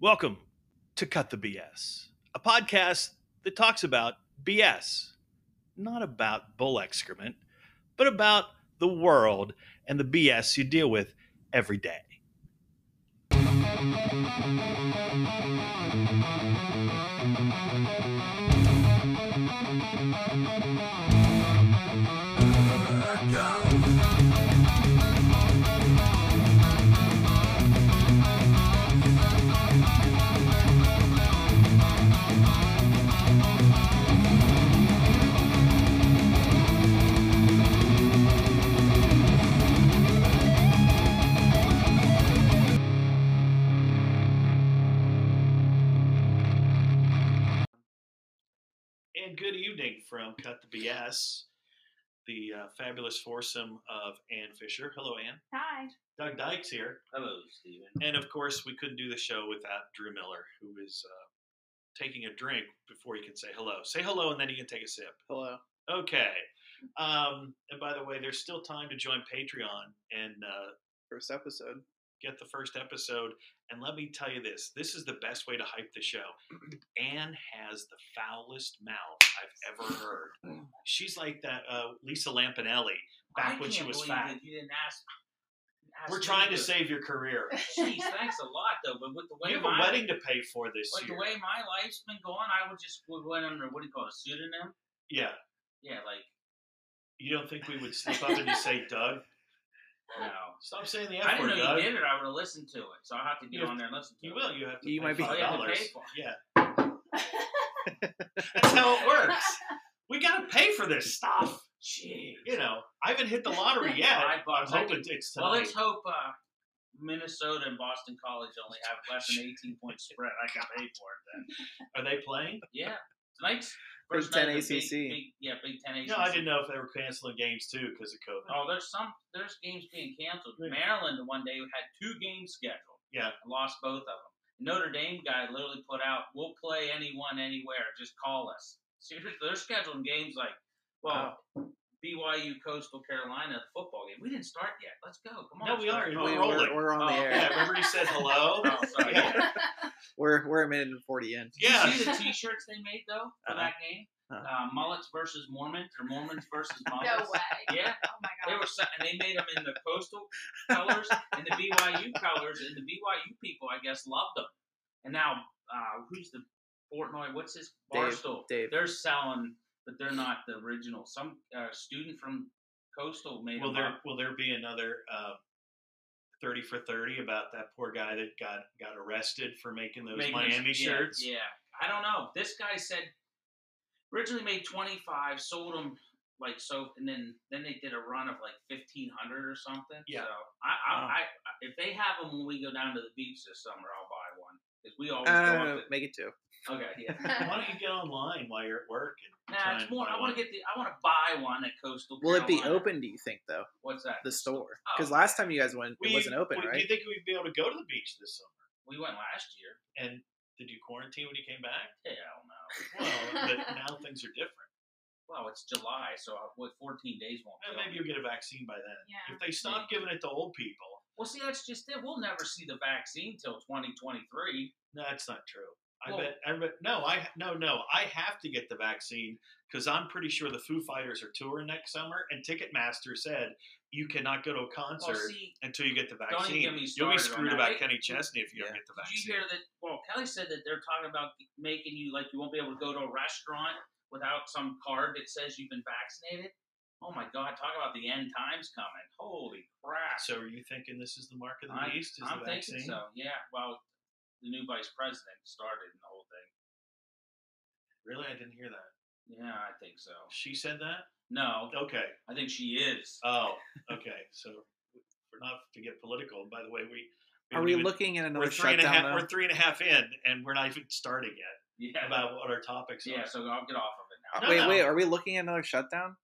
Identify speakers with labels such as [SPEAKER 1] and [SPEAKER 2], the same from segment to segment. [SPEAKER 1] Welcome to Cut the BS, a podcast that talks about BS, not about bull excrement, but about the world and the BS you deal with every day. And good evening from Cut the BS, the uh, fabulous foursome of Ann Fisher. Hello, Ann.
[SPEAKER 2] Hi.
[SPEAKER 1] Doug Dykes here.
[SPEAKER 3] Hello, Steven.
[SPEAKER 1] And of course, we couldn't do the show without Drew Miller, who is uh, taking a drink before he can say hello. Say hello, and then he can take a sip.
[SPEAKER 3] Hello.
[SPEAKER 1] Okay. Um, and by the way, there's still time to join Patreon and uh,
[SPEAKER 3] First episode.
[SPEAKER 1] get the first episode. And let me tell you this this is the best way to hype the show. Anne has the foulest mouth I've ever heard. She's like that uh, Lisa Lampanelli back when she was fat.
[SPEAKER 3] You didn't ask. ask
[SPEAKER 1] We're
[SPEAKER 3] me
[SPEAKER 1] trying to save your career.
[SPEAKER 3] Jeez, thanks a lot though, but with the way
[SPEAKER 1] We have
[SPEAKER 3] my
[SPEAKER 1] a wedding to pay for this
[SPEAKER 3] with the
[SPEAKER 1] year.
[SPEAKER 3] way my life's been going, I would just would went under what do you call it, a pseudonym?
[SPEAKER 1] Yeah.
[SPEAKER 3] Yeah, like
[SPEAKER 1] You don't think we would slip up and just say, Doug?
[SPEAKER 3] no.
[SPEAKER 1] Stop saying the F
[SPEAKER 3] I didn't
[SPEAKER 1] word,
[SPEAKER 3] know
[SPEAKER 1] Oh, Doug.
[SPEAKER 3] you did it. I would have listened to it, so I'll have to get
[SPEAKER 1] You-
[SPEAKER 3] on there and listen to
[SPEAKER 1] You
[SPEAKER 3] it.
[SPEAKER 1] will. You have to
[SPEAKER 4] You
[SPEAKER 1] pay
[SPEAKER 4] might be-
[SPEAKER 3] Oh,
[SPEAKER 1] five
[SPEAKER 3] you have to
[SPEAKER 1] dollars.
[SPEAKER 3] pay for it.
[SPEAKER 1] Yeah, that's how it works. We gotta pay for this stuff.
[SPEAKER 3] Jeez.
[SPEAKER 1] You know, I haven't hit the lottery yet.
[SPEAKER 3] Five
[SPEAKER 1] I'm
[SPEAKER 3] bucks. I
[SPEAKER 1] hoping
[SPEAKER 3] could-
[SPEAKER 1] it's
[SPEAKER 3] well,
[SPEAKER 1] tonight.
[SPEAKER 3] let's hope uh, Minnesota and Boston College only have less than eighteen point spread. I can pay for it then.
[SPEAKER 1] Are they playing?
[SPEAKER 3] Yeah. Tonight's
[SPEAKER 4] Big
[SPEAKER 3] first night
[SPEAKER 4] Ten
[SPEAKER 3] of the
[SPEAKER 4] ACC.
[SPEAKER 3] Big, big, yeah, Big Ten ACC.
[SPEAKER 1] No, I didn't know if they were canceling games too because of COVID.
[SPEAKER 3] Oh, there's some there's games being canceled.
[SPEAKER 1] Yeah.
[SPEAKER 3] Maryland one day had two games scheduled.
[SPEAKER 1] Yeah.
[SPEAKER 3] and lost both of them. Notre Dame guy literally put out, "We'll play anyone, anywhere. Just call us." Seriously, they're scheduling games like, well, BYU Coastal Carolina the football game. We didn't start yet. Let's go. Come on.
[SPEAKER 1] No, we
[SPEAKER 3] start.
[SPEAKER 1] are.
[SPEAKER 4] We-
[SPEAKER 1] We're
[SPEAKER 4] We're,
[SPEAKER 1] rolling.
[SPEAKER 4] we're, on the
[SPEAKER 3] Oh,
[SPEAKER 4] air.
[SPEAKER 1] Yeah, remember you said hello?
[SPEAKER 3] Oh, sorry.
[SPEAKER 1] Yeah.
[SPEAKER 4] We're we're a minute and forty in.
[SPEAKER 3] Did
[SPEAKER 1] Yeah.
[SPEAKER 3] You see the T-shirts they made though for
[SPEAKER 4] Uh-uh.
[SPEAKER 3] that game? Uh, mullets versus Mormons, or Mormons versus
[SPEAKER 2] No
[SPEAKER 3] Mullets.
[SPEAKER 2] way.
[SPEAKER 3] Yeah.
[SPEAKER 2] Oh my
[SPEAKER 3] They
[SPEAKER 2] god.
[SPEAKER 3] were set, and they made them in the coastal colors and the BYU colors, and the BYU people, I guess, loved them. And now, uh, who's the Portnoy? What's his
[SPEAKER 4] Dave,
[SPEAKER 3] Barstool?
[SPEAKER 4] Dave.
[SPEAKER 3] They're selling, but they're not the original. Some uh, student from Coastal made
[SPEAKER 1] Will
[SPEAKER 3] them.
[SPEAKER 1] there
[SPEAKER 3] up.
[SPEAKER 1] will there be another uh, thirty for thirty about that poor guy that got got arrested for making those
[SPEAKER 3] Making those-
[SPEAKER 1] Miami
[SPEAKER 3] yeah,
[SPEAKER 1] shirts?
[SPEAKER 3] Yeah, I don't know. This guy said originally made twenty five, sold them like so, and then then they did a run of like fifteen hundred or something.
[SPEAKER 1] Yeah.
[SPEAKER 3] So I, I,
[SPEAKER 4] Wow.
[SPEAKER 3] I if they have them when we go down to the beach this summer, I'll buy one because we always
[SPEAKER 4] Uh,
[SPEAKER 3] go. Up
[SPEAKER 4] make it two.
[SPEAKER 3] to, okay. Yeah.
[SPEAKER 1] Why don't you get online while you're at work? And try
[SPEAKER 3] Nah, it's
[SPEAKER 1] and
[SPEAKER 3] more.
[SPEAKER 1] buy
[SPEAKER 3] I
[SPEAKER 1] one?
[SPEAKER 3] want to get the. I want to buy one at Coastal.
[SPEAKER 4] Will it be
[SPEAKER 3] Carolina.
[SPEAKER 4] open? Do you think though
[SPEAKER 3] What's that?
[SPEAKER 4] the store?
[SPEAKER 3] Oh.
[SPEAKER 4] Because last time you guys went,
[SPEAKER 1] We-
[SPEAKER 4] it wasn't open,
[SPEAKER 1] we- Do you
[SPEAKER 4] right?
[SPEAKER 1] think we'd be able to go to the beach this summer?
[SPEAKER 3] We went last year.
[SPEAKER 1] And did you quarantine when you came back?
[SPEAKER 3] Hell no.
[SPEAKER 1] Well, but now things are different.
[SPEAKER 3] Well, it's July, so uh, what? Fourteen days won't.
[SPEAKER 1] Well,
[SPEAKER 3] kill
[SPEAKER 1] maybe
[SPEAKER 3] me.
[SPEAKER 1] you'll get a vaccine by then.
[SPEAKER 2] Yeah.
[SPEAKER 1] If they stop giving it to old people,
[SPEAKER 3] Well, see, that's just it. We'll never see the vaccine till twenty twenty three.
[SPEAKER 1] no, that's not true. I
[SPEAKER 3] Well-
[SPEAKER 1] bet. I bet. No, I no no. I have to get the vaccine because I'm pretty sure the Foo Fighters are touring next summer, and Ticketmaster said you cannot go to a concert
[SPEAKER 3] Well, Oh, see,
[SPEAKER 1] until you get the
[SPEAKER 3] even
[SPEAKER 1] vaccine.
[SPEAKER 3] get me
[SPEAKER 1] You'll be
[SPEAKER 3] started on
[SPEAKER 1] screwed
[SPEAKER 3] that.
[SPEAKER 1] about
[SPEAKER 3] They-
[SPEAKER 1] Kenny Chesney if you don't
[SPEAKER 4] Yeah.
[SPEAKER 1] get the
[SPEAKER 3] Did you
[SPEAKER 1] vaccine.
[SPEAKER 3] hear that? Well, Kelly said that they're talking about making you like you won't be able to go to a restaurant without some card that says you've been vaccinated. Oh my God! Talk about the end times coming. Holy crap!
[SPEAKER 1] So are you thinking this is the mark of the
[SPEAKER 3] I-
[SPEAKER 1] beast? Is
[SPEAKER 3] I'm
[SPEAKER 1] the
[SPEAKER 3] thinking
[SPEAKER 1] vaccine?
[SPEAKER 3] so. Yeah. Well, the new vice president started the whole thing.
[SPEAKER 1] Really, I didn't hear that.
[SPEAKER 3] Yeah, I think so.
[SPEAKER 1] She said that.
[SPEAKER 3] No,
[SPEAKER 1] Okay.
[SPEAKER 3] I think she is.
[SPEAKER 1] Oh, okay. So we're not to get political. By the way, we,
[SPEAKER 4] Are
[SPEAKER 1] haven't
[SPEAKER 4] we
[SPEAKER 1] even-
[SPEAKER 4] looking at another
[SPEAKER 1] We're three and a half.
[SPEAKER 4] shutdown?
[SPEAKER 1] We're three and a half in, and we're not even starting yet
[SPEAKER 3] yeah.
[SPEAKER 1] about what our topics
[SPEAKER 3] yeah.
[SPEAKER 1] are.
[SPEAKER 3] So I'll get off of it now.
[SPEAKER 4] though?
[SPEAKER 1] No,
[SPEAKER 4] wait,
[SPEAKER 1] no.
[SPEAKER 4] wait. Are we looking at another shutdown?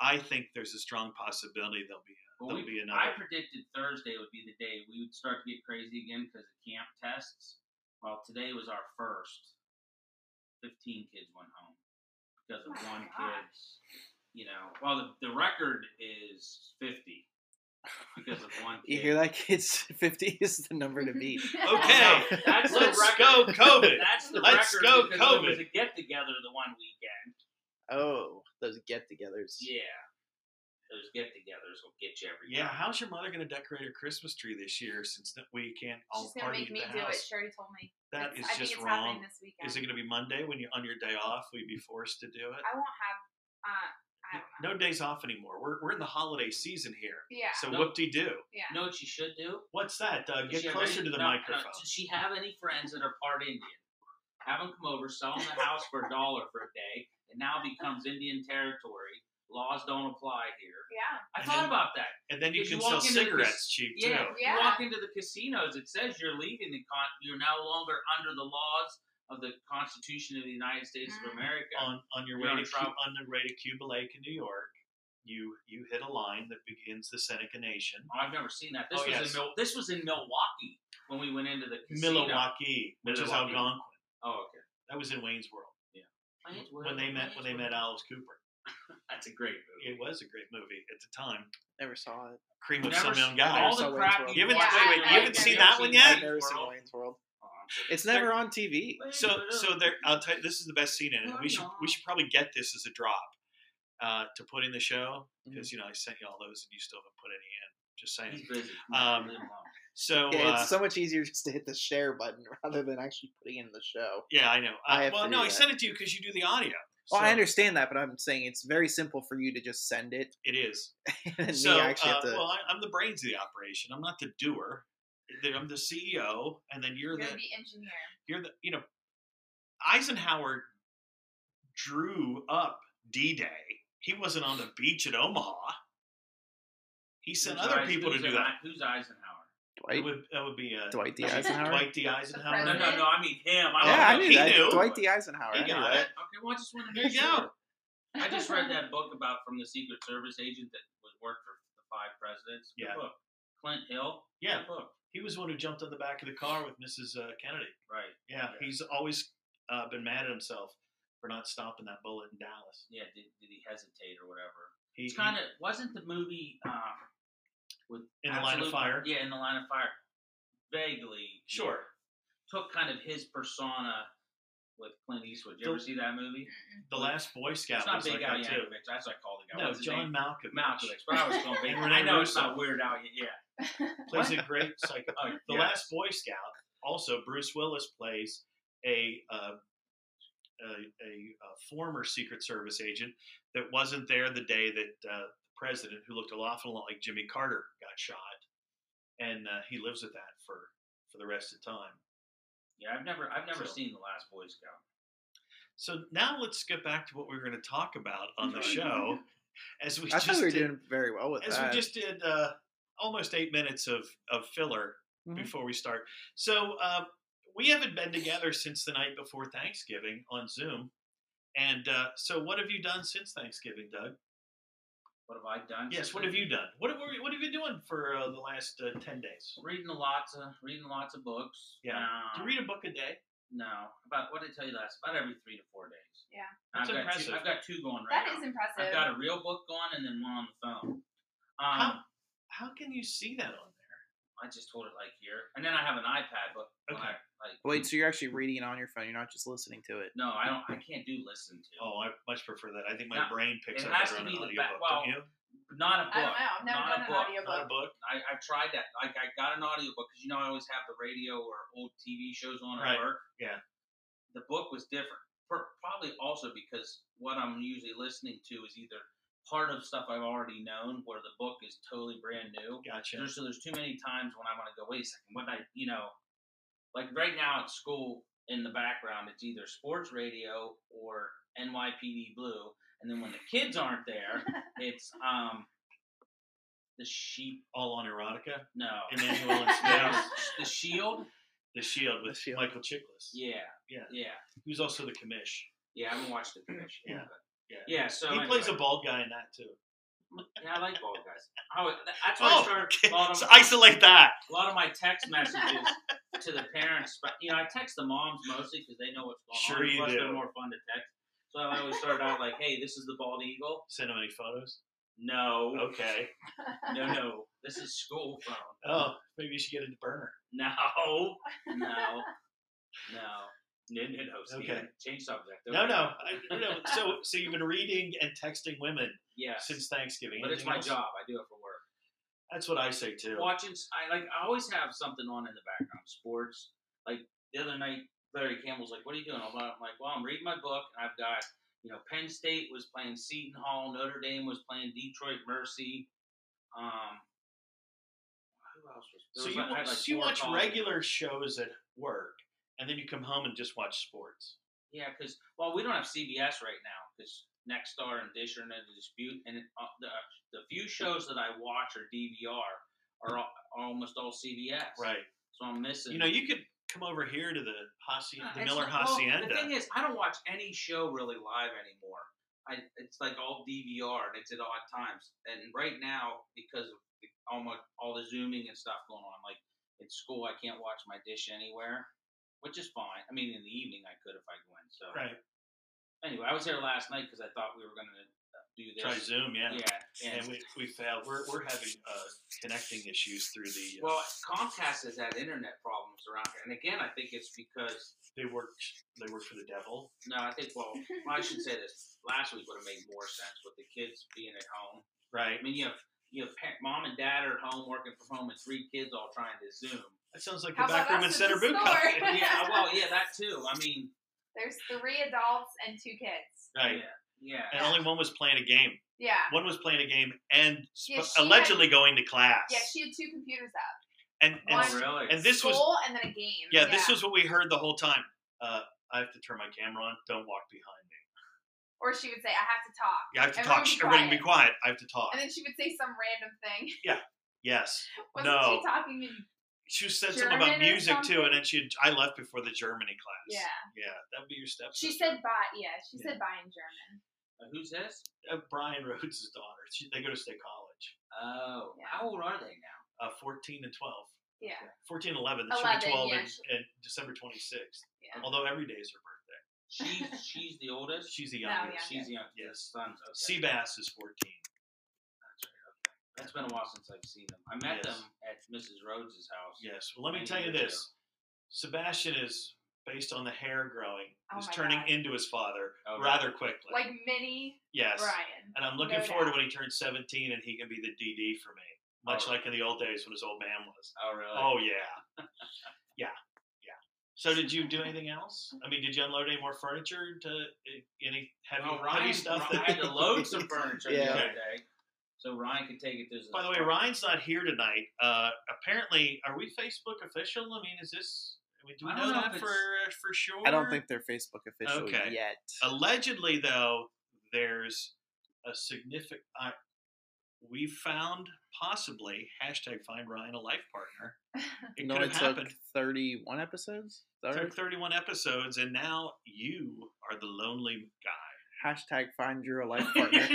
[SPEAKER 1] I think there's a strong possibility there'll be
[SPEAKER 3] Well,
[SPEAKER 1] there'll be
[SPEAKER 3] we-
[SPEAKER 1] another.
[SPEAKER 3] I predicted Thursday would be the day we would start to get crazy again because of camp tests. Well, today was our first. Fifteen kids went home because of
[SPEAKER 2] Oh my
[SPEAKER 3] one
[SPEAKER 2] gosh.
[SPEAKER 3] kid. You know, well the, the record is fifty, because of one.
[SPEAKER 4] You
[SPEAKER 3] kid.
[SPEAKER 4] hear that, kids? 50 is the number to beat.
[SPEAKER 1] Okay.
[SPEAKER 3] No, that's the
[SPEAKER 1] Let's go,
[SPEAKER 3] record.
[SPEAKER 1] COVID.
[SPEAKER 3] That's the
[SPEAKER 1] Let's
[SPEAKER 3] record
[SPEAKER 1] go,
[SPEAKER 3] because It
[SPEAKER 1] COVID.
[SPEAKER 3] was a get together the one weekend.
[SPEAKER 4] Oh, those get togethers.
[SPEAKER 3] Yeah. Those get togethers will get you every
[SPEAKER 1] Yeah,
[SPEAKER 3] time.
[SPEAKER 1] how's your mother going to decorate her Christmas tree this year since that we can't all
[SPEAKER 2] She's gonna
[SPEAKER 1] party
[SPEAKER 2] make
[SPEAKER 1] at
[SPEAKER 2] me
[SPEAKER 1] the
[SPEAKER 2] do it.
[SPEAKER 1] house?
[SPEAKER 2] She already told me.
[SPEAKER 1] That is
[SPEAKER 2] It's- I
[SPEAKER 1] just
[SPEAKER 2] think it's
[SPEAKER 1] wrong.
[SPEAKER 2] happening this weekend.
[SPEAKER 1] Is it going to be Monday when you on your day off? We'd be forced to do it.
[SPEAKER 2] I won't have. Uh, I don't
[SPEAKER 1] No
[SPEAKER 2] know.
[SPEAKER 1] days off anymore. We're we're in the holiday season here.
[SPEAKER 2] Yeah.
[SPEAKER 1] So
[SPEAKER 3] No.
[SPEAKER 1] whoop de doo.
[SPEAKER 2] yeah.
[SPEAKER 3] You know what you should do?
[SPEAKER 1] What's that? Uh,
[SPEAKER 3] Does
[SPEAKER 1] get
[SPEAKER 3] she have
[SPEAKER 1] closer
[SPEAKER 3] any-
[SPEAKER 1] to the
[SPEAKER 3] no, no,
[SPEAKER 1] microphone.
[SPEAKER 3] Does she have any friends that are part Indian? Have them come over, sell them the house for a dollar for a day. It now becomes Indian territory. Laws don't apply here.
[SPEAKER 2] Yeah.
[SPEAKER 1] And
[SPEAKER 3] I
[SPEAKER 1] then-
[SPEAKER 3] thought about that.
[SPEAKER 1] and then you
[SPEAKER 3] Did you
[SPEAKER 1] can sell
[SPEAKER 3] walk into the
[SPEAKER 1] cigarettes cheap too.
[SPEAKER 3] Yeah,
[SPEAKER 2] Yeah.
[SPEAKER 3] you walk into the casinos, it says you're leaving the con. You're no longer under the laws of the Constitution of the United States of
[SPEAKER 2] Mhm.
[SPEAKER 3] America.
[SPEAKER 1] on on your
[SPEAKER 3] We
[SPEAKER 1] way
[SPEAKER 3] are
[SPEAKER 1] to
[SPEAKER 3] in
[SPEAKER 1] Cu-
[SPEAKER 3] trouble.
[SPEAKER 1] on the way to Cuba Lake in New York, you you hit a line that begins the Seneca Nation,
[SPEAKER 3] Oh, I've never seen that. This
[SPEAKER 1] Oh,
[SPEAKER 3] was
[SPEAKER 1] yes.
[SPEAKER 3] in Mil- this was in Milwaukee when we went into the casino.
[SPEAKER 1] Milwaukee, which is
[SPEAKER 3] Milwaukee.
[SPEAKER 1] Algonquin.
[SPEAKER 3] Oh, okay.
[SPEAKER 1] That was in Wayne's World
[SPEAKER 3] Plains
[SPEAKER 1] when they met when they met Alice Cooper.
[SPEAKER 3] That's a great movie.
[SPEAKER 1] It was a great movie at the time.
[SPEAKER 4] Never saw it.
[SPEAKER 1] Cream of
[SPEAKER 3] Never
[SPEAKER 1] some
[SPEAKER 3] seen-
[SPEAKER 1] young guys.
[SPEAKER 3] all
[SPEAKER 4] I saw
[SPEAKER 3] the
[SPEAKER 4] Wayne's
[SPEAKER 3] crap
[SPEAKER 4] World.
[SPEAKER 1] You haven't-
[SPEAKER 2] wait, wait, you haven't seen that one
[SPEAKER 4] I've
[SPEAKER 1] yet? oh,
[SPEAKER 4] never seen Wayne's World. It's never on TV.
[SPEAKER 1] So so there, I'll tell you, this is the best scene
[SPEAKER 4] Oh,
[SPEAKER 1] in it. We should we should probably get this as a drop uh, to put in the show
[SPEAKER 4] Mm-hmm.
[SPEAKER 1] because you know I sent you all those and you still haven't put any in. Just saying.
[SPEAKER 3] He's busy.
[SPEAKER 1] Um,
[SPEAKER 3] Leave him alone.
[SPEAKER 1] So
[SPEAKER 4] Yeah,
[SPEAKER 1] uh,
[SPEAKER 4] it's so much easier just to hit the share button rather than actually putting in the show.
[SPEAKER 1] yeah, I know.
[SPEAKER 4] I
[SPEAKER 1] Uh,
[SPEAKER 4] have
[SPEAKER 1] well,
[SPEAKER 4] to
[SPEAKER 1] no,
[SPEAKER 4] do
[SPEAKER 1] I
[SPEAKER 4] that.
[SPEAKER 1] sent it to you because you do the audio.
[SPEAKER 4] Well,
[SPEAKER 1] So
[SPEAKER 4] I understand that, but I'm saying it's very simple for you to just send it,
[SPEAKER 1] It is.
[SPEAKER 4] and then
[SPEAKER 1] so,
[SPEAKER 4] me actually
[SPEAKER 1] uh,
[SPEAKER 4] have to.
[SPEAKER 1] well, I, I'm the brains of the operation. I'm not the doer. The- I'm the CEO, and then you're
[SPEAKER 2] You're
[SPEAKER 1] the
[SPEAKER 2] the engineer.
[SPEAKER 1] you're the you know Eisenhower drew up D-Day. He wasn't on the beach at Omaha. He sent
[SPEAKER 3] Who's
[SPEAKER 1] other
[SPEAKER 3] Eisen-
[SPEAKER 1] people to
[SPEAKER 3] who's
[SPEAKER 1] do
[SPEAKER 3] Eisen-
[SPEAKER 1] that.
[SPEAKER 3] Who's Eisenhower?
[SPEAKER 1] That
[SPEAKER 4] Dwight,
[SPEAKER 1] would that would be uh,
[SPEAKER 4] Dwight D.
[SPEAKER 1] is it
[SPEAKER 4] Eisenhower.
[SPEAKER 1] Dwight D.
[SPEAKER 2] The
[SPEAKER 1] Eisenhower.
[SPEAKER 3] No, no,
[SPEAKER 2] president?
[SPEAKER 3] no. I mean him. I
[SPEAKER 1] Oh,
[SPEAKER 4] yeah, I
[SPEAKER 1] he
[SPEAKER 4] knew that.
[SPEAKER 1] knew.
[SPEAKER 4] Dwight D. Eisenhower.
[SPEAKER 1] He
[SPEAKER 4] I knew
[SPEAKER 1] got
[SPEAKER 4] that.
[SPEAKER 1] it.
[SPEAKER 3] Okay, well, I just wanted to
[SPEAKER 1] There
[SPEAKER 3] make
[SPEAKER 1] you go.
[SPEAKER 3] sure. I just read that book about from the Secret Service agent that was worked for the five presidents. Good
[SPEAKER 1] Yeah.
[SPEAKER 3] book. Clint Hill.
[SPEAKER 1] Yeah.
[SPEAKER 3] Good book.
[SPEAKER 1] He was the one who jumped on the back of the car with Mrs. Uh, Kennedy.
[SPEAKER 3] Right.
[SPEAKER 1] Yeah,
[SPEAKER 3] Yeah.
[SPEAKER 1] he's always uh, been mad at himself for not stopping that bullet in Dallas.
[SPEAKER 3] Yeah. Did, did he hesitate or whatever?
[SPEAKER 1] He,
[SPEAKER 3] It's kind of wasn't the movie uh, with
[SPEAKER 1] In the Line of
[SPEAKER 3] Absolute-
[SPEAKER 1] Fire?
[SPEAKER 3] Yeah, in the line of fire. Vaguely
[SPEAKER 1] sure.
[SPEAKER 3] took kind of his persona with Clint Eastwood. Did you ever
[SPEAKER 1] The-
[SPEAKER 3] see that movie?
[SPEAKER 1] The last Boy Scout
[SPEAKER 3] it's not
[SPEAKER 1] was
[SPEAKER 3] Big
[SPEAKER 1] like
[SPEAKER 3] Al
[SPEAKER 1] that too.
[SPEAKER 3] Yankovic. That's what I call the guy.
[SPEAKER 1] No,
[SPEAKER 3] What's his
[SPEAKER 1] John
[SPEAKER 3] name?
[SPEAKER 1] Malkovich.
[SPEAKER 3] Malkovich. But I was going Big.
[SPEAKER 1] Rene
[SPEAKER 3] I know it's
[SPEAKER 1] Russo.
[SPEAKER 3] not Weird Al. Yeah.
[SPEAKER 1] plays a great psycho.
[SPEAKER 3] Oh,
[SPEAKER 1] The
[SPEAKER 3] yeah.
[SPEAKER 1] Last Boy Scout. Also, Bruce Willis plays a uh, a, a, a former Secret Service agent that wasn't there the day that uh, the president, who looked a lot, a lot like Jimmy Carter, got shot, and uh, he lives with that for for the rest of time.
[SPEAKER 3] Yeah, I've never, I've never
[SPEAKER 1] So-
[SPEAKER 3] seen the Last Boy Scout.
[SPEAKER 1] So now let's get back to what we were going to talk about on the show, as we
[SPEAKER 4] I
[SPEAKER 1] just
[SPEAKER 4] thought we were
[SPEAKER 1] did,
[SPEAKER 4] doing very well with
[SPEAKER 1] as
[SPEAKER 4] that.
[SPEAKER 1] we just did uh, almost eight minutes of of filler
[SPEAKER 4] Mhm.
[SPEAKER 1] before we start. So uh, we haven't been together since the night before Thanksgiving on Zoom. And uh, so, what have you done since Thanksgiving, Doug?
[SPEAKER 3] What have I done?
[SPEAKER 1] Yes, what have you done? What have, what have you doing for uh, the last uh, ten days?
[SPEAKER 3] Reading lots of reading lots of books.
[SPEAKER 1] Yeah.
[SPEAKER 3] Um,
[SPEAKER 1] Do you read a book a day?
[SPEAKER 3] No, about what did I tell you last? About every three to four days.
[SPEAKER 2] Yeah.
[SPEAKER 3] And
[SPEAKER 1] That's
[SPEAKER 3] I've got
[SPEAKER 1] impressive.
[SPEAKER 3] Two, I've got two going
[SPEAKER 2] That
[SPEAKER 3] right now.
[SPEAKER 2] is impressive.
[SPEAKER 3] I've got a real book going and then one on the phone. Um,
[SPEAKER 1] How, how can you see that on there?
[SPEAKER 3] I just hold it like here, and then I have an iPad, but when
[SPEAKER 1] Okay.
[SPEAKER 3] I, like
[SPEAKER 4] Wait, so you're actually reading it on your phone? You're not just listening to it?
[SPEAKER 3] no, I don't. I can't do listen to.
[SPEAKER 1] Oh, I much prefer that. I think my
[SPEAKER 3] No,
[SPEAKER 1] brain picks up
[SPEAKER 3] it has
[SPEAKER 1] better on
[SPEAKER 3] to
[SPEAKER 1] an
[SPEAKER 3] be the
[SPEAKER 1] audiobook,
[SPEAKER 3] back- well,
[SPEAKER 1] don't you?
[SPEAKER 3] Not a
[SPEAKER 2] I don't
[SPEAKER 3] book.
[SPEAKER 2] know. I've never
[SPEAKER 3] Not
[SPEAKER 2] done
[SPEAKER 3] a
[SPEAKER 2] an
[SPEAKER 1] Not a
[SPEAKER 3] book,
[SPEAKER 2] audiobook.
[SPEAKER 1] book,
[SPEAKER 3] I, I've tried that. Like I got an audiobook because you know I always have the radio or old TV shows on
[SPEAKER 1] Right,
[SPEAKER 3] at work.
[SPEAKER 1] yeah.
[SPEAKER 3] The book was different. Pro- Probably also because what I'm usually listening to is either part of stuff I've already known, where the book is totally brand new.
[SPEAKER 1] gotcha.
[SPEAKER 3] There's, so there's too many times when I want to go. Wait a second, what I you know, like right now at school in the background, it's either sports radio or NYPD Blue, and then when the kids aren't there, it's um, the sheep.
[SPEAKER 1] All on erotica.
[SPEAKER 3] No,
[SPEAKER 1] Emmanuel in
[SPEAKER 3] yeah,
[SPEAKER 1] space.
[SPEAKER 3] the Shield.
[SPEAKER 1] the Shield with
[SPEAKER 4] The Shield.
[SPEAKER 1] Michael Chiklis,
[SPEAKER 3] Yeah,
[SPEAKER 1] Yeah.
[SPEAKER 3] yeah,
[SPEAKER 1] who's also the commish.
[SPEAKER 3] yeah. I haven't watched the finish. yet,
[SPEAKER 1] Yeah.
[SPEAKER 3] but-
[SPEAKER 1] Yeah.
[SPEAKER 3] yeah. So
[SPEAKER 1] he plays a
[SPEAKER 3] anyway.
[SPEAKER 1] bald guy in that too.
[SPEAKER 3] Yeah, I like bald guys. I was, that's why I
[SPEAKER 1] Oh,
[SPEAKER 3] started.
[SPEAKER 1] okay.
[SPEAKER 3] bald-
[SPEAKER 1] So isolate that.
[SPEAKER 3] a lot of my text messages to the parents, but you know, I text the moms mostly because they know what's going
[SPEAKER 1] Sure
[SPEAKER 3] on.
[SPEAKER 1] you
[SPEAKER 3] Plus,
[SPEAKER 1] do.
[SPEAKER 3] they're more fun to text. So I always start out like, "Hey, this is the bald eagle."
[SPEAKER 1] Send him any photos.
[SPEAKER 3] No,
[SPEAKER 1] Okay.
[SPEAKER 3] no, no. This is school phone.
[SPEAKER 1] Oh, maybe you should get a burner.
[SPEAKER 3] No, no, no. Nintendo.
[SPEAKER 1] Okay.
[SPEAKER 3] Okay. Change subject.
[SPEAKER 1] No,
[SPEAKER 3] Okay.
[SPEAKER 1] no, I, no, no. So, so you've been reading and texting women
[SPEAKER 3] Yeah.
[SPEAKER 1] since Thanksgiving.
[SPEAKER 3] But it's
[SPEAKER 1] Anything
[SPEAKER 3] my
[SPEAKER 1] else?
[SPEAKER 3] job. I do it for work.
[SPEAKER 1] That's what I say too.
[SPEAKER 3] watching. I like. I always have something on in the background. Sports. Like the other night, Larry Campbell's like, "What are you doing?" I'm like, I'm like, "Well, I'm reading my book, and I've got you know, Penn State was playing Seton Hall, Notre Dame was playing Detroit Mercy. Um, who else was? there
[SPEAKER 1] So
[SPEAKER 3] was
[SPEAKER 1] you,
[SPEAKER 3] like- I had, like,
[SPEAKER 1] so you
[SPEAKER 3] four
[SPEAKER 1] watch
[SPEAKER 3] colleges.
[SPEAKER 1] regular shows at work, and then you come home and just watch sports.
[SPEAKER 3] Yeah, because well, we don't have CBS right now because Nextstar and Dish are in a dispute, and it, uh, the the few shows that I watch or DVR are, all, are almost all CBS.
[SPEAKER 1] Right.
[SPEAKER 3] So I'm missing.
[SPEAKER 1] You know, you could come over here to the hacienda, the
[SPEAKER 3] It's
[SPEAKER 1] Miller
[SPEAKER 3] like- well,
[SPEAKER 1] Hacienda.
[SPEAKER 3] the thing is, I don't watch any show really live anymore. I, it's like all DVR, and it's at odd times. And right now, because of the, all my all the zooming and stuff going on, like at school, I can't watch my dish anywhere, which is fine. I mean, in the evening, I could if I went. So
[SPEAKER 1] right.
[SPEAKER 3] anyway, I was there last night because I thought we were going to do this.
[SPEAKER 1] Try Zoom, yeah.
[SPEAKER 3] yeah,
[SPEAKER 1] And
[SPEAKER 3] and-
[SPEAKER 1] we, we failed. We're, we're having uh, connecting issues through the. Uh,
[SPEAKER 3] well, Comcast has had internet problems around here, and again, I think it's because
[SPEAKER 1] they work they work for the devil.
[SPEAKER 3] No, I think well, I should say this. Last week would have made more sense with the kids being at home.
[SPEAKER 1] Right.
[SPEAKER 3] I mean, you have you have parent, mom and dad are at home working from home, and three kids all trying to Zoom.
[SPEAKER 1] That sounds like
[SPEAKER 2] How
[SPEAKER 1] the
[SPEAKER 2] about
[SPEAKER 1] back room and
[SPEAKER 2] us at
[SPEAKER 1] center
[SPEAKER 2] the
[SPEAKER 1] boot
[SPEAKER 2] store?
[SPEAKER 1] company.
[SPEAKER 3] Yeah, well, yeah, that too. I mean,
[SPEAKER 2] There's three adults and two kids.
[SPEAKER 1] Right.
[SPEAKER 3] yeah,
[SPEAKER 1] And only one was playing a game.
[SPEAKER 2] Yeah.
[SPEAKER 1] One was playing a game and sp-
[SPEAKER 2] Yeah, she
[SPEAKER 1] allegedly going to class.
[SPEAKER 2] Yeah, she had two computers up.
[SPEAKER 1] and and,
[SPEAKER 2] One-
[SPEAKER 3] oh, really?
[SPEAKER 1] and this was
[SPEAKER 2] School and then a game.
[SPEAKER 1] yeah, this was what we heard the whole time. Uh, I have to turn my camera on. Don't walk behind me.
[SPEAKER 2] Or she would say, I have to talk.
[SPEAKER 1] Yeah, I have to
[SPEAKER 2] Everyone
[SPEAKER 1] talk.
[SPEAKER 2] be
[SPEAKER 1] Shh, Everybody be quiet. I have to talk.
[SPEAKER 2] And then she would say some random thing.
[SPEAKER 1] yes.
[SPEAKER 2] Wasn't
[SPEAKER 1] No.
[SPEAKER 2] she talking in
[SPEAKER 1] She said something about
[SPEAKER 2] German or
[SPEAKER 1] music too,
[SPEAKER 2] something?
[SPEAKER 1] and then she I left before the Germany class.
[SPEAKER 2] Yeah.
[SPEAKER 1] Yeah, that would be your step.
[SPEAKER 2] She said bye. Yeah, she
[SPEAKER 1] Yeah.
[SPEAKER 2] said bye in German.
[SPEAKER 3] Uh, Who's this?
[SPEAKER 1] uh, Brian Rhodes' daughter. She, they go to state college.
[SPEAKER 3] Oh,
[SPEAKER 2] Yeah.
[SPEAKER 3] how old are they
[SPEAKER 1] Uh,
[SPEAKER 3] now?
[SPEAKER 1] 14 and 12.
[SPEAKER 2] Yeah.
[SPEAKER 1] 14 and 11. She'll be
[SPEAKER 2] 11,
[SPEAKER 1] 12
[SPEAKER 2] yeah,
[SPEAKER 1] and,
[SPEAKER 2] she-
[SPEAKER 1] and December 26th.
[SPEAKER 2] Yeah.
[SPEAKER 1] Although every day is her birthday.
[SPEAKER 3] She's she's the oldest.
[SPEAKER 1] She's the
[SPEAKER 2] No,
[SPEAKER 1] youngest.
[SPEAKER 2] Oh, yeah.
[SPEAKER 3] She's the youngest.
[SPEAKER 1] Yes.
[SPEAKER 3] Son's okay.
[SPEAKER 1] Seabass is 14.
[SPEAKER 3] That's been a while since I've seen them. I met
[SPEAKER 1] Yes.
[SPEAKER 3] them at Mrs. Rhodes' house.
[SPEAKER 1] Yes. Well, let me
[SPEAKER 3] Many
[SPEAKER 1] tell you
[SPEAKER 3] years
[SPEAKER 1] this. Sebastian is, based on the hair growing,
[SPEAKER 2] Oh
[SPEAKER 1] is
[SPEAKER 2] my
[SPEAKER 1] turning
[SPEAKER 2] God.
[SPEAKER 1] into his father
[SPEAKER 3] Oh, really?
[SPEAKER 1] rather quickly.
[SPEAKER 2] Like mini
[SPEAKER 1] yes.
[SPEAKER 2] Brian.
[SPEAKER 1] And I'm looking
[SPEAKER 2] No
[SPEAKER 1] forward
[SPEAKER 2] doubt.
[SPEAKER 1] to when he turns 17 and he can be the DD for me, much
[SPEAKER 3] Oh.
[SPEAKER 1] like in the old days when his old man was.
[SPEAKER 3] Oh, really?
[SPEAKER 1] Oh yeah, yeah, yeah. So did you do anything else? I mean, did you unload any more furniture to eh, any heavy,
[SPEAKER 3] Oh,
[SPEAKER 1] heavy
[SPEAKER 3] Ryan,
[SPEAKER 1] stuff?
[SPEAKER 3] Ryan
[SPEAKER 1] that-
[SPEAKER 3] had to load some furniture the
[SPEAKER 4] Yeah.
[SPEAKER 3] other day, so Ryan could take it to. his-
[SPEAKER 1] By the way, Ryan's not here tonight. Uh, apparently, are we Facebook official? I mean, is this? I mean, do we
[SPEAKER 3] I
[SPEAKER 1] know,
[SPEAKER 3] don't know
[SPEAKER 1] that
[SPEAKER 3] if
[SPEAKER 1] for
[SPEAKER 3] it's-
[SPEAKER 1] uh, for sure?
[SPEAKER 4] I don't think they're Facebook official
[SPEAKER 1] Okay. Uh,
[SPEAKER 4] yet.
[SPEAKER 1] Allegedly, though, there's a significant. Uh, we found possibly hashtag find Ryan a life partner. It
[SPEAKER 4] no,
[SPEAKER 1] could
[SPEAKER 4] it
[SPEAKER 1] have
[SPEAKER 4] took
[SPEAKER 1] happened.
[SPEAKER 4] 31 episodes. Is that
[SPEAKER 1] Took
[SPEAKER 4] right?
[SPEAKER 1] 31 episodes, and now you are the lonely guy.
[SPEAKER 4] Hashtag find your life partner.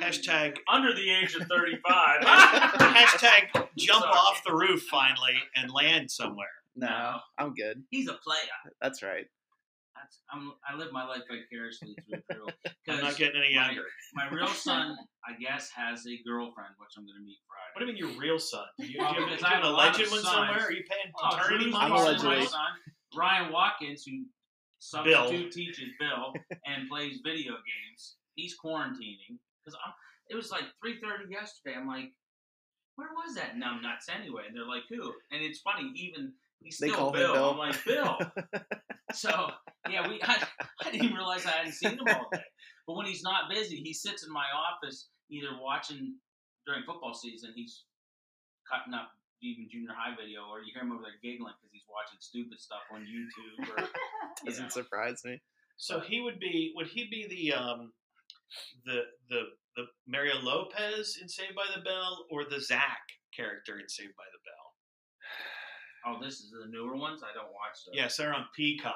[SPEAKER 1] Hashtag
[SPEAKER 3] under the age of 35.
[SPEAKER 1] hashtag jump
[SPEAKER 3] Sorry.
[SPEAKER 1] off the roof finally and land somewhere.
[SPEAKER 4] no,
[SPEAKER 3] No.
[SPEAKER 4] I'm good.
[SPEAKER 3] He's a player.
[SPEAKER 4] That's right.
[SPEAKER 3] That's, I'm, I live my life vicariously through Drew.
[SPEAKER 1] I'm not
[SPEAKER 3] Because
[SPEAKER 1] getting any
[SPEAKER 3] my,
[SPEAKER 1] younger.
[SPEAKER 3] my real son, I guess, has a girlfriend, which I'm going to meet
[SPEAKER 1] What do
[SPEAKER 3] Friday.
[SPEAKER 1] you mean your real son? Do you, do
[SPEAKER 3] Well,
[SPEAKER 1] you have,
[SPEAKER 3] because
[SPEAKER 1] do you
[SPEAKER 3] I
[SPEAKER 1] have an
[SPEAKER 3] have a lot
[SPEAKER 1] alleged
[SPEAKER 3] of
[SPEAKER 1] one
[SPEAKER 3] sons.
[SPEAKER 1] somewhere? Are you paying
[SPEAKER 3] Oh,
[SPEAKER 1] paternity
[SPEAKER 3] Drew's
[SPEAKER 1] money?
[SPEAKER 4] I'm
[SPEAKER 3] part of my
[SPEAKER 4] allegedly-
[SPEAKER 3] son, Ryan Watkins, who substitute teaches Bill and plays video games, he's quarantining. Because it was like 3.30 yesterday. I'm like, where was that numbnuts anyway? And they're like, who? And it's funny, even he's
[SPEAKER 4] They
[SPEAKER 3] still
[SPEAKER 4] call him
[SPEAKER 3] Bill.
[SPEAKER 4] Bill.
[SPEAKER 3] I'm like, Bill. so, yeah, we I, I didn't realize I hadn't seen him all day. But when he's not busy, he sits in my office either watching during football season, he's cutting up even junior high video, or you hear him over there giggling because he's watching stupid stuff on YouTube. Or, you
[SPEAKER 4] Doesn't
[SPEAKER 3] know.
[SPEAKER 4] surprise me.
[SPEAKER 1] So he would be. Would he be the um, the the the Mario Lopez in Saved by the Bell or the Zach character in Saved by the Bell?
[SPEAKER 3] oh, this is the newer ones. I don't watch those.
[SPEAKER 1] Yes, they're on Peacock.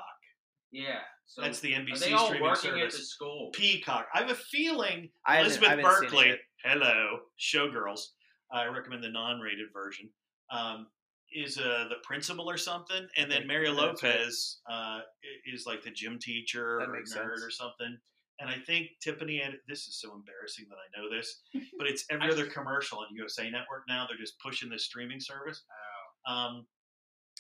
[SPEAKER 3] yeah. So
[SPEAKER 1] That's the NBC
[SPEAKER 3] are they all
[SPEAKER 1] streaming
[SPEAKER 3] working at
[SPEAKER 1] service.
[SPEAKER 3] the school?
[SPEAKER 1] Peacock. I have a feeling
[SPEAKER 4] I haven't- I
[SPEAKER 1] Elizabeth
[SPEAKER 4] haven't seen it
[SPEAKER 1] Berkley.
[SPEAKER 4] yet.
[SPEAKER 1] Hello, Showgirls. I recommend the non-rated version. Um, is uh, the principal or something, and then
[SPEAKER 4] Okay,
[SPEAKER 1] Mario
[SPEAKER 4] that's right.
[SPEAKER 1] Lopez uh, i- is like the gym teacher
[SPEAKER 4] That
[SPEAKER 1] or nerd
[SPEAKER 4] makes sense.
[SPEAKER 1] or something, And I think Tiffany and this is so embarrassing that I know this, but it's every
[SPEAKER 3] I-
[SPEAKER 1] other commercial on USA Network now. They're just pushing this streaming service.
[SPEAKER 4] Oh.
[SPEAKER 1] Um,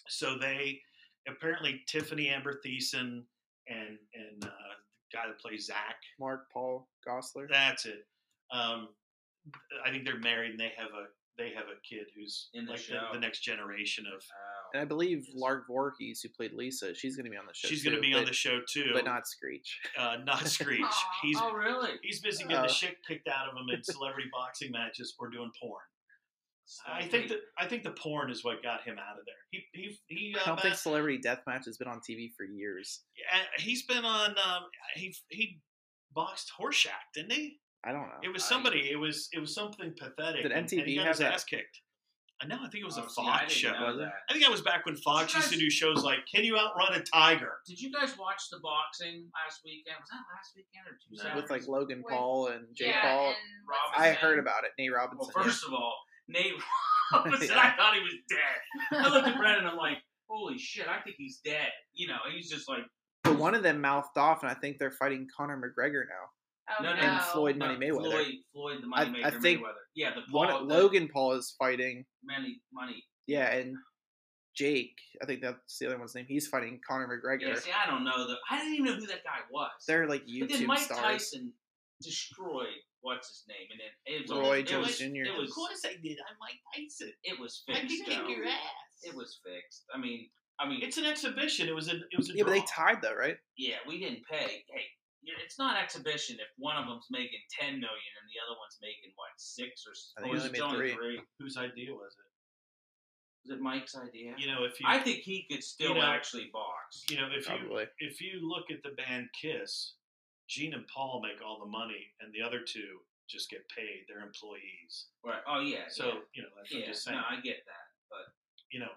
[SPEAKER 1] so they apparently Tiffany Amber Thiessen and and uh, the guy that plays Zach.
[SPEAKER 4] Mark Paul Gossler.
[SPEAKER 1] That's it. Um, I think they're married and they have a they have a kid who's
[SPEAKER 3] In the
[SPEAKER 1] like
[SPEAKER 3] show.
[SPEAKER 1] The, the next generation of.
[SPEAKER 3] Oh.
[SPEAKER 4] and I believe Lark Voorhees, who played Lisa, she's going to be on the show.
[SPEAKER 1] She's going to
[SPEAKER 4] too,
[SPEAKER 1] be on
[SPEAKER 4] but-
[SPEAKER 1] the show too,
[SPEAKER 4] but not Screech.
[SPEAKER 1] uh, not Screech.
[SPEAKER 2] Aw.
[SPEAKER 1] He's
[SPEAKER 3] oh, really?
[SPEAKER 1] he's busy getting
[SPEAKER 4] Uh.
[SPEAKER 1] the shit kicked out of him in celebrity boxing matches or doing porn. I think that I think the porn is what got him out of there. He he he.
[SPEAKER 4] I
[SPEAKER 1] Uh,
[SPEAKER 4] don't think
[SPEAKER 1] ba-
[SPEAKER 4] Celebrity Deathmatch has been on TV for years.
[SPEAKER 1] uh, he's been on. Um, he he boxed Horshack, didn't he?
[SPEAKER 4] I don't know.
[SPEAKER 1] It was
[SPEAKER 3] I-
[SPEAKER 1] somebody. it was it was something pathetic.
[SPEAKER 4] Did
[SPEAKER 1] and- and,
[SPEAKER 4] MTV
[SPEAKER 1] he got
[SPEAKER 4] have
[SPEAKER 1] his
[SPEAKER 4] that?
[SPEAKER 1] ass kicked? I know. I think it was
[SPEAKER 3] Oh,
[SPEAKER 1] a
[SPEAKER 3] see, I
[SPEAKER 1] Fox
[SPEAKER 3] didn't
[SPEAKER 1] show.
[SPEAKER 3] know
[SPEAKER 4] was it?
[SPEAKER 3] that.
[SPEAKER 1] I think that was back when Fox
[SPEAKER 3] You
[SPEAKER 1] used to
[SPEAKER 3] guys-
[SPEAKER 1] do shows like "Can You Outrun a Tiger?"
[SPEAKER 3] Did you guys watch the boxing last weekend? Was that last weekend or two
[SPEAKER 1] No.
[SPEAKER 3] Saturdays?
[SPEAKER 4] With like Logan
[SPEAKER 2] With-
[SPEAKER 4] Paul and Jake
[SPEAKER 2] yeah,
[SPEAKER 4] Paul.
[SPEAKER 2] and what's
[SPEAKER 4] I
[SPEAKER 2] his
[SPEAKER 4] heard
[SPEAKER 2] name?
[SPEAKER 4] about it. Nate
[SPEAKER 3] well,
[SPEAKER 4] Robinson.
[SPEAKER 3] first of all, Nate Robinson, I thought he was dead.
[SPEAKER 1] Oh,
[SPEAKER 3] I looked at Brandon, I'm like, holy shit, I think he's dead. You know, he's just like,
[SPEAKER 4] but one of them mouthed off, and I think they're fighting Conor McGregor now.
[SPEAKER 2] Oh,
[SPEAKER 3] No,
[SPEAKER 2] no,
[SPEAKER 3] no,
[SPEAKER 4] And Floyd Money
[SPEAKER 3] no,
[SPEAKER 4] Mayweather.
[SPEAKER 3] Floyd, Floyd the Money
[SPEAKER 4] I
[SPEAKER 3] Maker
[SPEAKER 4] think
[SPEAKER 3] Mayweather. Yeah, the Paul,
[SPEAKER 4] One,
[SPEAKER 3] the
[SPEAKER 4] Logan Paul is fighting.
[SPEAKER 3] Money, money.
[SPEAKER 4] Yeah, and Jake, I think that's the other one's name. He's fighting Conor McGregor.
[SPEAKER 3] Yeah, see, I don't know. The, I didn't even know who that guy was.
[SPEAKER 4] They're like
[SPEAKER 3] but then
[SPEAKER 4] YouTube
[SPEAKER 3] Mike
[SPEAKER 4] stars.
[SPEAKER 3] Tyson destroyed what's his name, and then it was
[SPEAKER 4] Roy
[SPEAKER 3] it
[SPEAKER 4] Jones
[SPEAKER 3] was,
[SPEAKER 4] Jr..
[SPEAKER 3] It was
[SPEAKER 1] I did. I'm Mike Tyson.
[SPEAKER 3] it was fixed. though. It was fixed. I mean, I mean,
[SPEAKER 1] It's an exhibition. It was a it was a
[SPEAKER 4] Yeah, but they
[SPEAKER 1] draw.
[SPEAKER 4] tied though, right?
[SPEAKER 3] yeah, we didn't pay. Hey, you're, it's not exhibition if one of them's making ten million and the other one's making what six or
[SPEAKER 4] I think
[SPEAKER 3] oh,
[SPEAKER 4] he
[SPEAKER 3] is
[SPEAKER 4] only
[SPEAKER 3] it
[SPEAKER 4] made
[SPEAKER 3] only
[SPEAKER 4] three.
[SPEAKER 1] Whose idea was it?
[SPEAKER 3] Is it Mike's idea?
[SPEAKER 1] You know, if you
[SPEAKER 3] I think he could still
[SPEAKER 1] know-
[SPEAKER 3] actually box.
[SPEAKER 1] you know if you
[SPEAKER 4] Probably.
[SPEAKER 1] if you look at the band Kiss, Gene and Paul make all the money, and the other two just get paid. They're employees.
[SPEAKER 3] Right? Oh yeah.
[SPEAKER 1] So
[SPEAKER 3] yeah.
[SPEAKER 1] you know, that's what
[SPEAKER 3] yeah.
[SPEAKER 1] I'm just saying.
[SPEAKER 3] no, I get that.
[SPEAKER 1] You know,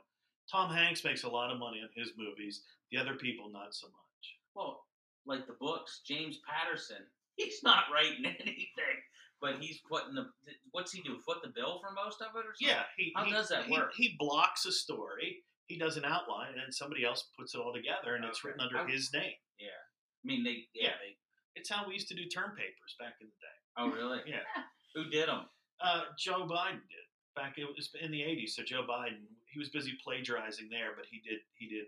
[SPEAKER 1] Tom Hanks makes a lot of money on his movies. The other people, not so much.
[SPEAKER 3] Well, like the books, James Patterson, he's not writing anything, but he's putting the what's he do? Foot the bill for most of it, or something?
[SPEAKER 1] Yeah, he
[SPEAKER 3] How
[SPEAKER 1] he-
[SPEAKER 3] does that
[SPEAKER 1] he-
[SPEAKER 3] work?
[SPEAKER 1] He blocks a story. He does an outline, and then somebody else puts it all together, and it's
[SPEAKER 3] Okay.
[SPEAKER 1] written under
[SPEAKER 3] I-
[SPEAKER 1] his name.
[SPEAKER 3] yeah. I mean, they yeah,
[SPEAKER 1] Yeah.
[SPEAKER 3] they.
[SPEAKER 1] It's how we used to do term papers back in the day.
[SPEAKER 3] Oh really?
[SPEAKER 1] Yeah.
[SPEAKER 3] Who did them?
[SPEAKER 1] Uh, Joe Biden did back. It was in the '80s. So Joe Biden, he was busy plagiarizing there, but he did he did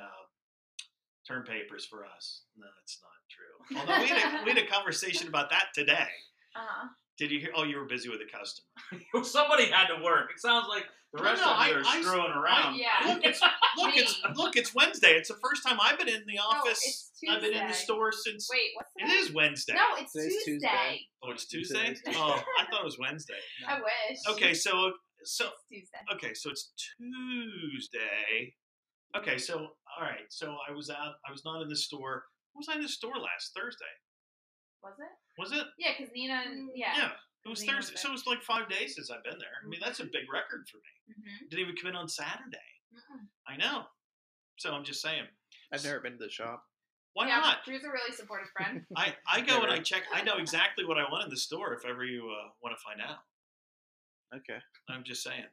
[SPEAKER 1] uh, term papers for us. No, that's not true. Although we had a, we had a conversation about that today.
[SPEAKER 2] Uh-huh.
[SPEAKER 1] Did you hear? Oh, you were busy with a customer.
[SPEAKER 3] Somebody had to work. It sounds like the
[SPEAKER 1] No,
[SPEAKER 3] rest
[SPEAKER 1] no,
[SPEAKER 3] of you
[SPEAKER 1] I-
[SPEAKER 3] are
[SPEAKER 1] I-
[SPEAKER 3] screwing
[SPEAKER 1] Um,
[SPEAKER 3] around.
[SPEAKER 2] Yeah.
[SPEAKER 1] Look, it's look, it's
[SPEAKER 2] Me.
[SPEAKER 1] look, it's Wednesday. It's the first time I've been in the
[SPEAKER 2] No,
[SPEAKER 1] office.
[SPEAKER 2] it's
[SPEAKER 1] I've been in the
[SPEAKER 2] Tuesday.
[SPEAKER 1] store since
[SPEAKER 2] Wait, what's the
[SPEAKER 1] it is Wednesday.
[SPEAKER 2] No, it's
[SPEAKER 4] Today's Tuesday.
[SPEAKER 2] Tuesday.
[SPEAKER 1] Oh, it's Tuesday.
[SPEAKER 4] Tuesday.
[SPEAKER 1] Oh, I thought it was Wednesday.
[SPEAKER 2] I wish.
[SPEAKER 1] Okay, so so
[SPEAKER 2] It's Tuesday.
[SPEAKER 1] okay, so it's Tuesday. Okay, so all right, so I was out. I was not in the store. When was I in the store last Thursday?
[SPEAKER 2] Was it?
[SPEAKER 1] Was it?
[SPEAKER 2] Yeah, because Nina
[SPEAKER 1] Mm,
[SPEAKER 2] and yeah.
[SPEAKER 1] It was
[SPEAKER 2] Clean
[SPEAKER 1] Thursday, so it was like five days since I've been there. I mean, that's a big record for me.
[SPEAKER 2] Mm-hmm.
[SPEAKER 1] Didn't even come in on Saturday. I know. So I'm just saying,
[SPEAKER 4] I've never been to the shop.
[SPEAKER 1] why
[SPEAKER 2] yeah,
[SPEAKER 1] not?
[SPEAKER 2] Drew's a really supportive friend.
[SPEAKER 1] I, I go and I
[SPEAKER 4] Never.
[SPEAKER 1] check. I know exactly what I want in the store if ever you uh, want to find out.
[SPEAKER 4] Okay.
[SPEAKER 1] I'm just saying.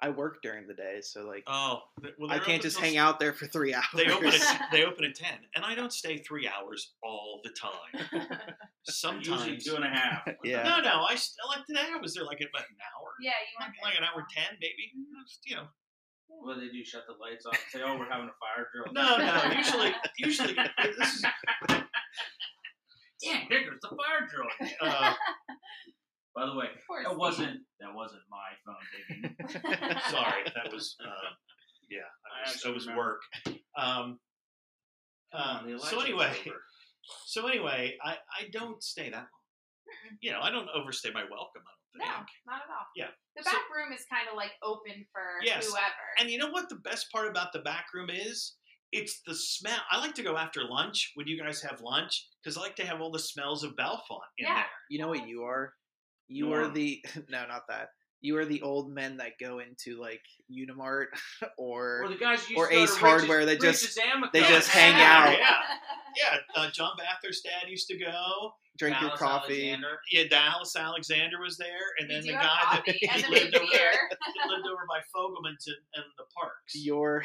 [SPEAKER 4] I work during the day, so like
[SPEAKER 1] Oh, th- well,
[SPEAKER 4] I
[SPEAKER 1] they're
[SPEAKER 4] can't
[SPEAKER 1] open
[SPEAKER 4] just
[SPEAKER 1] till-
[SPEAKER 4] hang out there for three hours.
[SPEAKER 1] They open at, they open at ten, and I don't stay three hours all the time.
[SPEAKER 3] Usually
[SPEAKER 1] Sometimes
[SPEAKER 3] two and a half.
[SPEAKER 4] Yeah.
[SPEAKER 1] No, no. I st- like today. I was there like about an hour,
[SPEAKER 2] yeah, you
[SPEAKER 1] like,
[SPEAKER 2] want
[SPEAKER 1] like an hour ten, maybe. Just, you know,
[SPEAKER 3] What do they do? Shut the lights off. and Say, oh, we're having a fire drill.
[SPEAKER 1] no, no. Usually, usually this is.
[SPEAKER 3] Damn, there goes the fire drill. again.
[SPEAKER 1] Uh,
[SPEAKER 3] By the way,
[SPEAKER 2] Of course.
[SPEAKER 3] that wasn't that wasn't my phone. Digging.
[SPEAKER 1] sorry, that was. Uh, yeah,
[SPEAKER 3] I
[SPEAKER 1] that was, that
[SPEAKER 3] actually
[SPEAKER 1] was
[SPEAKER 3] remember.
[SPEAKER 1] work. Um, uh,
[SPEAKER 3] Um,
[SPEAKER 1] so anyway, so anyway, I I don't stay that long. You know, I don't overstay my welcome. I
[SPEAKER 2] No,
[SPEAKER 1] don't think.
[SPEAKER 2] not at all.
[SPEAKER 1] Yeah.
[SPEAKER 2] The
[SPEAKER 1] So-
[SPEAKER 2] back room is kind of like open for
[SPEAKER 1] Yes,
[SPEAKER 2] whoever.
[SPEAKER 1] And you know what the best part about the back room is? It's the smell. I like to go after lunch when you guys have lunch because I like to have all the smells of Belfont in
[SPEAKER 2] Yeah.
[SPEAKER 4] You know what you are? You are
[SPEAKER 3] Norm.
[SPEAKER 4] the no, not that. You are the old men that go into like Unimart or
[SPEAKER 3] or the guys who used
[SPEAKER 4] or
[SPEAKER 3] to go to
[SPEAKER 4] Ace
[SPEAKER 3] Rich's-
[SPEAKER 4] Hardware, they just-
[SPEAKER 3] Rich's Amico.
[SPEAKER 4] they just
[SPEAKER 1] hang out. Yeah.
[SPEAKER 2] yeah.
[SPEAKER 1] there. Yeah, uh, John Bathurst dad used to go.
[SPEAKER 4] drink your
[SPEAKER 3] Dallas
[SPEAKER 4] coffee.
[SPEAKER 3] Alexander.
[SPEAKER 1] Yeah, Dallas Alexander was there, and then
[SPEAKER 2] we
[SPEAKER 1] the
[SPEAKER 2] do
[SPEAKER 1] guy
[SPEAKER 2] have
[SPEAKER 1] that
[SPEAKER 2] coffee and
[SPEAKER 1] that
[SPEAKER 2] the big
[SPEAKER 1] lived over there.
[SPEAKER 2] beer.
[SPEAKER 1] that lived over by Fogelman's and, and the parks.
[SPEAKER 4] Your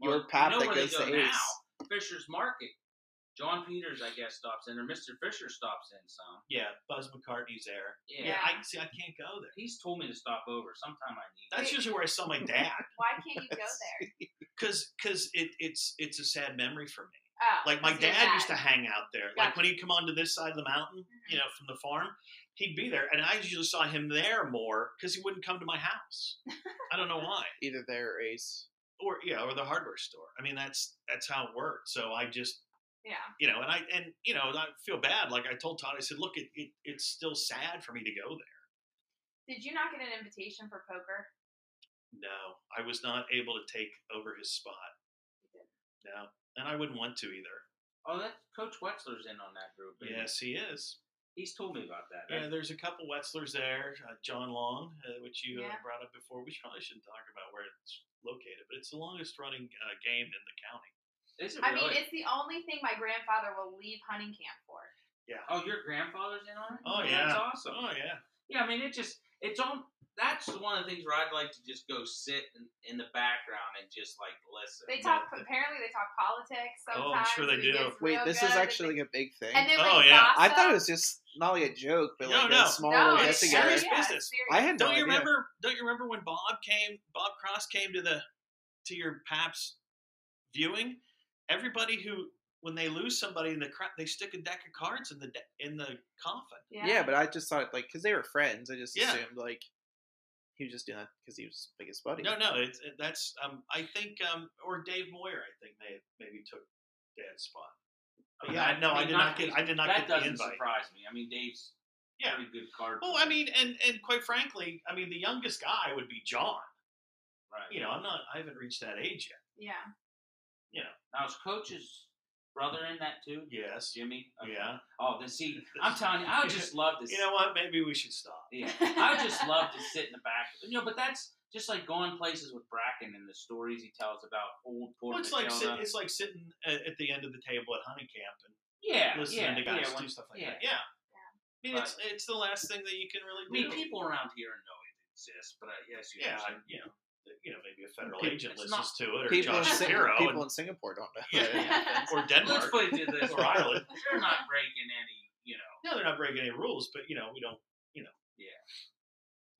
[SPEAKER 3] Well,
[SPEAKER 4] your
[SPEAKER 3] you
[SPEAKER 4] pap
[SPEAKER 3] know
[SPEAKER 4] that
[SPEAKER 3] where they
[SPEAKER 4] goes
[SPEAKER 3] go
[SPEAKER 4] to
[SPEAKER 3] now.
[SPEAKER 4] Ace.
[SPEAKER 3] Fisher's Market. John Peters, I guess, stops in, or Mr. Fisher stops in some.
[SPEAKER 1] Yeah, Buzz McCartney's there.
[SPEAKER 3] Yeah.
[SPEAKER 2] Yeah.
[SPEAKER 1] I see. I can't go there.
[SPEAKER 3] He's told me to stop over. Sometime I need.
[SPEAKER 1] That's
[SPEAKER 2] Wait.
[SPEAKER 1] usually where I saw my dad
[SPEAKER 2] Why can't you go there?
[SPEAKER 1] because because it, it's it's a sad memory for me.
[SPEAKER 2] Oh,
[SPEAKER 1] Like my
[SPEAKER 2] because you're
[SPEAKER 1] dad
[SPEAKER 2] mad.
[SPEAKER 1] used to hang out there. Like when he'd come onto this side of the mountain, you know, from the farm, he'd be there, and I usually saw him there more because he wouldn't come to my house. I don't know why,
[SPEAKER 4] Either there or Ace.
[SPEAKER 1] or yeah, or the hardware store. I mean, that's that's how it worked. So I just
[SPEAKER 2] Yeah.
[SPEAKER 1] you know, and I and you know, and I feel bad. Like I told Todd, I said, look, it, it it's still sad for me to go there.
[SPEAKER 2] Did you not get an invitation for poker?
[SPEAKER 1] No, I was not able to take over his spot. No, and I wouldn't want to either.
[SPEAKER 3] Oh, that Coach Wetzler's in on that group. isn't he?
[SPEAKER 1] Yes, he is.
[SPEAKER 3] He's told me about that.
[SPEAKER 1] Yeah, there's a couple Wetzlers there. Uh, John Long, uh, which you uh,
[SPEAKER 2] Yeah.
[SPEAKER 1] brought up before. We probably shouldn't talk about where it's located, but it's the longest running uh, game in the county.
[SPEAKER 3] Is it
[SPEAKER 2] I
[SPEAKER 3] really?
[SPEAKER 2] mean, it's the only thing my grandfather will leave hunting camp for.
[SPEAKER 3] oh, your grandfather's in on it.
[SPEAKER 1] Oh,
[SPEAKER 3] that's
[SPEAKER 1] yeah.
[SPEAKER 3] awesome.
[SPEAKER 1] Oh yeah,
[SPEAKER 3] Yeah, I mean, it just it's on. That's one of the things where I'd like to just go sit in, in the background and just like listen.
[SPEAKER 2] They talk. Apparently, they talk politics
[SPEAKER 1] Oh,
[SPEAKER 2] sometimes.
[SPEAKER 1] I'm sure they
[SPEAKER 2] and it
[SPEAKER 1] do.
[SPEAKER 2] gets
[SPEAKER 4] Wait,
[SPEAKER 2] real
[SPEAKER 4] this
[SPEAKER 2] good,
[SPEAKER 4] is
[SPEAKER 2] and
[SPEAKER 4] actually like a big
[SPEAKER 2] They,
[SPEAKER 4] thing.
[SPEAKER 2] and then like,
[SPEAKER 1] Oh, yeah.
[SPEAKER 4] I thought it was just not like a joke, but
[SPEAKER 1] No,
[SPEAKER 4] like
[SPEAKER 1] no.
[SPEAKER 4] a small
[SPEAKER 2] No,
[SPEAKER 1] it's
[SPEAKER 4] little get
[SPEAKER 2] it's
[SPEAKER 4] together.
[SPEAKER 1] serious
[SPEAKER 2] serious
[SPEAKER 1] business.
[SPEAKER 4] I had no
[SPEAKER 1] don't you
[SPEAKER 4] idea.
[SPEAKER 1] remember? Don't you remember when Bob came? Bob Cross came to the to your Paps viewing. Everybody who when they lose somebody in the crowd, they stick a deck of cards in the de- in the coffin.
[SPEAKER 4] Yeah. but I just thought like because they were friends, I just
[SPEAKER 1] Yeah.
[SPEAKER 4] assumed like he was just doing that because he was like his buddy.
[SPEAKER 1] No, no, it's it, that's um, I think um, or Dave Moyer, I think may maybe took Dad's spot. But yeah,
[SPEAKER 3] That-
[SPEAKER 1] no,
[SPEAKER 3] I
[SPEAKER 1] I
[SPEAKER 3] mean,
[SPEAKER 1] did
[SPEAKER 3] not-
[SPEAKER 1] not get I did not
[SPEAKER 3] that
[SPEAKER 1] get the
[SPEAKER 3] doesn't
[SPEAKER 1] invite.
[SPEAKER 3] surprise me. I mean, Dave's
[SPEAKER 1] Yeah.
[SPEAKER 3] pretty good card.
[SPEAKER 1] Well, I mean, and and quite frankly, I mean, the youngest guy would be John.
[SPEAKER 3] right.
[SPEAKER 1] You know, I'm not, I haven't reached that age
[SPEAKER 2] yeah.
[SPEAKER 3] Now is Coach's brother in that too?
[SPEAKER 1] yet. Yes.
[SPEAKER 3] Jimmy. Okay.
[SPEAKER 1] Yeah.
[SPEAKER 3] Oh, then see, I'm telling you, I would just love to.
[SPEAKER 1] You know what? Maybe we should stop.
[SPEAKER 3] Yeah, I would just love to sit in the back. You know, but that's just like going places with Bracken and the stories he tells about old Port
[SPEAKER 1] Well, it's like sit,
[SPEAKER 3] Matilda.
[SPEAKER 1] it's like sitting at, at the end of the table at hunting camp and
[SPEAKER 3] yeah,
[SPEAKER 1] listening
[SPEAKER 3] yeah,
[SPEAKER 1] to guys
[SPEAKER 3] yeah,
[SPEAKER 1] do
[SPEAKER 3] when-
[SPEAKER 1] stuff like
[SPEAKER 3] yeah.
[SPEAKER 1] that. Yeah. I mean, it's it's the last thing that you can really
[SPEAKER 3] I
[SPEAKER 1] do.
[SPEAKER 3] mean, people around here know it exists, but I, yes, you
[SPEAKER 1] yeah,
[SPEAKER 3] know,
[SPEAKER 1] I, you know, th- you know, maybe a federal
[SPEAKER 4] People-
[SPEAKER 1] agent
[SPEAKER 3] it's
[SPEAKER 1] listens to it, or
[SPEAKER 4] people in,
[SPEAKER 1] Josh
[SPEAKER 4] Sing-
[SPEAKER 1] Shapiro,
[SPEAKER 4] people
[SPEAKER 1] and-
[SPEAKER 4] in Singapore don't know.
[SPEAKER 1] Yeah,
[SPEAKER 2] yeah.
[SPEAKER 1] or
[SPEAKER 3] Let's
[SPEAKER 1] Denmark,
[SPEAKER 3] put it this
[SPEAKER 1] or
[SPEAKER 3] way.
[SPEAKER 1] Ireland.
[SPEAKER 3] They're not breaking any, you know.
[SPEAKER 1] No, they're not breaking any rules, but you know, we don't.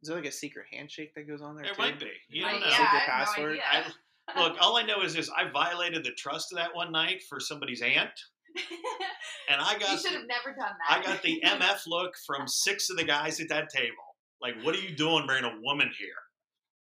[SPEAKER 4] Is there like a secret handshake that goes on there?
[SPEAKER 1] There
[SPEAKER 4] too?
[SPEAKER 1] might be. You
[SPEAKER 2] Like,
[SPEAKER 1] don't know.
[SPEAKER 2] yeah, I
[SPEAKER 4] Secret
[SPEAKER 2] have no
[SPEAKER 4] password.
[SPEAKER 2] idea.
[SPEAKER 1] I- Look, all I know is this: I violated the trust of that one night for somebody's aunt, and I
[SPEAKER 2] you
[SPEAKER 1] got
[SPEAKER 2] should have never done that.
[SPEAKER 1] I got the MF look from six of the guys at that table. Like, what are you doing bringing a woman here?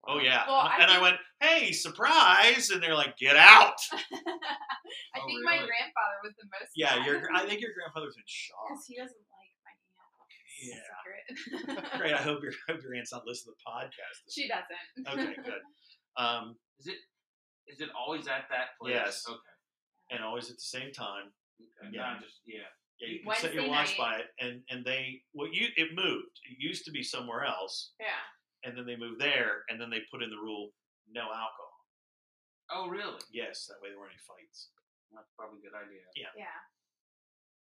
[SPEAKER 1] Oh yeah.
[SPEAKER 2] Well, I
[SPEAKER 1] and I
[SPEAKER 2] think-
[SPEAKER 1] went, "Hey, surprise!" And they're like, "Get out!"
[SPEAKER 2] I
[SPEAKER 3] Oh,
[SPEAKER 2] think my
[SPEAKER 3] really?
[SPEAKER 2] grandfather was the most.
[SPEAKER 1] Yeah, your I think your grandfather's in shock.
[SPEAKER 2] because he doesn't like my aunt. It's a
[SPEAKER 1] Yeah.
[SPEAKER 2] secret.
[SPEAKER 1] Great. I hope your hope your aunt's not listening to the podcast.
[SPEAKER 2] she doesn't.
[SPEAKER 1] okay, good. Um,
[SPEAKER 3] Is it? Is it always at that place?
[SPEAKER 1] Yes.
[SPEAKER 3] Okay.
[SPEAKER 1] and always at the same time.
[SPEAKER 3] okay.
[SPEAKER 1] Yeah.
[SPEAKER 3] Yeah. just yeah.
[SPEAKER 1] Yeah, you can set your watch
[SPEAKER 2] Wednesday night.
[SPEAKER 1] by it, and and they what you it moved. It used to be somewhere else,
[SPEAKER 2] Yeah.
[SPEAKER 1] and then they moved there, and then they put in the rule no alcohol.
[SPEAKER 3] Oh really?
[SPEAKER 1] Yes, that way there weren't any fights.
[SPEAKER 3] That's probably a good idea.
[SPEAKER 2] Yeah.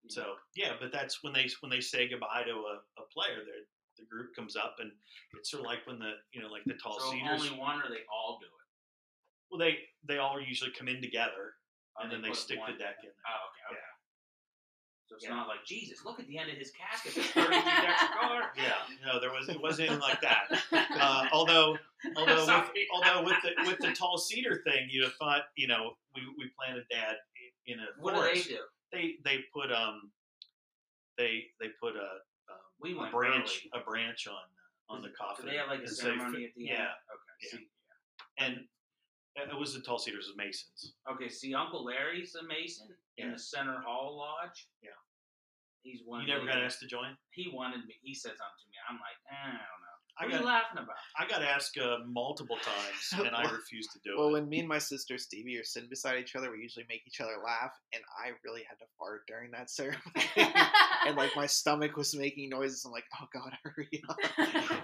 [SPEAKER 1] So yeah, but that's when they when they say goodbye to a, a player. They're, the group comes up, and it's sort of like when the you know like the tall
[SPEAKER 3] so
[SPEAKER 1] cedars.
[SPEAKER 3] only one or they all do it.
[SPEAKER 1] well, they they all usually come in together,
[SPEAKER 3] Oh,
[SPEAKER 1] and then they
[SPEAKER 3] put
[SPEAKER 1] stick
[SPEAKER 3] one-
[SPEAKER 1] the deck in.
[SPEAKER 3] Oh okay. okay. So it's
[SPEAKER 1] Yeah.
[SPEAKER 3] not like Jesus. Look at the end of his casket. There's 32 decks of cards.
[SPEAKER 1] Yeah, no, there was it wasn't anything like that. Uh, although although with,
[SPEAKER 3] Sorry.
[SPEAKER 1] although with the with the tall cedar thing, you'd have thought you know we, we planted dad in a
[SPEAKER 3] What do
[SPEAKER 1] forest.
[SPEAKER 3] they do?
[SPEAKER 1] they they put um they they put a, um,
[SPEAKER 3] We
[SPEAKER 1] a
[SPEAKER 3] went
[SPEAKER 1] branch
[SPEAKER 3] early.
[SPEAKER 1] a branch on on the coffin.
[SPEAKER 3] Do they have like a
[SPEAKER 1] and say,
[SPEAKER 3] ceremony at the end?
[SPEAKER 1] yeah.
[SPEAKER 3] Okay.
[SPEAKER 1] Yeah.
[SPEAKER 3] See,
[SPEAKER 1] and it was the tall cedars of masons.
[SPEAKER 3] Okay, see, Uncle Larry's a Mason in
[SPEAKER 1] Yeah.
[SPEAKER 3] the Center Hall Lodge.
[SPEAKER 1] Yeah.
[SPEAKER 3] He's one.
[SPEAKER 1] You never
[SPEAKER 3] of
[SPEAKER 1] got
[SPEAKER 3] the-
[SPEAKER 1] asked to join.
[SPEAKER 3] He wanted me. He said something to me. I'm like, eh, I don't know.
[SPEAKER 1] I
[SPEAKER 3] what are you
[SPEAKER 1] got
[SPEAKER 3] laughing about?
[SPEAKER 1] I got asked uh, multiple times, and I refused to do
[SPEAKER 4] Well,
[SPEAKER 1] it.
[SPEAKER 4] when me and my sister Stevie are sitting beside each other, we usually make each other laugh, and I really had to fart during that ceremony. and like my stomach was making noises. I'm like, oh god, hurry up,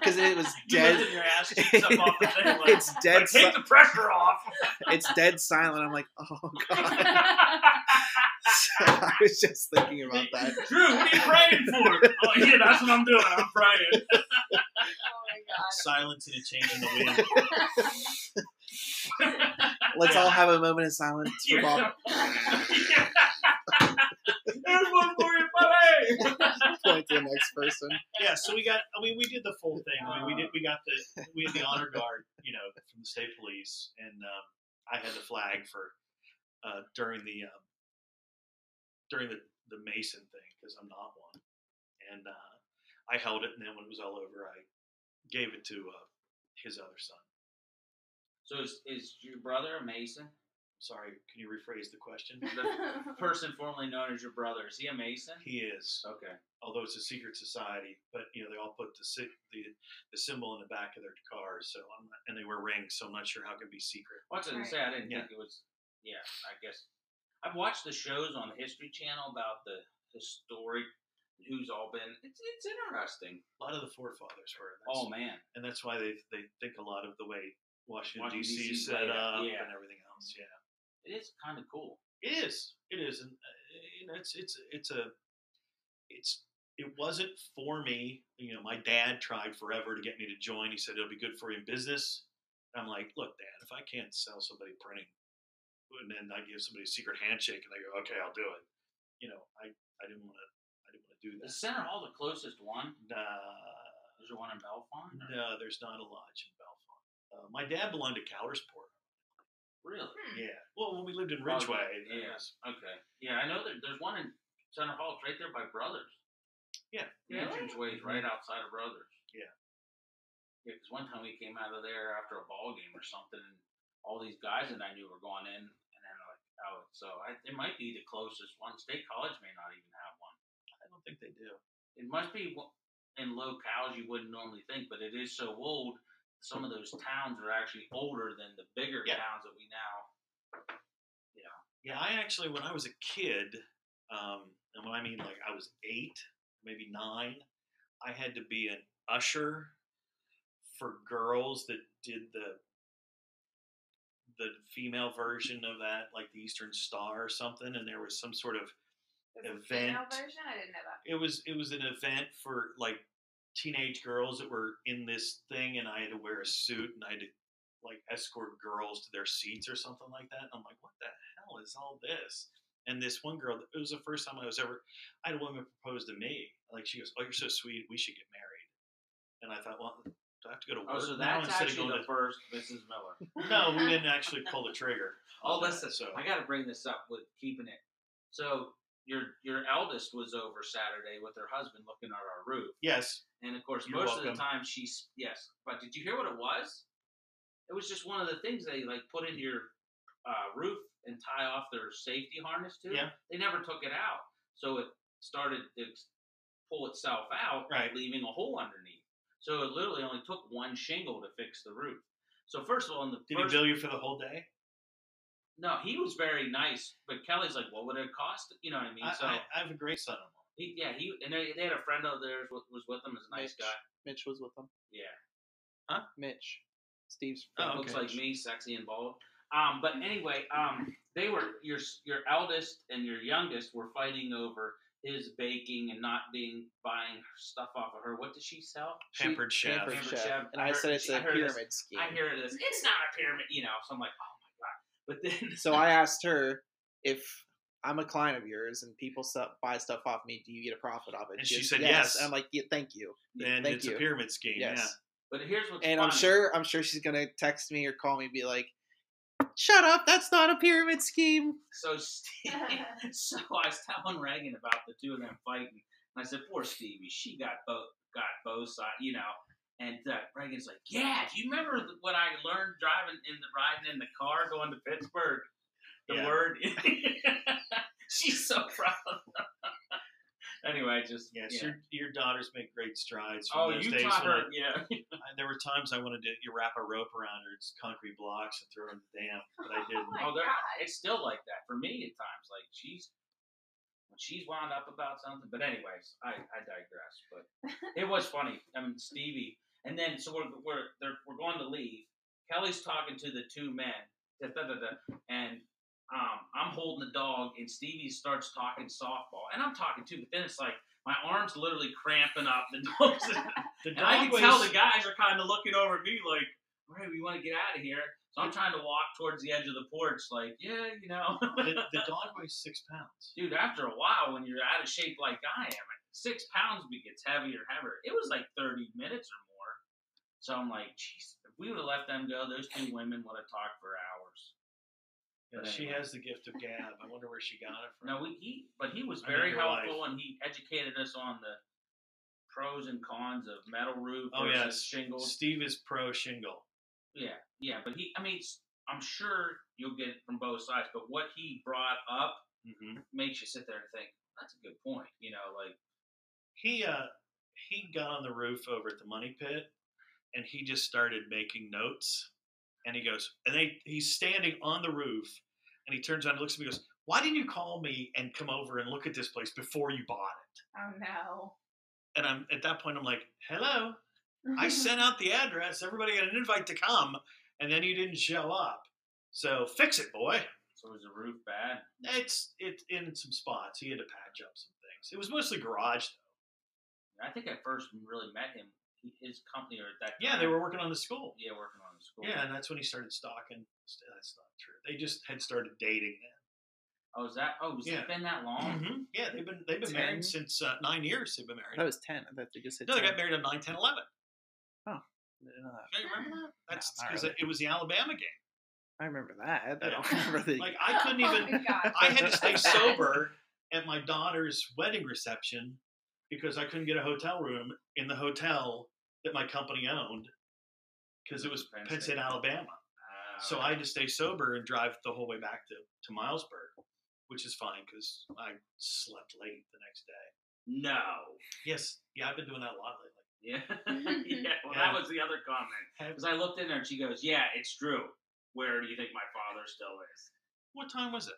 [SPEAKER 4] because it was
[SPEAKER 3] You
[SPEAKER 4] dead.
[SPEAKER 3] lifted your ass cheeks up off the thing, like,
[SPEAKER 4] it's dead.
[SPEAKER 3] like,
[SPEAKER 4] si-
[SPEAKER 3] take the pressure off.
[SPEAKER 4] it's dead silent. I'm like, oh god. So I was just thinking about that.
[SPEAKER 3] Drew, what are you praying for? Oh, yeah, that's what I'm doing. I'm praying.
[SPEAKER 2] oh my god.
[SPEAKER 1] Silence and a change in the wind.
[SPEAKER 4] Let's all have a moment of silence for Bob.
[SPEAKER 3] Yeah.
[SPEAKER 4] to the next person.
[SPEAKER 1] yeah, so we got. I mean, we did the full thing. I mean, we did. We got the. We had the honor guard, you know, from the state police, and um, I had the flag for uh, during the um, during the the Mason thing because I'm not one, and uh, I held it, and then when it was all over, I gave it to uh, his other son.
[SPEAKER 3] So is, is your brother a Mason?
[SPEAKER 1] Sorry, can you rephrase the question?
[SPEAKER 3] The person formerly known as your brother is he a Mason?
[SPEAKER 1] He is,
[SPEAKER 3] Okay.
[SPEAKER 1] although it's a secret society, but you know they all put the si- the, the symbol in the back of their cars, so I'm not, and they wear rings, so I'm not sure how it can be secret.
[SPEAKER 3] What's I was gonna
[SPEAKER 2] Right.
[SPEAKER 3] say? I didn't
[SPEAKER 1] Yeah.
[SPEAKER 3] think it was. Yeah, I guess I've watched the shows on the History Channel about the historic who's all been. It's it's interesting.
[SPEAKER 1] A lot of the forefathers were. That's,
[SPEAKER 3] Oh man,
[SPEAKER 1] and that's why they they think a lot of the way Washington,
[SPEAKER 3] Washington,
[SPEAKER 1] D.C.
[SPEAKER 3] D.C.
[SPEAKER 1] is set
[SPEAKER 3] laid
[SPEAKER 1] up
[SPEAKER 3] out, yeah.
[SPEAKER 1] and everything else. Yeah,
[SPEAKER 3] it is kind of cool.
[SPEAKER 1] it is. It is, and uh, you know, it's it's it's a it's it wasn't for me. You know, my dad tried forever to get me to join. He said it'll be good for you in business. I'm like, look, Dad, if I can't sell somebody printing, and then I give somebody a secret handshake, and they go, okay, I'll do it. You know, I I didn't want to I didn't want to do
[SPEAKER 3] Is
[SPEAKER 1] that.
[SPEAKER 3] Center Hall the closest one?
[SPEAKER 1] Nah.
[SPEAKER 3] Is there one in Belfont? or-
[SPEAKER 1] No, there's not a lodge in Belfont. Uh, my dad belonged to Cowdersport.
[SPEAKER 3] Really?
[SPEAKER 2] Hmm.
[SPEAKER 1] Yeah. Well, when we lived in
[SPEAKER 3] Oh,
[SPEAKER 1] Ridgeway,
[SPEAKER 3] yeah.
[SPEAKER 1] there was-
[SPEAKER 3] Okay. Yeah, I know there, there's one in Center Hall. It's right there by Brothers.
[SPEAKER 1] Yeah. Mm-hmm.
[SPEAKER 3] The
[SPEAKER 2] Really?
[SPEAKER 3] entranceway is right outside of Brothers.
[SPEAKER 1] Yeah.
[SPEAKER 3] Yeah, because one time we came out of there after a ball game or something, and all these guys that I knew were going in, and then like, oh, so I, it might be the closest one. State College may not even have one.
[SPEAKER 1] I don't think they do.
[SPEAKER 3] It must be one- in locales you wouldn't normally think, but it is so old. Some of those towns are actually older than the bigger
[SPEAKER 1] Yeah.
[SPEAKER 3] towns that we now.
[SPEAKER 1] Yeah, I actually, when I was a kid, um, and when I mean like I was eight, maybe nine, I had to be an usher for girls that did the the female version of that, like the Eastern Star or something, and there was some sort of
[SPEAKER 2] There's a female
[SPEAKER 1] Event.
[SPEAKER 2] version? I didn't know that.
[SPEAKER 1] it was it was an event for like teenage girls that were in this thing and I had to wear a suit and I had to like escort girls to their seats or something like that. And I'm like, what the hell is all this? And this one girl, it was the first time I was ever, I had a woman propose to me. Like she goes, oh, you're so sweet. We should get married. And I thought, well, do I have to go to work
[SPEAKER 3] Oh, so
[SPEAKER 1] now
[SPEAKER 3] that's
[SPEAKER 1] instead of
[SPEAKER 3] actually
[SPEAKER 1] going
[SPEAKER 3] the
[SPEAKER 1] to?
[SPEAKER 3] first Mrs. Miller.
[SPEAKER 1] No, we didn't actually pull the trigger.
[SPEAKER 3] Oh,
[SPEAKER 1] on that,
[SPEAKER 3] listen.
[SPEAKER 1] So
[SPEAKER 3] I got to bring this up with keeping it. So your your eldest was over Saturday with her husband looking at our roof,
[SPEAKER 1] yes,
[SPEAKER 3] and of course
[SPEAKER 1] You're
[SPEAKER 3] most of
[SPEAKER 1] welcome.
[SPEAKER 3] the time she's yes. But did you hear what it was? It was just one of the things they like put in your uh, roof and tie off their safety harness to.
[SPEAKER 1] Yeah.
[SPEAKER 3] They never took it out, so it started to ex- pull itself out,
[SPEAKER 1] Right.
[SPEAKER 3] leaving a hole underneath. So it literally only took one shingle to fix the roof. So first of all, in the
[SPEAKER 1] did
[SPEAKER 3] first
[SPEAKER 1] he bill you for the whole day?
[SPEAKER 3] no, he was very nice, but Kelly's like, what would it cost? You know what I mean?
[SPEAKER 1] I,
[SPEAKER 3] so,
[SPEAKER 1] I, I have a great son-in-law.
[SPEAKER 3] he, yeah, he and they, they had a friend of theirs wa- was with them, was a nice
[SPEAKER 4] Mitch.
[SPEAKER 3] guy.
[SPEAKER 4] Mitch was with them.
[SPEAKER 3] Yeah,
[SPEAKER 4] Mitch, Steve's
[SPEAKER 1] Oh,
[SPEAKER 4] friend.
[SPEAKER 3] looks
[SPEAKER 1] okay.
[SPEAKER 3] like me, sexy and bald. Um, but anyway, um, they were your your eldest and your youngest were fighting over his baking and not being buying stuff off of her. What did she sell?
[SPEAKER 4] She-
[SPEAKER 1] Pampered chef.
[SPEAKER 4] Pampered
[SPEAKER 3] Pampered
[SPEAKER 4] chef.
[SPEAKER 3] chef.
[SPEAKER 4] And
[SPEAKER 3] I
[SPEAKER 4] I,
[SPEAKER 3] heard-
[SPEAKER 4] said it's
[SPEAKER 3] I
[SPEAKER 4] a
[SPEAKER 3] heard this-
[SPEAKER 4] pyramid scheme.
[SPEAKER 3] I hear this. It's not a pyramid, you know. So I'm like, oh my god. But then
[SPEAKER 4] So I asked her if I'm a client of yours and people sell, buy stuff off me, do you get a profit off it?
[SPEAKER 1] And she said yes.
[SPEAKER 4] And I'm like, yeah, thank you.
[SPEAKER 1] and
[SPEAKER 4] Thank
[SPEAKER 1] it's a
[SPEAKER 4] you.
[SPEAKER 1] pyramid scheme. Yeah.
[SPEAKER 4] Yes.
[SPEAKER 3] but here's what's
[SPEAKER 4] And I'm
[SPEAKER 3] funny.
[SPEAKER 4] sure I'm sure she's gonna text me or call me and be like, Shut up, that's not a pyramid scheme.
[SPEAKER 3] So Steve, so I was telling Reagan about the two of them fighting, and I said, "Poor Stevie, she got both got both sides, you know." And uh, Reagan's like, "Yeah, do you remember th- what I learned driving in the riding in the car going to Pittsburgh? The
[SPEAKER 1] Yeah.
[SPEAKER 3] word." She's so proud. anyway, just
[SPEAKER 1] Yes,
[SPEAKER 3] yeah.
[SPEAKER 1] your your daughters make great strides. From
[SPEAKER 3] Oh,
[SPEAKER 1] those
[SPEAKER 3] you
[SPEAKER 1] days
[SPEAKER 3] taught
[SPEAKER 1] when
[SPEAKER 3] her, yeah.
[SPEAKER 1] I, I- there were times I wanted to you wrap a rope around her, it's concrete blocks, and throw her in the dam, but I didn't.
[SPEAKER 2] my
[SPEAKER 3] oh, they're-
[SPEAKER 2] God.
[SPEAKER 3] it's still like that for me at times. Like she's when she's wound up about something. But anyways, I, I digress. But it was funny. I mean Stevie, and then so we're we're they're, we're going to leave. Kelly's talking to the two men, da, da, da, da, and um, I'm holding the dog, and Stevie starts talking softball, and I'm talking too. But then it's like my arms literally cramping up. The dog's
[SPEAKER 1] The
[SPEAKER 3] and I
[SPEAKER 1] dog
[SPEAKER 3] can tell
[SPEAKER 1] weighs-
[SPEAKER 3] the guys are kind of looking over at me like, where right, we want to get out of here. So I'm trying to walk towards the edge of the porch, like, yeah, you know.
[SPEAKER 1] The, the dog weighs six pounds.
[SPEAKER 3] Dude, after a while, when you're out of shape like I am, six pounds be- gets heavier and heavier. It was like 30 minutes or more. So I'm like, jeez, if we would have let them go, those two women would have talked for hours.
[SPEAKER 1] Yeah, she has the gift of gab. I wonder where she got it from.
[SPEAKER 3] No, we he, but he was
[SPEAKER 1] I mean,
[SPEAKER 3] very
[SPEAKER 1] your
[SPEAKER 3] helpful and he educated us on the pros and cons of metal roof
[SPEAKER 1] Oh,
[SPEAKER 3] versus
[SPEAKER 1] yes.
[SPEAKER 3] shingles.
[SPEAKER 1] Steve is pro shingle.
[SPEAKER 3] Yeah, yeah, but he, I mean, s- I'm sure you'll get it from both sides. But what he brought up Mm-hmm.
[SPEAKER 1] hmm
[SPEAKER 3] makes you sit there and think that's a good point. You know, like
[SPEAKER 1] He uh, he got on the roof over at the money pit, and he just started making notes. And he goes, and they, he's standing on the roof, and he turns around and looks at me and goes, "Why didn't you call me and come over and look at this place before you bought it?"
[SPEAKER 2] Oh no.
[SPEAKER 1] And I'm at that point, I'm like, "Hello, I sent out the address. Everybody got an invite to come, and then you didn't show up. So fix it, boy.
[SPEAKER 3] so is the roof bad?
[SPEAKER 1] It's it in some spots. He had to patch up some things. It was mostly garage.
[SPEAKER 3] I think I first really met him, he- his company or at that.
[SPEAKER 1] Yeah,
[SPEAKER 3] time-
[SPEAKER 1] they were working on the school.
[SPEAKER 3] yeah working on the school.
[SPEAKER 1] Yeah, and that's when he started stalking. That's not true. They just had started dating
[SPEAKER 3] Oh, is that? Oh, has
[SPEAKER 1] Yeah.
[SPEAKER 3] it been that
[SPEAKER 1] then.
[SPEAKER 3] long?
[SPEAKER 1] Mhm. Yeah, they've been they've been
[SPEAKER 4] Ten?
[SPEAKER 1] married since uh, nine years. They've been
[SPEAKER 4] Mm-hmm. That
[SPEAKER 1] married.
[SPEAKER 4] was ten. I thought they just said
[SPEAKER 1] No, they
[SPEAKER 4] 10.
[SPEAKER 1] got married on 9, 10, 11.
[SPEAKER 4] I didn't know that.
[SPEAKER 1] Yeah, you remember that? That's
[SPEAKER 4] not
[SPEAKER 1] because
[SPEAKER 4] really.
[SPEAKER 1] it was the Alabama game.
[SPEAKER 4] I remember that. I don't
[SPEAKER 1] Yeah.
[SPEAKER 4] remember the.
[SPEAKER 1] Like I couldn't even.
[SPEAKER 2] Oh my God.
[SPEAKER 1] I had to stay sober at my daughter's wedding reception because I couldn't get a hotel room in the hotel that my company owned because it was
[SPEAKER 3] Penn
[SPEAKER 1] Penn
[SPEAKER 3] State.
[SPEAKER 1] State, Alabama.
[SPEAKER 3] Ah,
[SPEAKER 1] So I had to stay sober and drive the whole way back to, to Milesburg, which is fine because I slept late the next day.
[SPEAKER 3] no.
[SPEAKER 1] Yes, yeah, I've been doing that a lot lately.
[SPEAKER 3] Yeah, yeah. Well, that
[SPEAKER 1] Yeah.
[SPEAKER 3] was the other comment because I looked in there and she goes, "Yeah, it's true." Where do you think my father still is?
[SPEAKER 1] What time was it?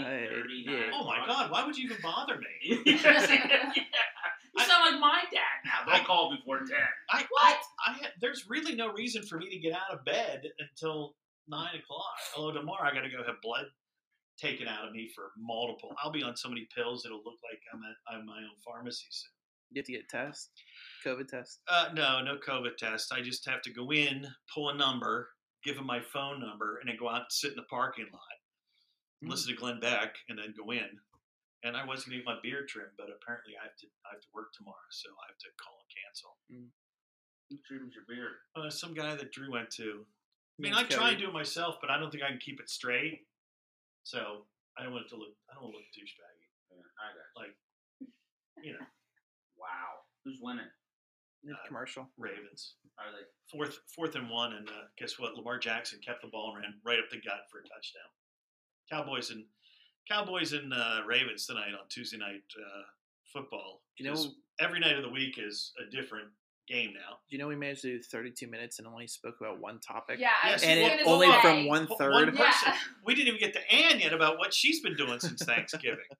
[SPEAKER 3] Eight thirty.
[SPEAKER 4] yeah.
[SPEAKER 1] Oh my God, why would you even bother me?
[SPEAKER 3] yeah. You
[SPEAKER 1] I-
[SPEAKER 3] sound like my dad now. Don't
[SPEAKER 1] I-
[SPEAKER 3] call before ten.
[SPEAKER 1] I,
[SPEAKER 2] What?
[SPEAKER 1] I, I had, there's really no reason for me to get out of bed until nine o'clock. Although tomorrow I got to go have blood taken out of me for multiple. I'll be on so many pills it'll look like I'm at I'm my own pharmacy soon.
[SPEAKER 4] You have to get test, COVID test.
[SPEAKER 1] Uh, no, no COVID test. I just have to go in, pull a number, give them my phone number, and then go out and sit in the parking lot,
[SPEAKER 4] Mm.
[SPEAKER 1] listen to Glenn Beck, and then go in. And I was gonna get my beard trimmed, but apparently I have to I have to work tomorrow, so I have to call and cancel.
[SPEAKER 3] Who trims your beard?
[SPEAKER 1] Uh, some guy that Drew went to. I mean, I
[SPEAKER 4] Yeah,
[SPEAKER 1] try
[SPEAKER 4] Cody.
[SPEAKER 1] and do it myself, but I don't think I can keep it straight. So I don't want it to look. I don't want to look douchebaggy.
[SPEAKER 3] Yeah, I got you.
[SPEAKER 1] You know,
[SPEAKER 3] Wow. Who's winning?
[SPEAKER 4] New
[SPEAKER 1] Uh,
[SPEAKER 4] commercial.
[SPEAKER 1] Ravens
[SPEAKER 3] Are they?
[SPEAKER 1] fourth fourth and one, and uh, guess what? Lamar Jackson kept the ball and ran right up the gut for a touchdown. Cowboys and Cowboys and uh, Ravens tonight on Tuesday night uh, football.
[SPEAKER 4] Do you know?
[SPEAKER 1] Just
[SPEAKER 4] Do
[SPEAKER 1] every night of the week is a different game now.
[SPEAKER 4] you know we managed to do 32 minutes and only spoke about one topic.
[SPEAKER 2] Yeah, I
[SPEAKER 1] Yes,
[SPEAKER 2] was just
[SPEAKER 4] And
[SPEAKER 1] well,
[SPEAKER 2] gonna
[SPEAKER 4] it only
[SPEAKER 2] say.
[SPEAKER 4] from one third.
[SPEAKER 1] One
[SPEAKER 2] Yeah.
[SPEAKER 1] person. We didn't even get to Ann yet about what she's been doing since Thanksgiving.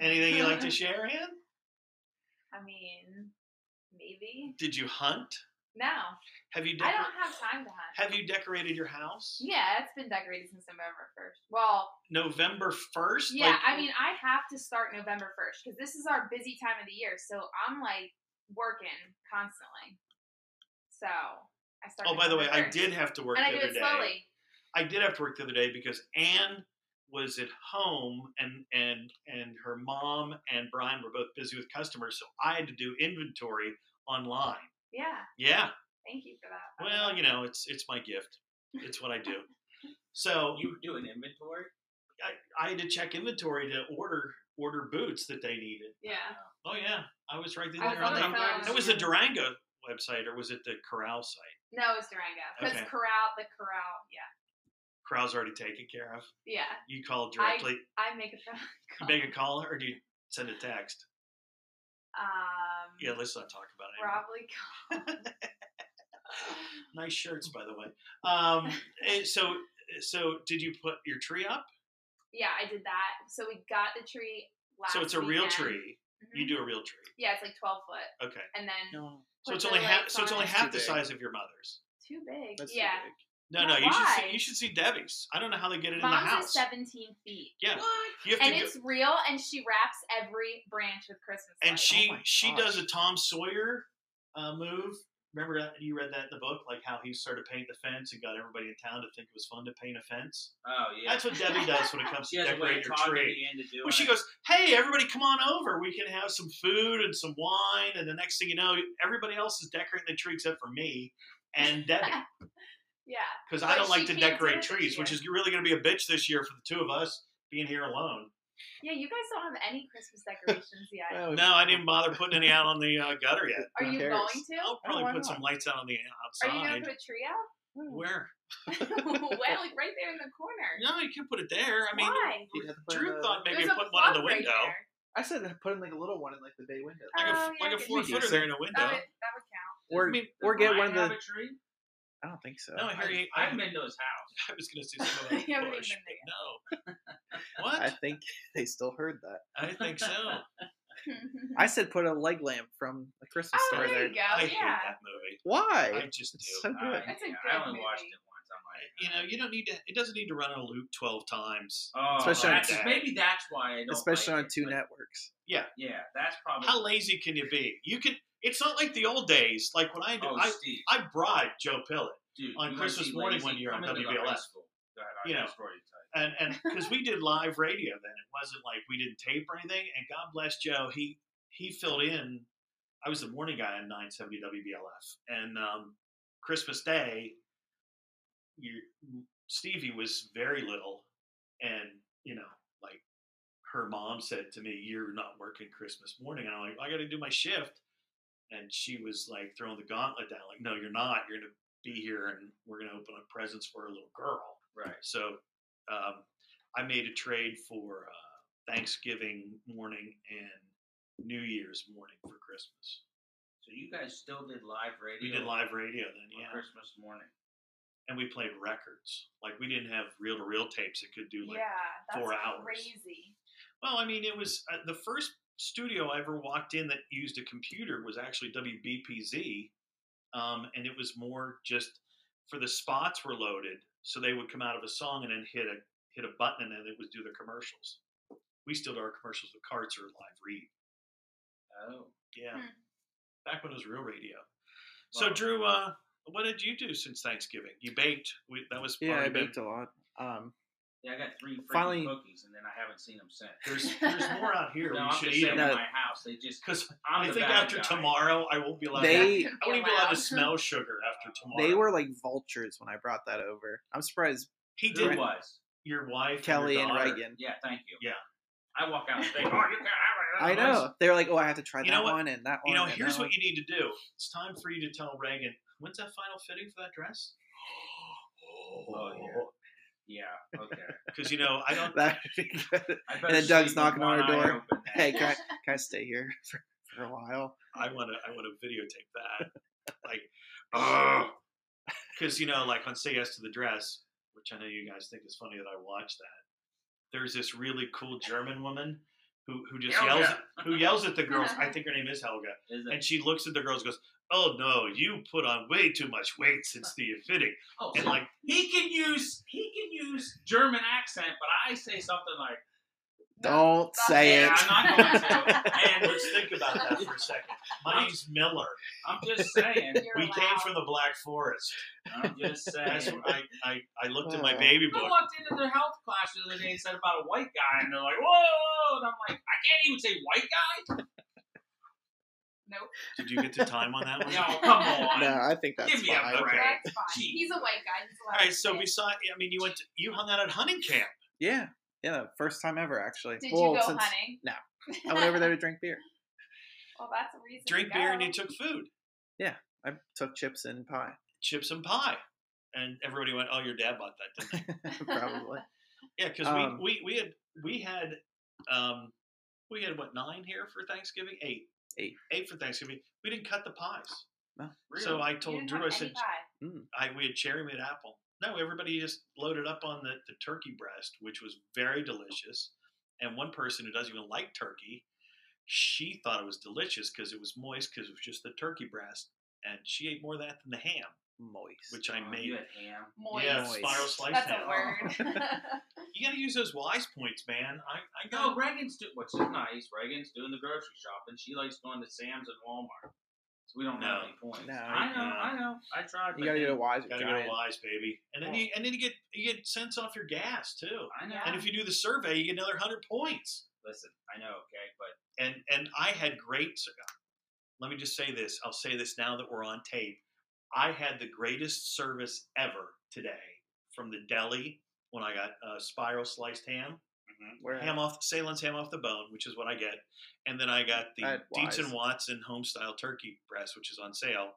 [SPEAKER 1] Anything you like to share, Ann?
[SPEAKER 2] I mean, maybe.
[SPEAKER 1] Did you hunt?
[SPEAKER 2] No,
[SPEAKER 1] Have you
[SPEAKER 2] I
[SPEAKER 1] decor-
[SPEAKER 2] don't have time to hunt.
[SPEAKER 1] have you decorated your house?
[SPEAKER 2] Yeah, it's been decorated since November first. Well,
[SPEAKER 1] November first.
[SPEAKER 2] yeah, I mean, I have to start November first because this is our busy time of the year. So I'm like working constantly. So I started.
[SPEAKER 1] oh, by the way,
[SPEAKER 2] November
[SPEAKER 1] I
[SPEAKER 2] 1st.
[SPEAKER 1] did have to work
[SPEAKER 2] and I
[SPEAKER 1] the
[SPEAKER 2] do
[SPEAKER 1] other
[SPEAKER 2] it
[SPEAKER 1] day.
[SPEAKER 2] slowly.
[SPEAKER 1] I did have to work the other day because Anne was at home and and and her mom and Brian were both busy with customers, so I had to do inventory online.
[SPEAKER 2] Yeah,
[SPEAKER 1] Yeah.
[SPEAKER 2] thank you for that.
[SPEAKER 1] Well, you know, it's it's my gift. It's what I do. So
[SPEAKER 3] You do an inventory?
[SPEAKER 1] I had to check inventory to order order boots that they needed.
[SPEAKER 2] yeah,
[SPEAKER 1] Oh yeah, I was right
[SPEAKER 2] I was
[SPEAKER 1] there
[SPEAKER 2] on
[SPEAKER 1] on
[SPEAKER 2] my
[SPEAKER 1] that.
[SPEAKER 2] phone.
[SPEAKER 1] That was the Durango website, or was it the Corral site?
[SPEAKER 2] no, it's Durango because
[SPEAKER 1] Okay.
[SPEAKER 2] corral the corral. Yeah,
[SPEAKER 1] Corral's already taken care of.
[SPEAKER 2] yeah.
[SPEAKER 1] You call directly,
[SPEAKER 2] I make a phone
[SPEAKER 1] you
[SPEAKER 2] call.
[SPEAKER 1] make a call, or do you send a text?
[SPEAKER 2] um,
[SPEAKER 1] Yeah, let's not talk about it. anymore.
[SPEAKER 2] probably call.
[SPEAKER 1] Nice shirts, by the way. Um, eh, so, so did you put your tree up?
[SPEAKER 2] Yeah, I did that. So we got the tree last.
[SPEAKER 1] so it's a real
[SPEAKER 2] weekend.
[SPEAKER 1] tree. You
[SPEAKER 2] Mhm.
[SPEAKER 1] do a real tree.
[SPEAKER 2] Yeah, it's like twelve foot,
[SPEAKER 1] Okay.
[SPEAKER 2] and then
[SPEAKER 4] No,
[SPEAKER 1] So
[SPEAKER 2] put
[SPEAKER 1] it's
[SPEAKER 2] the
[SPEAKER 1] only half.
[SPEAKER 2] lights
[SPEAKER 1] So it's
[SPEAKER 2] on
[SPEAKER 1] only
[SPEAKER 2] it.
[SPEAKER 1] half the
[SPEAKER 4] Too big.
[SPEAKER 1] size of your mother's.
[SPEAKER 2] Too big.
[SPEAKER 4] that's too
[SPEAKER 2] yeah,
[SPEAKER 4] big.
[SPEAKER 1] No,
[SPEAKER 2] Yeah,
[SPEAKER 1] no. You should
[SPEAKER 2] why?
[SPEAKER 1] see, you should see Debbie's. I don't know how they get it in the
[SPEAKER 2] mom's
[SPEAKER 1] house.
[SPEAKER 2] is seventeen feet,
[SPEAKER 1] Yeah. You have to
[SPEAKER 2] and
[SPEAKER 1] go-
[SPEAKER 2] it's oh real, and she wraps every branch with Christmas.
[SPEAKER 1] and
[SPEAKER 2] lights.
[SPEAKER 1] she
[SPEAKER 4] my
[SPEAKER 1] she
[SPEAKER 4] gosh.
[SPEAKER 1] does a Tom Sawyer uh, move Remember that you read that in the book, like how he started to paint the fence and got everybody in town to think it was fun to paint a fence.
[SPEAKER 3] Oh yeah.
[SPEAKER 1] That's what Debbie does when it comes
[SPEAKER 3] she
[SPEAKER 1] to
[SPEAKER 3] has a
[SPEAKER 1] decorating
[SPEAKER 3] way of
[SPEAKER 1] your
[SPEAKER 3] talking
[SPEAKER 1] tree.
[SPEAKER 3] you into doing.
[SPEAKER 1] Well, she
[SPEAKER 3] it.
[SPEAKER 1] goes, "Hey, everybody, come on over. We can have some food and some wine." And the next thing you know, everybody else is decorating the tree except for me and Debbie
[SPEAKER 2] Yeah.
[SPEAKER 1] because I
[SPEAKER 2] But
[SPEAKER 1] don't like
[SPEAKER 2] she
[SPEAKER 1] to
[SPEAKER 2] can't do it
[SPEAKER 1] decorate
[SPEAKER 2] this
[SPEAKER 1] trees, which
[SPEAKER 2] year.
[SPEAKER 1] is really going to be a bitch this year for the two of us being here alone.
[SPEAKER 2] Yeah, you guys don't have any Christmas decorations yet.
[SPEAKER 4] Oh,
[SPEAKER 1] No, I didn't bother putting any out on the uh, gutter yet.
[SPEAKER 2] Are
[SPEAKER 4] who
[SPEAKER 2] you
[SPEAKER 4] cares?
[SPEAKER 2] going to?
[SPEAKER 1] I'll
[SPEAKER 4] Oh, why
[SPEAKER 1] probably put
[SPEAKER 4] not?
[SPEAKER 1] some lights out on the
[SPEAKER 2] Are you going
[SPEAKER 1] outside.
[SPEAKER 2] to put a tree out?
[SPEAKER 1] Where?
[SPEAKER 2] well, like right there in the corner.
[SPEAKER 1] No, you can put it there. I mean,
[SPEAKER 2] Why?
[SPEAKER 4] You have to put
[SPEAKER 1] Drew
[SPEAKER 4] in a-
[SPEAKER 1] thought maybe
[SPEAKER 2] There's a
[SPEAKER 1] put one in the
[SPEAKER 2] plug right
[SPEAKER 1] window,
[SPEAKER 2] there.
[SPEAKER 4] I said put in like a little one in like the bay window.
[SPEAKER 1] like a
[SPEAKER 2] Oh, yeah, Oh,
[SPEAKER 1] like
[SPEAKER 2] I
[SPEAKER 1] a
[SPEAKER 2] could
[SPEAKER 1] four
[SPEAKER 4] do
[SPEAKER 1] footer
[SPEAKER 4] so.
[SPEAKER 1] there in a window.
[SPEAKER 2] That would, that would count.
[SPEAKER 4] or
[SPEAKER 1] I mean,
[SPEAKER 3] Does
[SPEAKER 4] or get one
[SPEAKER 3] Ryan
[SPEAKER 4] of the.
[SPEAKER 3] have a tree?
[SPEAKER 4] I don't think so.
[SPEAKER 1] no, I hear you.
[SPEAKER 3] I
[SPEAKER 1] I,
[SPEAKER 3] haven't been to his house.
[SPEAKER 1] I was going to say something
[SPEAKER 2] You haven't
[SPEAKER 1] about bush,
[SPEAKER 2] even been there
[SPEAKER 1] but no. What?
[SPEAKER 4] I think they still heard that.
[SPEAKER 1] I think so.
[SPEAKER 4] I said put a leg lamp from the Christmas
[SPEAKER 2] oh,
[SPEAKER 4] store
[SPEAKER 2] there
[SPEAKER 4] there.
[SPEAKER 2] you go.
[SPEAKER 1] I hate
[SPEAKER 2] yeah.
[SPEAKER 1] that movie. I
[SPEAKER 4] Why?
[SPEAKER 1] just do.
[SPEAKER 4] It's so
[SPEAKER 3] Uh,
[SPEAKER 4] good.
[SPEAKER 2] That's a
[SPEAKER 3] yeah,
[SPEAKER 2] good
[SPEAKER 3] I only watched
[SPEAKER 2] movie.
[SPEAKER 3] it once. I'm like,
[SPEAKER 1] Oh, you know, you don't need to. It doesn't need to run on a loop twelve times.
[SPEAKER 3] Oh,
[SPEAKER 4] Especially on
[SPEAKER 3] that's-
[SPEAKER 1] two-
[SPEAKER 3] maybe that's why I don't.
[SPEAKER 4] Especially
[SPEAKER 3] like
[SPEAKER 4] on two
[SPEAKER 3] it, but
[SPEAKER 4] networks.
[SPEAKER 3] Yeah, that's probably.
[SPEAKER 1] How lazy can you be? You can. It's not like the old days. Like when I do,
[SPEAKER 3] oh,
[SPEAKER 1] I,
[SPEAKER 3] Steve,
[SPEAKER 1] I bribed Joe Pillett, on
[SPEAKER 3] dude, you wanna
[SPEAKER 1] Christmas
[SPEAKER 3] be
[SPEAKER 1] morning
[SPEAKER 3] lazy,
[SPEAKER 1] one year
[SPEAKER 3] come
[SPEAKER 1] on
[SPEAKER 3] into the
[SPEAKER 1] WBLS.
[SPEAKER 3] high school. Go ahead, I
[SPEAKER 1] You
[SPEAKER 3] got
[SPEAKER 1] know.
[SPEAKER 3] a story to tell you.
[SPEAKER 1] and and because we did live radio then, it wasn't like we didn't tape or anything. And God bless Joe, he he filled in. I was the morning guy on 970 WBLF, and um, Christmas Day, you, Stevie was very little, and you know, like her mom said to me, "You're not working Christmas morning," and I'm like, "I got to do my shift," and she was like throwing the gauntlet down, like, "No, you're not. You're gonna be here, and we're gonna open up presents for a little girl."
[SPEAKER 3] Right.
[SPEAKER 1] So um, I made a trade for uh, Thanksgiving morning and New Year's morning for Christmas.
[SPEAKER 3] So you guys still did live radio.
[SPEAKER 1] We did live radio
[SPEAKER 3] on
[SPEAKER 1] then, yeah,
[SPEAKER 3] Christmas morning.
[SPEAKER 1] and we played records. Like we didn't have reel-to-reel tapes that could do like.
[SPEAKER 2] yeah, that's
[SPEAKER 1] four hours.
[SPEAKER 2] crazy.
[SPEAKER 1] Well, I mean, it was uh, the first studio I ever walked in that used a computer was actually WBPZ, um, and it was more just for the spots were loaded, so they would come out of a song and then hit a hit a button and then it would do their commercials. We still do our commercials with carts or live read.
[SPEAKER 3] Oh.
[SPEAKER 1] Yeah.
[SPEAKER 2] Hmm.
[SPEAKER 1] Back when it was real radio. So
[SPEAKER 3] Wow.
[SPEAKER 1] Drew, uh, what did you do since Thanksgiving? You baked. We, that was
[SPEAKER 4] Yeah,
[SPEAKER 1] part
[SPEAKER 4] I
[SPEAKER 1] of it.
[SPEAKER 4] baked a lot. Um,
[SPEAKER 3] Yeah, I got three freaking
[SPEAKER 4] Finally-
[SPEAKER 3] cookies, and then I haven't seen them since.
[SPEAKER 1] There's there's more out here.
[SPEAKER 3] no,
[SPEAKER 1] we
[SPEAKER 3] I'm
[SPEAKER 1] should
[SPEAKER 3] just
[SPEAKER 1] eat
[SPEAKER 3] saying
[SPEAKER 1] them
[SPEAKER 4] No.
[SPEAKER 3] at my house they just.
[SPEAKER 1] because
[SPEAKER 3] I'm
[SPEAKER 1] I
[SPEAKER 3] the
[SPEAKER 1] think
[SPEAKER 3] bad
[SPEAKER 1] after
[SPEAKER 3] guy.
[SPEAKER 1] tomorrow I won't be allowed. to,
[SPEAKER 4] They-
[SPEAKER 1] I
[SPEAKER 2] You're not
[SPEAKER 1] won't
[SPEAKER 2] gonna
[SPEAKER 1] even be
[SPEAKER 2] be
[SPEAKER 1] allowed to
[SPEAKER 2] allowed.
[SPEAKER 1] smell sugar after tomorrow.
[SPEAKER 4] they were like vultures when I brought that over. I'm surprised
[SPEAKER 1] He
[SPEAKER 3] Who
[SPEAKER 1] did.
[SPEAKER 3] was?
[SPEAKER 1] Your wife,
[SPEAKER 4] Kelly
[SPEAKER 1] and,
[SPEAKER 4] and
[SPEAKER 1] your daughter.
[SPEAKER 4] Reagan.
[SPEAKER 3] Yeah, thank you.
[SPEAKER 1] Yeah.
[SPEAKER 3] I walk out and think, oh, you can't have it.
[SPEAKER 4] I know. They're like, oh, I have to try
[SPEAKER 1] You know
[SPEAKER 4] that
[SPEAKER 1] what?
[SPEAKER 4] one and that
[SPEAKER 1] You
[SPEAKER 4] one.
[SPEAKER 1] know,
[SPEAKER 4] and
[SPEAKER 1] here's
[SPEAKER 4] that
[SPEAKER 1] what
[SPEAKER 4] one.
[SPEAKER 1] you need to do. It's time for you to tell Reagan. When's that final fitting for that dress?
[SPEAKER 3] Oh, yeah. Yeah, okay.
[SPEAKER 1] Because you know I don't.
[SPEAKER 4] That would be good.
[SPEAKER 3] I
[SPEAKER 4] then
[SPEAKER 3] better
[SPEAKER 4] Doug's
[SPEAKER 3] sleep with
[SPEAKER 4] knocking on
[SPEAKER 3] one
[SPEAKER 4] our
[SPEAKER 3] eye
[SPEAKER 4] door.
[SPEAKER 3] open then.
[SPEAKER 4] Hey, can I, can I stay here for, for a while?
[SPEAKER 1] I want to. I want to videotape that. Like, oh, because you know, like on "Say Yes to the Dress," which I know you guys think is funny that I watched that. There's this really cool German woman who who just
[SPEAKER 3] Helga.
[SPEAKER 1] yells who yells at the girls. I think her name is Helga,
[SPEAKER 3] Is it?
[SPEAKER 1] and she looks at the girls, and goes, "Oh no, you put on way too much weight since the fitting,"
[SPEAKER 3] Oh,
[SPEAKER 1] and
[SPEAKER 3] so
[SPEAKER 1] like.
[SPEAKER 3] he can use he can use German accent, but I say something like,
[SPEAKER 4] Don't say
[SPEAKER 3] "Yeah,
[SPEAKER 4] it.
[SPEAKER 3] I'm not going to." And
[SPEAKER 1] Let's think about that for a second. My name's Miller.
[SPEAKER 3] I'm just saying.
[SPEAKER 2] You're
[SPEAKER 1] We came
[SPEAKER 2] allowed.
[SPEAKER 1] from the Black Forest.
[SPEAKER 3] I'm just
[SPEAKER 1] That's
[SPEAKER 3] saying.
[SPEAKER 1] what I, I, I looked in my
[SPEAKER 4] Oh.
[SPEAKER 1] baby
[SPEAKER 3] I
[SPEAKER 1] book.
[SPEAKER 3] walked into their health class the other day and said about a white guy, and they're like, "Whoa!" And I'm like, "I can't even say white guy."
[SPEAKER 2] Nope.
[SPEAKER 1] Did you get the time on that one?
[SPEAKER 3] No, come on.
[SPEAKER 4] No, I think that's
[SPEAKER 3] Give me a
[SPEAKER 4] fine.
[SPEAKER 3] break. Right.
[SPEAKER 2] That's fine.
[SPEAKER 3] Gee.
[SPEAKER 2] He's a white guy. He's allowed
[SPEAKER 1] All right,
[SPEAKER 2] to
[SPEAKER 1] so
[SPEAKER 2] say it.
[SPEAKER 1] beside, I mean, you went, to, you hung out at hunting camp.
[SPEAKER 4] Yeah. Yeah, first time ever, actually.
[SPEAKER 2] Did
[SPEAKER 4] well,
[SPEAKER 2] you go
[SPEAKER 4] since
[SPEAKER 2] hunting?
[SPEAKER 4] no. I went over there to drink beer.
[SPEAKER 2] well, that's a reason. to
[SPEAKER 1] Drink beer and
[SPEAKER 2] go.
[SPEAKER 1] you took food,
[SPEAKER 4] I took chips and pie,
[SPEAKER 1] chips and pie, and everybody went, "Oh, your dad bought that, didn't
[SPEAKER 4] probably.
[SPEAKER 1] he?" yeah, because
[SPEAKER 4] Um,
[SPEAKER 1] we, we we had we had um we had what nine here for Thanksgiving, eight,
[SPEAKER 4] Eight.
[SPEAKER 1] eight for Thanksgiving. We didn't cut the pies,
[SPEAKER 3] Really?
[SPEAKER 1] so I
[SPEAKER 2] You
[SPEAKER 1] told
[SPEAKER 2] didn't
[SPEAKER 1] Drew, I
[SPEAKER 2] have
[SPEAKER 1] said,
[SPEAKER 2] any pie.
[SPEAKER 1] I we had cherry, we had apple. No, everybody just loaded up on the, the turkey breast, which was very delicious. And one person who doesn't even like turkey, she thought it was delicious because it was moist because it was just the turkey breast, and she ate more of that than the ham,
[SPEAKER 4] Moist.
[SPEAKER 1] which I
[SPEAKER 3] Oh,
[SPEAKER 1] made.
[SPEAKER 3] You had ham.
[SPEAKER 2] Moist.
[SPEAKER 1] Yeah,
[SPEAKER 4] Moist.
[SPEAKER 1] spiral slice Oh
[SPEAKER 2] That's
[SPEAKER 1] ham.
[SPEAKER 2] a word.
[SPEAKER 1] You got to use those wise points, man. I I
[SPEAKER 2] Oh,
[SPEAKER 3] No,
[SPEAKER 1] go.
[SPEAKER 3] Reagan's do, which is nice. Reagan's doing the grocery shopping. She likes going to Sam's and Walmart. That's We don't
[SPEAKER 1] No.
[SPEAKER 3] have any points.
[SPEAKER 4] No,
[SPEAKER 3] I know,
[SPEAKER 1] no.
[SPEAKER 3] I know. I tried.
[SPEAKER 4] You
[SPEAKER 3] but
[SPEAKER 4] gotta
[SPEAKER 3] then-
[SPEAKER 4] get a wise
[SPEAKER 1] Gotta
[SPEAKER 4] giant.
[SPEAKER 1] go wise, baby. And then you and then you get you get cents off your gas too.
[SPEAKER 3] I know.
[SPEAKER 2] Yeah.
[SPEAKER 1] And if you do the survey, you get another hundred points.
[SPEAKER 3] Listen, I know, okay, but
[SPEAKER 1] and and I had great. Let me just say this. I'll say this now that we're on tape. I had the greatest service ever today from the deli when I got uh, spiral sliced ham,
[SPEAKER 4] Where-
[SPEAKER 1] ham off Salem's ham off the bone, which is what I get, and then I got the
[SPEAKER 4] I had
[SPEAKER 1] Dietz and
[SPEAKER 4] Wise.
[SPEAKER 1] Watson home style turkey breast, which is on sale,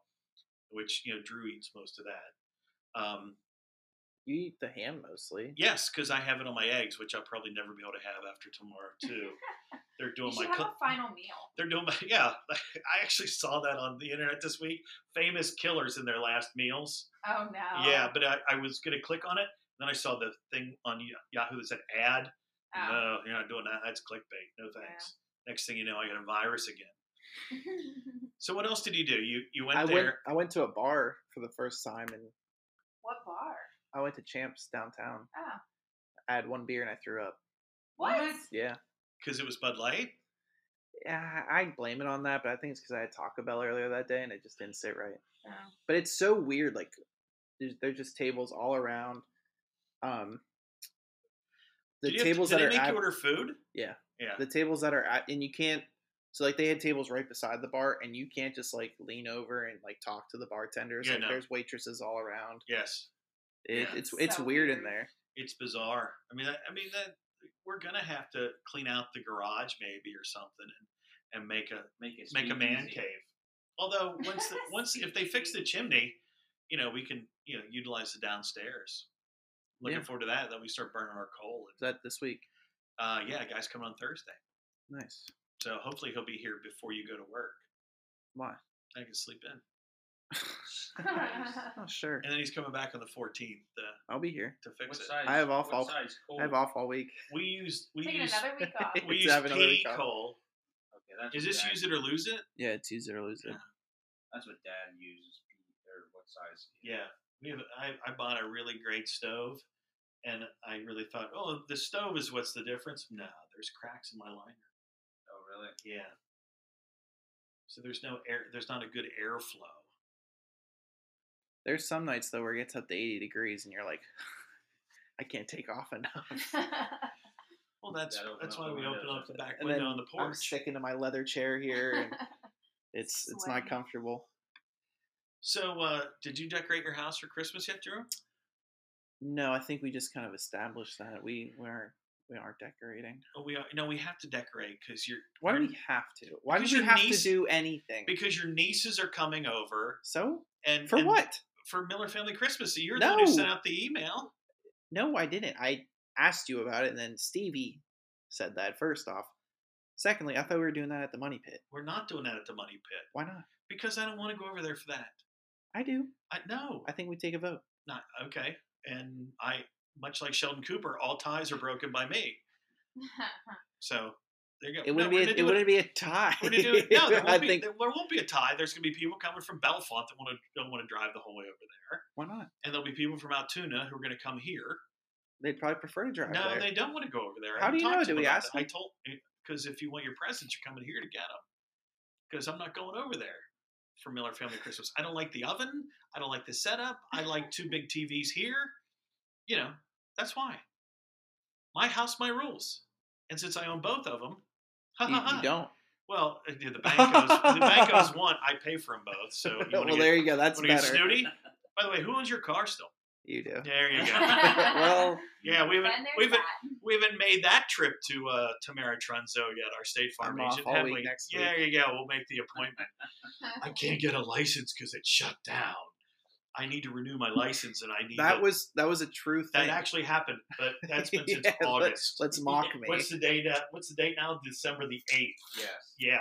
[SPEAKER 1] which you know Drew eats most of that. Um,
[SPEAKER 4] you eat the ham mostly.
[SPEAKER 1] yes, because I have it on my eggs, which I'll probably never be able to have after tomorrow too. They're
[SPEAKER 2] You
[SPEAKER 1] doing
[SPEAKER 2] should
[SPEAKER 1] my
[SPEAKER 2] have
[SPEAKER 1] cl-
[SPEAKER 2] a final meal.
[SPEAKER 1] they're doing my, yeah i actually saw that on the internet this week famous killers in their last meals
[SPEAKER 2] Oh no.
[SPEAKER 1] yeah but I, I was gonna click on it then i saw the thing on Y- yahoo that said ad
[SPEAKER 2] Oh.
[SPEAKER 1] no you're not doing that that's clickbait no thanks next thing you know i got a virus again so what else did you do you you went
[SPEAKER 4] I
[SPEAKER 1] there
[SPEAKER 4] went. I went to a bar for the first time, and
[SPEAKER 2] what bar?
[SPEAKER 4] I went to Champs downtown.
[SPEAKER 2] Oh.
[SPEAKER 4] I had one beer and I threw up.
[SPEAKER 2] What?
[SPEAKER 4] Yeah,
[SPEAKER 1] because it was bud light
[SPEAKER 4] yeah. I I blame it on that, but I think it's because I had Taco Bell earlier that day and it just didn't sit right.
[SPEAKER 2] Oh.
[SPEAKER 4] But it's so weird. Like, there's there's just tables all around. Um, the
[SPEAKER 1] did you have to-
[SPEAKER 4] tables
[SPEAKER 1] did
[SPEAKER 4] that
[SPEAKER 1] they
[SPEAKER 4] are
[SPEAKER 1] make
[SPEAKER 4] at
[SPEAKER 1] you order food
[SPEAKER 4] Yeah.
[SPEAKER 1] yeah
[SPEAKER 4] the tables that are at and you can't so like they had tables right beside the bar and you can't just like lean over and like talk to the bartenders
[SPEAKER 1] Yeah,
[SPEAKER 4] like
[SPEAKER 1] no.
[SPEAKER 4] there's waitresses all around
[SPEAKER 1] yes
[SPEAKER 4] it,
[SPEAKER 1] Yeah.
[SPEAKER 4] it's
[SPEAKER 2] So
[SPEAKER 4] it's weird, in
[SPEAKER 2] weird.
[SPEAKER 4] there
[SPEAKER 1] it's bizarre. I mean, I, I mean that we're gonna have to clean out the garage maybe or something and, and make a
[SPEAKER 3] make it
[SPEAKER 1] make a man
[SPEAKER 3] speakeasy.
[SPEAKER 1] cave. Although once the, once if they fix the chimney, you know we can you know utilize the downstairs. Looking
[SPEAKER 4] Yeah.
[SPEAKER 1] forward to that. Then we start burning our coal.
[SPEAKER 4] is that this week
[SPEAKER 1] Uh, yeah, guy's coming on Thursday,
[SPEAKER 4] nice
[SPEAKER 1] so hopefully he'll be here before you go to work.
[SPEAKER 4] why
[SPEAKER 1] I can sleep in,
[SPEAKER 4] oh sure
[SPEAKER 1] and then he's coming back on the 14th to,
[SPEAKER 4] i'll be here
[SPEAKER 1] to fix
[SPEAKER 3] What
[SPEAKER 1] it.
[SPEAKER 3] size?
[SPEAKER 4] I have off
[SPEAKER 3] what
[SPEAKER 4] all-
[SPEAKER 3] Size cold?
[SPEAKER 4] i have off all week
[SPEAKER 1] We use we
[SPEAKER 2] Taking
[SPEAKER 1] use
[SPEAKER 2] another week off.
[SPEAKER 1] we
[SPEAKER 4] It's
[SPEAKER 1] use
[SPEAKER 4] having another
[SPEAKER 1] pea
[SPEAKER 4] cup.
[SPEAKER 1] coal.
[SPEAKER 3] Okay, that's
[SPEAKER 1] Is
[SPEAKER 3] what
[SPEAKER 1] this
[SPEAKER 3] dad,
[SPEAKER 1] use it or lose it?
[SPEAKER 4] yeah it's use it or lose it
[SPEAKER 3] That's what dad uses. Or what size?
[SPEAKER 1] Yeah, we have. I, I bought a really great stove, and I really thought, oh, the stove is what's the difference. No, there's cracks in my liner.
[SPEAKER 3] Oh, really?
[SPEAKER 1] Yeah. So there's no air. There's not a good airflow.
[SPEAKER 4] there's some nights though where it gets up to 80 degrees and you're like i can't take off enough
[SPEAKER 1] Well, that's
[SPEAKER 3] gotta open
[SPEAKER 1] that's
[SPEAKER 3] up
[SPEAKER 1] why
[SPEAKER 3] the
[SPEAKER 1] we
[SPEAKER 3] windows,
[SPEAKER 1] open up the
[SPEAKER 4] that's it.
[SPEAKER 1] back
[SPEAKER 4] And
[SPEAKER 1] window
[SPEAKER 4] then
[SPEAKER 1] on the
[SPEAKER 4] i'm
[SPEAKER 1] porch.
[SPEAKER 4] sticking to my leather chair here and it's it's not
[SPEAKER 2] Sweating.
[SPEAKER 4] comfortable
[SPEAKER 1] So, uh, did you decorate your house for Christmas yet, Drew?
[SPEAKER 4] no i think we just kind of established that we we aren't we aren't decorating
[SPEAKER 1] Oh, we are, no, we have to decorate because you're
[SPEAKER 4] Why do
[SPEAKER 1] your-
[SPEAKER 4] we have to? Why do
[SPEAKER 1] Because
[SPEAKER 4] we
[SPEAKER 1] your
[SPEAKER 4] have
[SPEAKER 1] niece-
[SPEAKER 4] to do anything?
[SPEAKER 1] because your nieces are coming over
[SPEAKER 4] so
[SPEAKER 1] and
[SPEAKER 4] for
[SPEAKER 1] and
[SPEAKER 4] what?
[SPEAKER 1] for Miller family Christmas. So you're the one who
[SPEAKER 4] No.
[SPEAKER 1] sent out the email.
[SPEAKER 4] No, I didn't. I asked you about it, and then Stevie said that. First off, secondly, I thought we were doing that at the Money Pit.
[SPEAKER 1] We're not doing that at the money pit.
[SPEAKER 4] Why not?
[SPEAKER 1] because I don't want to go over there for that.
[SPEAKER 4] I do.
[SPEAKER 1] I no,
[SPEAKER 4] I think we take a vote.
[SPEAKER 1] not okay. And I, much like Sheldon Cooper, all ties are broken by me. So there you go.
[SPEAKER 4] It
[SPEAKER 1] No,
[SPEAKER 4] wouldn't
[SPEAKER 1] we're
[SPEAKER 4] be. A,
[SPEAKER 1] gonna
[SPEAKER 4] it
[SPEAKER 1] do
[SPEAKER 4] wouldn't be a tie.
[SPEAKER 1] We're gonna do it. No, there
[SPEAKER 4] I
[SPEAKER 1] won't, be,
[SPEAKER 4] think
[SPEAKER 1] there, there won't be a tie. There's gonna be people coming from Belfont that want to don't want to drive the whole way over there,
[SPEAKER 4] why not?
[SPEAKER 1] and there'll be people from Altoona who are gonna come here.
[SPEAKER 4] They'd probably prefer to drive
[SPEAKER 1] no,
[SPEAKER 4] there.
[SPEAKER 1] they don't want to go over there. I
[SPEAKER 4] How
[SPEAKER 1] haven't
[SPEAKER 4] do you
[SPEAKER 1] talked
[SPEAKER 4] know?
[SPEAKER 1] to
[SPEAKER 4] Do
[SPEAKER 1] them
[SPEAKER 4] we
[SPEAKER 1] about
[SPEAKER 4] ask
[SPEAKER 1] that. I
[SPEAKER 4] them?
[SPEAKER 1] told because if you want your presents, you're coming here to get them. Because I'm not going over there for Miller Family Christmas. I don't like the oven. I don't like the setup. I like two big TVs here. You know, that's why. My house, my rules. And since I own both of them, ha,
[SPEAKER 4] you,
[SPEAKER 1] ha, ha.
[SPEAKER 4] you don't.
[SPEAKER 1] Well, uh, the bank owns the bank owns one. I pay for them both. So you want
[SPEAKER 4] well,
[SPEAKER 1] to
[SPEAKER 4] there you go. That's
[SPEAKER 1] get, wanna get
[SPEAKER 4] better.
[SPEAKER 1] snooty? By the way, who owns your car still?
[SPEAKER 4] You do.
[SPEAKER 1] There you go.
[SPEAKER 4] well,
[SPEAKER 1] Yeah, we haven't
[SPEAKER 2] Then there's
[SPEAKER 1] we haven't
[SPEAKER 2] that.
[SPEAKER 1] we haven't made that trip to uh, Tamara Trunzo yet, our State Farm
[SPEAKER 4] I'm off
[SPEAKER 1] agent.
[SPEAKER 4] all
[SPEAKER 1] have
[SPEAKER 4] week
[SPEAKER 1] we?
[SPEAKER 4] next
[SPEAKER 1] yeah, yeah, we'll make the appointment. I can't get a license because it shut down. I need to renew my license, and I need
[SPEAKER 4] that
[SPEAKER 1] to-
[SPEAKER 4] was that was a true thing.
[SPEAKER 1] that actually happened, but that's been since
[SPEAKER 4] Yeah, let-
[SPEAKER 1] August.
[SPEAKER 4] Let's mock me.
[SPEAKER 1] What's the date? Uh, what's the date now? December the eighth.
[SPEAKER 3] Yes.
[SPEAKER 1] Yeah.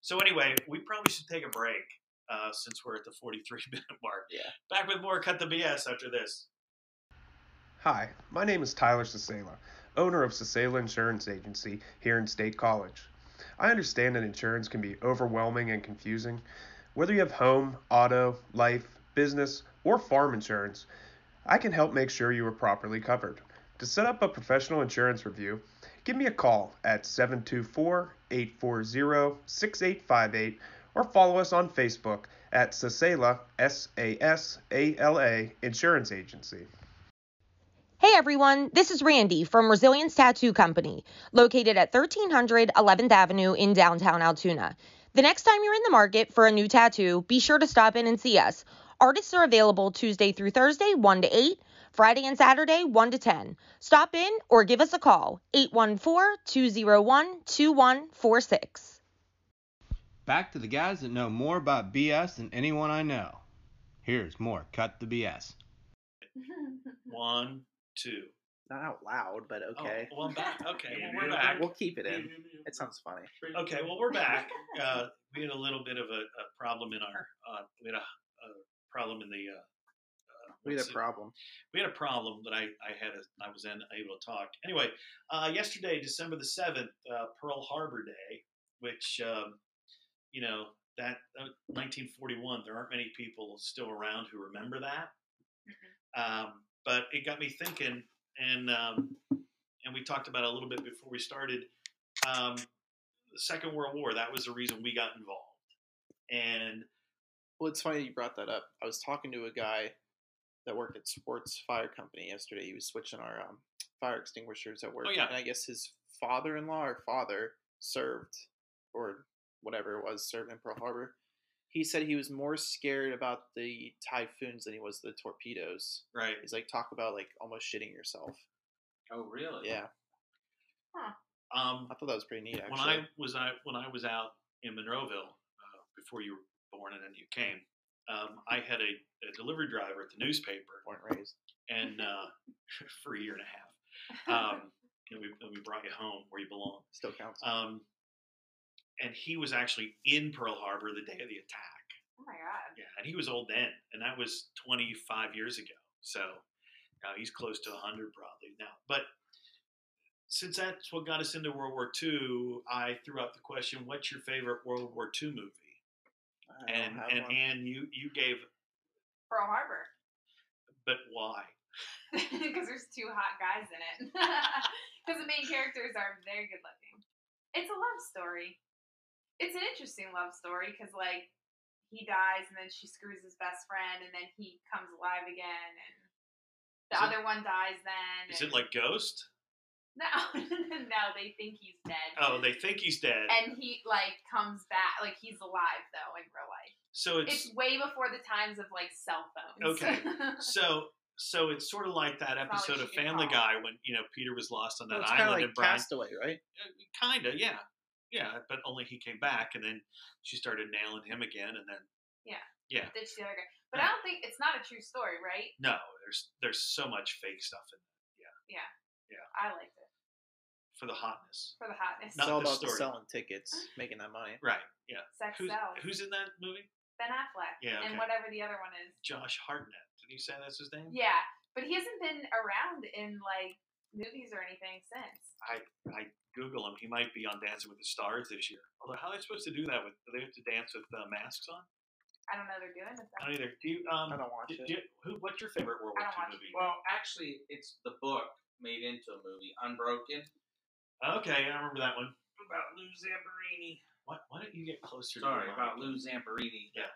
[SPEAKER 1] So anyway, we probably should take a break uh, since we're at the forty-three minute mark.
[SPEAKER 4] Yeah.
[SPEAKER 1] Back with more. Cut the BS after this.
[SPEAKER 5] Hi, my name is Tyler Sasela, owner of Sasela Insurance Agency here in State College. I understand that insurance can be overwhelming and confusing. Whether you have home, auto, life, business, or farm insurance, I can help make sure you are properly covered. To set up a professional insurance review, give me a call at 724 840 6858 or follow us on Facebook at Sasala, S A S A L A, Insurance Agency.
[SPEAKER 6] Hey everyone, this is Randy from Resilience Tattoo Company, located at 1300 11th Avenue in downtown Altoona. The next time you're in the market for a new tattoo, be sure to stop in and see us. Artists are available Tuesday through Thursday, 1 to 8, Friday and Saturday, 1 to 10. Stop in or give us a call, 814 201 2146.
[SPEAKER 7] Back to the guys that know more about BS than anyone I know. Here's more Cut the BS.
[SPEAKER 1] One, two.
[SPEAKER 4] Not out loud, but okay.
[SPEAKER 1] Oh, well, I'm back. Okay, well, we're back.
[SPEAKER 4] We'll keep it in. It sounds funny.
[SPEAKER 1] Okay, well, we're back. Uh, we had a little bit of a, a problem in our. Uh, we had a, a problem in the. Uh, uh,
[SPEAKER 4] We had
[SPEAKER 1] what's
[SPEAKER 4] a
[SPEAKER 1] it-
[SPEAKER 4] problem.
[SPEAKER 1] we had a problem that I, I had a, I was unable to talk. Anyway, uh, yesterday, December the seventh, uh, Pearl Harbor Day, which um, you know that uh, 1941. There aren't many people still around who remember that, um, but it got me thinking, and um, and we talked about it a little bit before we started. Um, the Second World War. That was the reason we got involved, and
[SPEAKER 4] Well, it's funny you brought that up. I was talking to a guy that worked at Sports Fire Company yesterday. He was switching our um, fire extinguishers at work,
[SPEAKER 1] Oh, yeah.
[SPEAKER 4] and I guess his father-in-law or father served, or whatever it was, served in Pearl Harbor. He said he was more scared about the typhoons than he was the torpedoes.
[SPEAKER 1] right.
[SPEAKER 4] He's like, talk about like almost shitting yourself.
[SPEAKER 3] Oh, really?
[SPEAKER 4] Yeah,
[SPEAKER 1] Um,
[SPEAKER 4] I thought that was pretty neat. Actually,
[SPEAKER 1] when I was I when I was out in Monroeville uh, before you were born and then you came, um, I had a, a delivery driver at the newspaper
[SPEAKER 4] weren't raised.
[SPEAKER 1] and uh, for a year and a half, um, and we and we brought you home where you belong.
[SPEAKER 4] Still counts.
[SPEAKER 1] Um, and he was actually in Pearl Harbor the day of the attack.
[SPEAKER 2] oh my god.
[SPEAKER 1] Yeah, and he was old then, and that was 25 years ago. So now he's close to 100 probably now. But since that's what got us into World War II, I threw out the question, "What's your favorite World War II movie?"
[SPEAKER 4] I don't
[SPEAKER 1] And
[SPEAKER 4] have
[SPEAKER 1] and
[SPEAKER 4] one.
[SPEAKER 1] Anne, you you gave,
[SPEAKER 2] Pearl Harbor.
[SPEAKER 1] but why?
[SPEAKER 2] Because there's two hot guys in it. Because the main characters are very good looking. It's a love story. It's an interesting love story because, like, he dies and then she screws his best friend and then he comes alive again and the
[SPEAKER 1] Is it-
[SPEAKER 2] other one dies then.
[SPEAKER 1] Is it
[SPEAKER 2] and-
[SPEAKER 1] like Ghost?
[SPEAKER 2] No, no, they think he's dead.
[SPEAKER 1] Oh, they think he's dead.
[SPEAKER 2] And he, like, comes back. Like, he's alive, though, in real life.
[SPEAKER 1] So
[SPEAKER 2] It's,
[SPEAKER 1] it's
[SPEAKER 2] way before the times of, like, cell phones.
[SPEAKER 1] Okay. so so it's sort of like that
[SPEAKER 2] It's not like
[SPEAKER 1] episode
[SPEAKER 2] she
[SPEAKER 1] of
[SPEAKER 2] could
[SPEAKER 1] Family
[SPEAKER 2] call.
[SPEAKER 1] Guy when you know Peter was lost on that
[SPEAKER 4] Well, it's kind of
[SPEAKER 1] island
[SPEAKER 4] like
[SPEAKER 1] and Brian
[SPEAKER 4] Castaway, right?
[SPEAKER 1] kind of uh, yeah yeah but only he came back and then she started nailing him again and then
[SPEAKER 2] ditch the other guy. But I don't think it's not a true story, right?
[SPEAKER 1] no there's there's so much fake stuff in
[SPEAKER 2] I liked it
[SPEAKER 1] for the hotness
[SPEAKER 2] for the hotness.
[SPEAKER 4] It's
[SPEAKER 1] Not
[SPEAKER 4] all
[SPEAKER 1] this
[SPEAKER 4] about the
[SPEAKER 1] story.
[SPEAKER 4] selling tickets, making that money.
[SPEAKER 1] right yeah
[SPEAKER 2] Sex
[SPEAKER 1] who's,
[SPEAKER 2] sells.
[SPEAKER 1] who's in that movie
[SPEAKER 2] ben Affleck
[SPEAKER 1] Yeah,
[SPEAKER 2] and
[SPEAKER 1] okay.
[SPEAKER 2] whatever the other one is.
[SPEAKER 1] josh hartnett did you say that's his name
[SPEAKER 2] Yeah, but he hasn't been around in like movies or anything since.
[SPEAKER 1] google him he might be on dancing with the stars this year although how are they supposed to do that with do they have to dance with uh, masks on
[SPEAKER 2] I don't know they're doing
[SPEAKER 1] i
[SPEAKER 2] with that.
[SPEAKER 1] don't either do you um
[SPEAKER 4] I don't watch
[SPEAKER 1] do,
[SPEAKER 4] it.
[SPEAKER 1] do you- who, what's your favorite world
[SPEAKER 2] I
[SPEAKER 1] war
[SPEAKER 2] don't watch
[SPEAKER 1] ii
[SPEAKER 2] it.
[SPEAKER 1] movie
[SPEAKER 3] Well, actually, it's the book made into a movie, Unbroken,
[SPEAKER 1] okay i remember that one
[SPEAKER 3] about Lou Zamperini.
[SPEAKER 1] what, why don't you get closer to
[SPEAKER 3] Sorry
[SPEAKER 1] the mic?
[SPEAKER 3] about Lou Zamperini, the
[SPEAKER 1] Yeah.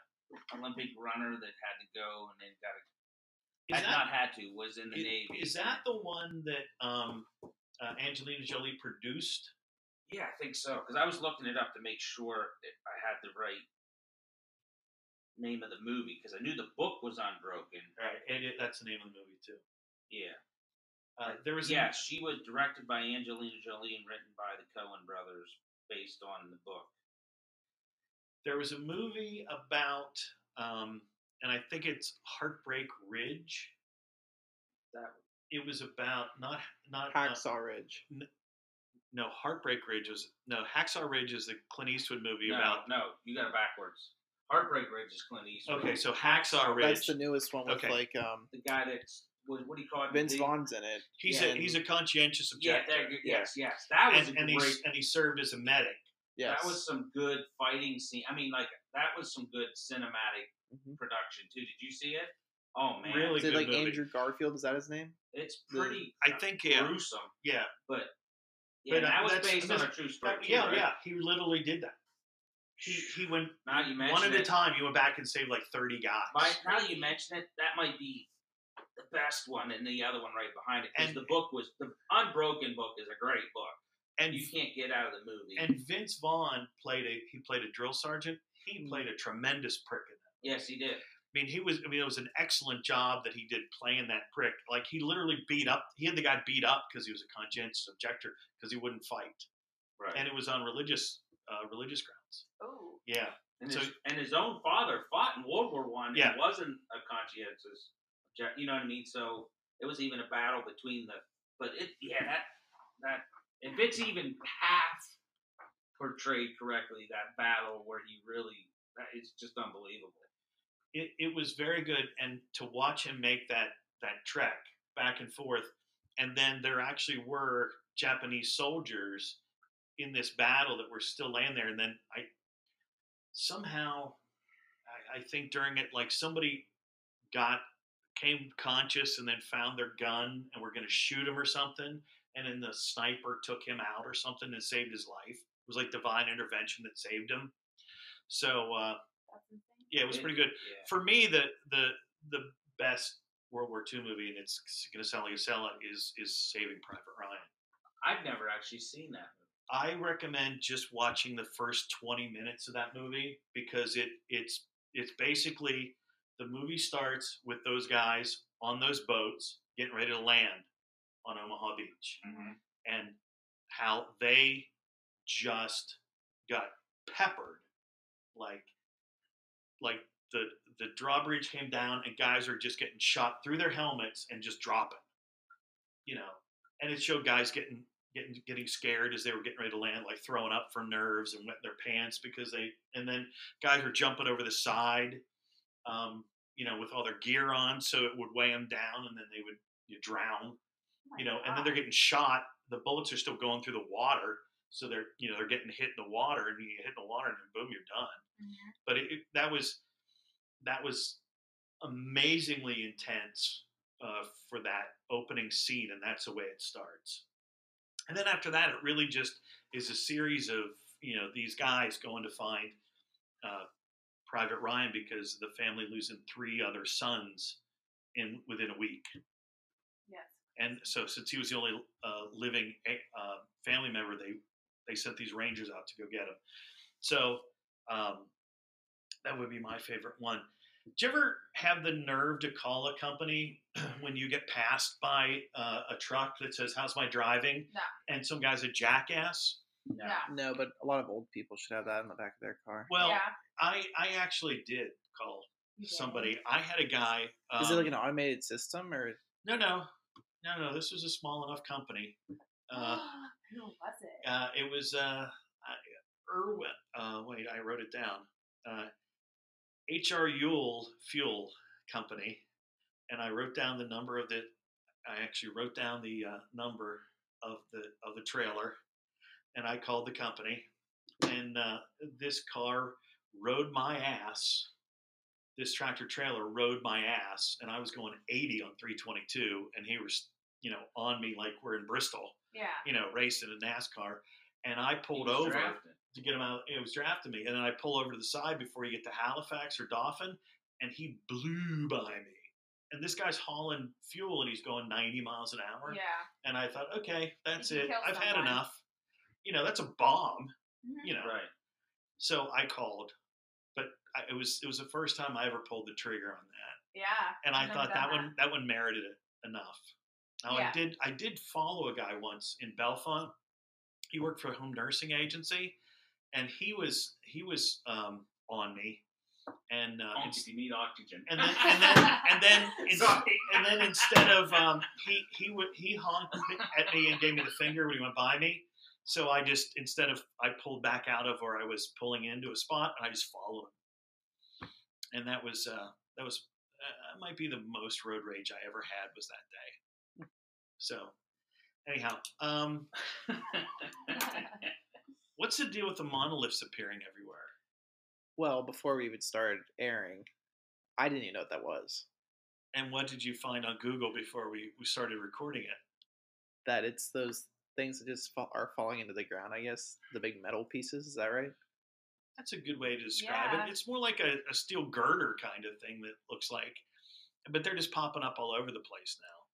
[SPEAKER 3] Olympic runner that had to go and then got
[SPEAKER 1] Is
[SPEAKER 3] had
[SPEAKER 1] that-
[SPEAKER 3] not had to was in the
[SPEAKER 1] Is-
[SPEAKER 3] Navy.
[SPEAKER 1] Is that the one that um, uh, Angelina Jolie produced?
[SPEAKER 3] Yeah, I think so. Because I was looking it up to make sure that I had the right name of the movie because I knew the book was Unbroken.
[SPEAKER 1] Right, and it, that's the name of the movie too.
[SPEAKER 3] Yeah.
[SPEAKER 1] Uh, there was
[SPEAKER 3] Yeah, she was directed by Angelina Jolie and written by the Coen brothers based on the book.
[SPEAKER 1] there was a movie about, um, and I think it's Heartbreak Ridge. That it was about not not uh,
[SPEAKER 4] Hacksaw Ridge.
[SPEAKER 1] no Heartbreak Ridge was no Hacksaw Ridge is the Clint Eastwood movie
[SPEAKER 3] no,
[SPEAKER 1] about.
[SPEAKER 3] No, you got it backwards. Heartbreak Ridge is Clint Eastwood.
[SPEAKER 1] Okay, so Hacksaw Ridge.
[SPEAKER 4] That's the newest one with
[SPEAKER 1] Okay.
[SPEAKER 4] like um
[SPEAKER 3] the guy that's was what do you call it?
[SPEAKER 4] Vince
[SPEAKER 3] The-
[SPEAKER 4] Vaughn's in it.
[SPEAKER 1] he's
[SPEAKER 4] yeah,
[SPEAKER 1] a he's a conscientious
[SPEAKER 3] Yeah,
[SPEAKER 1] objector.
[SPEAKER 3] there, you- yes, yes, that was
[SPEAKER 1] and,
[SPEAKER 3] a
[SPEAKER 1] and he
[SPEAKER 3] great.
[SPEAKER 1] and he served as a medic.
[SPEAKER 4] Yes.
[SPEAKER 3] That was some good fighting scene. I mean, like that was some good cinematic
[SPEAKER 4] Mhm.
[SPEAKER 3] production too. Did you see it? Oh man,
[SPEAKER 1] Really?
[SPEAKER 4] Is it
[SPEAKER 1] good
[SPEAKER 4] like
[SPEAKER 1] movie.
[SPEAKER 4] Andrew Garfield? Is that his name?
[SPEAKER 3] it's
[SPEAKER 4] The-
[SPEAKER 3] pretty. uh,
[SPEAKER 1] I think um, yeah,
[SPEAKER 3] gruesome.
[SPEAKER 1] yeah.
[SPEAKER 3] But yeah,
[SPEAKER 1] But, uh,
[SPEAKER 3] that was
[SPEAKER 1] that's-
[SPEAKER 3] based on
[SPEAKER 1] that's-
[SPEAKER 3] a true story.
[SPEAKER 1] That-
[SPEAKER 3] too,
[SPEAKER 1] yeah,
[SPEAKER 3] right?
[SPEAKER 1] yeah. He literally did that. He he went
[SPEAKER 3] Now you mention
[SPEAKER 1] one at
[SPEAKER 3] it.
[SPEAKER 1] a time. He went back and saved like thirty guys.
[SPEAKER 3] By now you mention it, that might be the best one, and the other one right behind it. And
[SPEAKER 1] And-
[SPEAKER 3] the book was the Unbroken book is a great book.
[SPEAKER 1] and
[SPEAKER 3] You can't get out of the movie.
[SPEAKER 1] and Vince Vaughn played a he played a drill sergeant.
[SPEAKER 3] Hmm.
[SPEAKER 1] He played a tremendous prick in that.
[SPEAKER 3] yes, he did.
[SPEAKER 1] I mean, he was. I mean, it was an excellent job that he did playing that prick. Like he literally beat up. He had the guy beat up because he was a conscientious objector because he wouldn't fight,
[SPEAKER 3] Right.
[SPEAKER 1] and it was on religious uh, religious grounds.
[SPEAKER 2] Oh,
[SPEAKER 1] Yeah,
[SPEAKER 3] And,
[SPEAKER 1] So-
[SPEAKER 3] his, and his own father fought in World War One.
[SPEAKER 1] Yeah.
[SPEAKER 3] and wasn't a conscientious. obje- You know what I mean? So it was even a battle between the. But it, yeah, that that if it's even half portrayed correctly, that battle where he really, that, it's just unbelievable.
[SPEAKER 1] it, it was very good, and to watch him make that that trek back and forth, and then there actually were Japanese soldiers in this battle that were still laying there, and then I somehow I, I think during it like somebody got came conscious and then found their gun and were going to shoot him or something and then the sniper took him out or something and saved his life it was like divine intervention that saved him so uh,
[SPEAKER 2] that's insane. Oh
[SPEAKER 1] yeah it was pretty good
[SPEAKER 3] Yeah.
[SPEAKER 1] for me, the the the best World War II movie, and it's going to sound like a sellout, is is Saving Private Ryan.
[SPEAKER 3] I've never actually seen that movie.
[SPEAKER 1] I recommend just watching the first twenty minutes of that movie because it it's it's basically the movie starts with those guys on those boats getting ready to land on Omaha Beach, and how they just got peppered like like the the drawbridge came down and guys are just getting shot through their helmets and just dropping you know and it showed guys getting getting getting scared as they were getting ready to land like throwing up for nerves and wetting their pants because they and then guys were jumping over the side um you know with all their gear on so it would weigh them down and then they would you drown
[SPEAKER 2] Oh my
[SPEAKER 1] you know, and then they're
[SPEAKER 2] God.
[SPEAKER 1] getting shot. The bullets are still going through the water, so they're you know they're getting hit in the water, and you hit in the water, and then boom, you're done.
[SPEAKER 2] Mhm.
[SPEAKER 1] But it, it- that was that was amazingly intense uh, for that opening scene, and that's the way it starts. And then after that, it really just is a series of you know these guys going to find uh, Private Ryan because the family losing three other sons in within a week.
[SPEAKER 2] Yes.
[SPEAKER 1] And so, since he was the only uh, living uh, family member, they they sent these rangers out to go get him. So um, that would be my favorite one. Did you ever have the nerve to call a company when you get passed by uh, a truck that says "How's my driving?"
[SPEAKER 2] No.
[SPEAKER 1] and some guy's a jackass?
[SPEAKER 3] No.
[SPEAKER 2] No.
[SPEAKER 4] No, but a lot of old people should have that in the back of their car.
[SPEAKER 1] Well,
[SPEAKER 2] yeah,
[SPEAKER 1] I I actually did call
[SPEAKER 2] you did.
[SPEAKER 1] somebody. I had a guy. Um,
[SPEAKER 4] Is it like an automated system or
[SPEAKER 1] no no no no? This was a small enough company.
[SPEAKER 2] Oh.
[SPEAKER 1] Uh,
[SPEAKER 2] Who was it?
[SPEAKER 1] uh, it was uh, I- Irwin. Uh, wait, I wrote it down. Uh, HR Yule Fuel Company, and I wrote down the number of the. I actually wrote down the uh, number of the of the trailer, and I called the company, and uh, this car rode my ass. This tractor trailer rode my ass, and I was going 80 on 322, and he was, you know, on me like we're in Bristol
[SPEAKER 2] Yeah.
[SPEAKER 1] you know, racing in NASCAR. And I pulled
[SPEAKER 3] He was
[SPEAKER 1] over
[SPEAKER 3] drafted.
[SPEAKER 1] to get him out. It was drafting me. And then I pull over to the side before you get to Halifax or Dauphin. And he blew by me. And this guy's hauling fuel and he's going 90 miles an hour.
[SPEAKER 2] Yeah.
[SPEAKER 1] And I thought, okay, that's
[SPEAKER 2] You
[SPEAKER 1] it.
[SPEAKER 2] can kill
[SPEAKER 1] I've had
[SPEAKER 2] someone.
[SPEAKER 1] enough. You know, that's a bomb,
[SPEAKER 2] Mhm.
[SPEAKER 1] you know.
[SPEAKER 3] Right.
[SPEAKER 1] So I called. But I, it was it was the first time I ever pulled the trigger on that.
[SPEAKER 2] Yeah.
[SPEAKER 1] And I
[SPEAKER 2] I've never
[SPEAKER 1] thought
[SPEAKER 2] done
[SPEAKER 1] that one that one merited it enough. Now I
[SPEAKER 2] Yeah.
[SPEAKER 1] did I did follow a guy once in Belfont. He worked for a home nursing agency, and he was he was um, on me, and uh,
[SPEAKER 3] Only if
[SPEAKER 1] ins-
[SPEAKER 3] you need oxygen.
[SPEAKER 1] and then and then and then ins-
[SPEAKER 3] Oh Sorry.
[SPEAKER 1] and then instead of um, he he would he honked at me and gave me the finger when he went by me. So I just instead of I pulled back out of where I was pulling into a spot, and I just followed him, and that was uh, that was uh, that might be the most road rage I ever had was that day. So anyhow, um, what's the deal with the monoliths appearing everywhere?
[SPEAKER 4] well, before we even started airing, I didn't even know what that was.
[SPEAKER 1] And what did you find on Google before we, we started recording it?
[SPEAKER 4] That it's those things that just fa- are falling into the ground. I guess the big metal pieces. Is that right?
[SPEAKER 1] That's a good way to describe
[SPEAKER 2] Yeah.
[SPEAKER 1] it. It's more like a, a steel girder kind of thing that looks like, but they're just popping up all over the place now.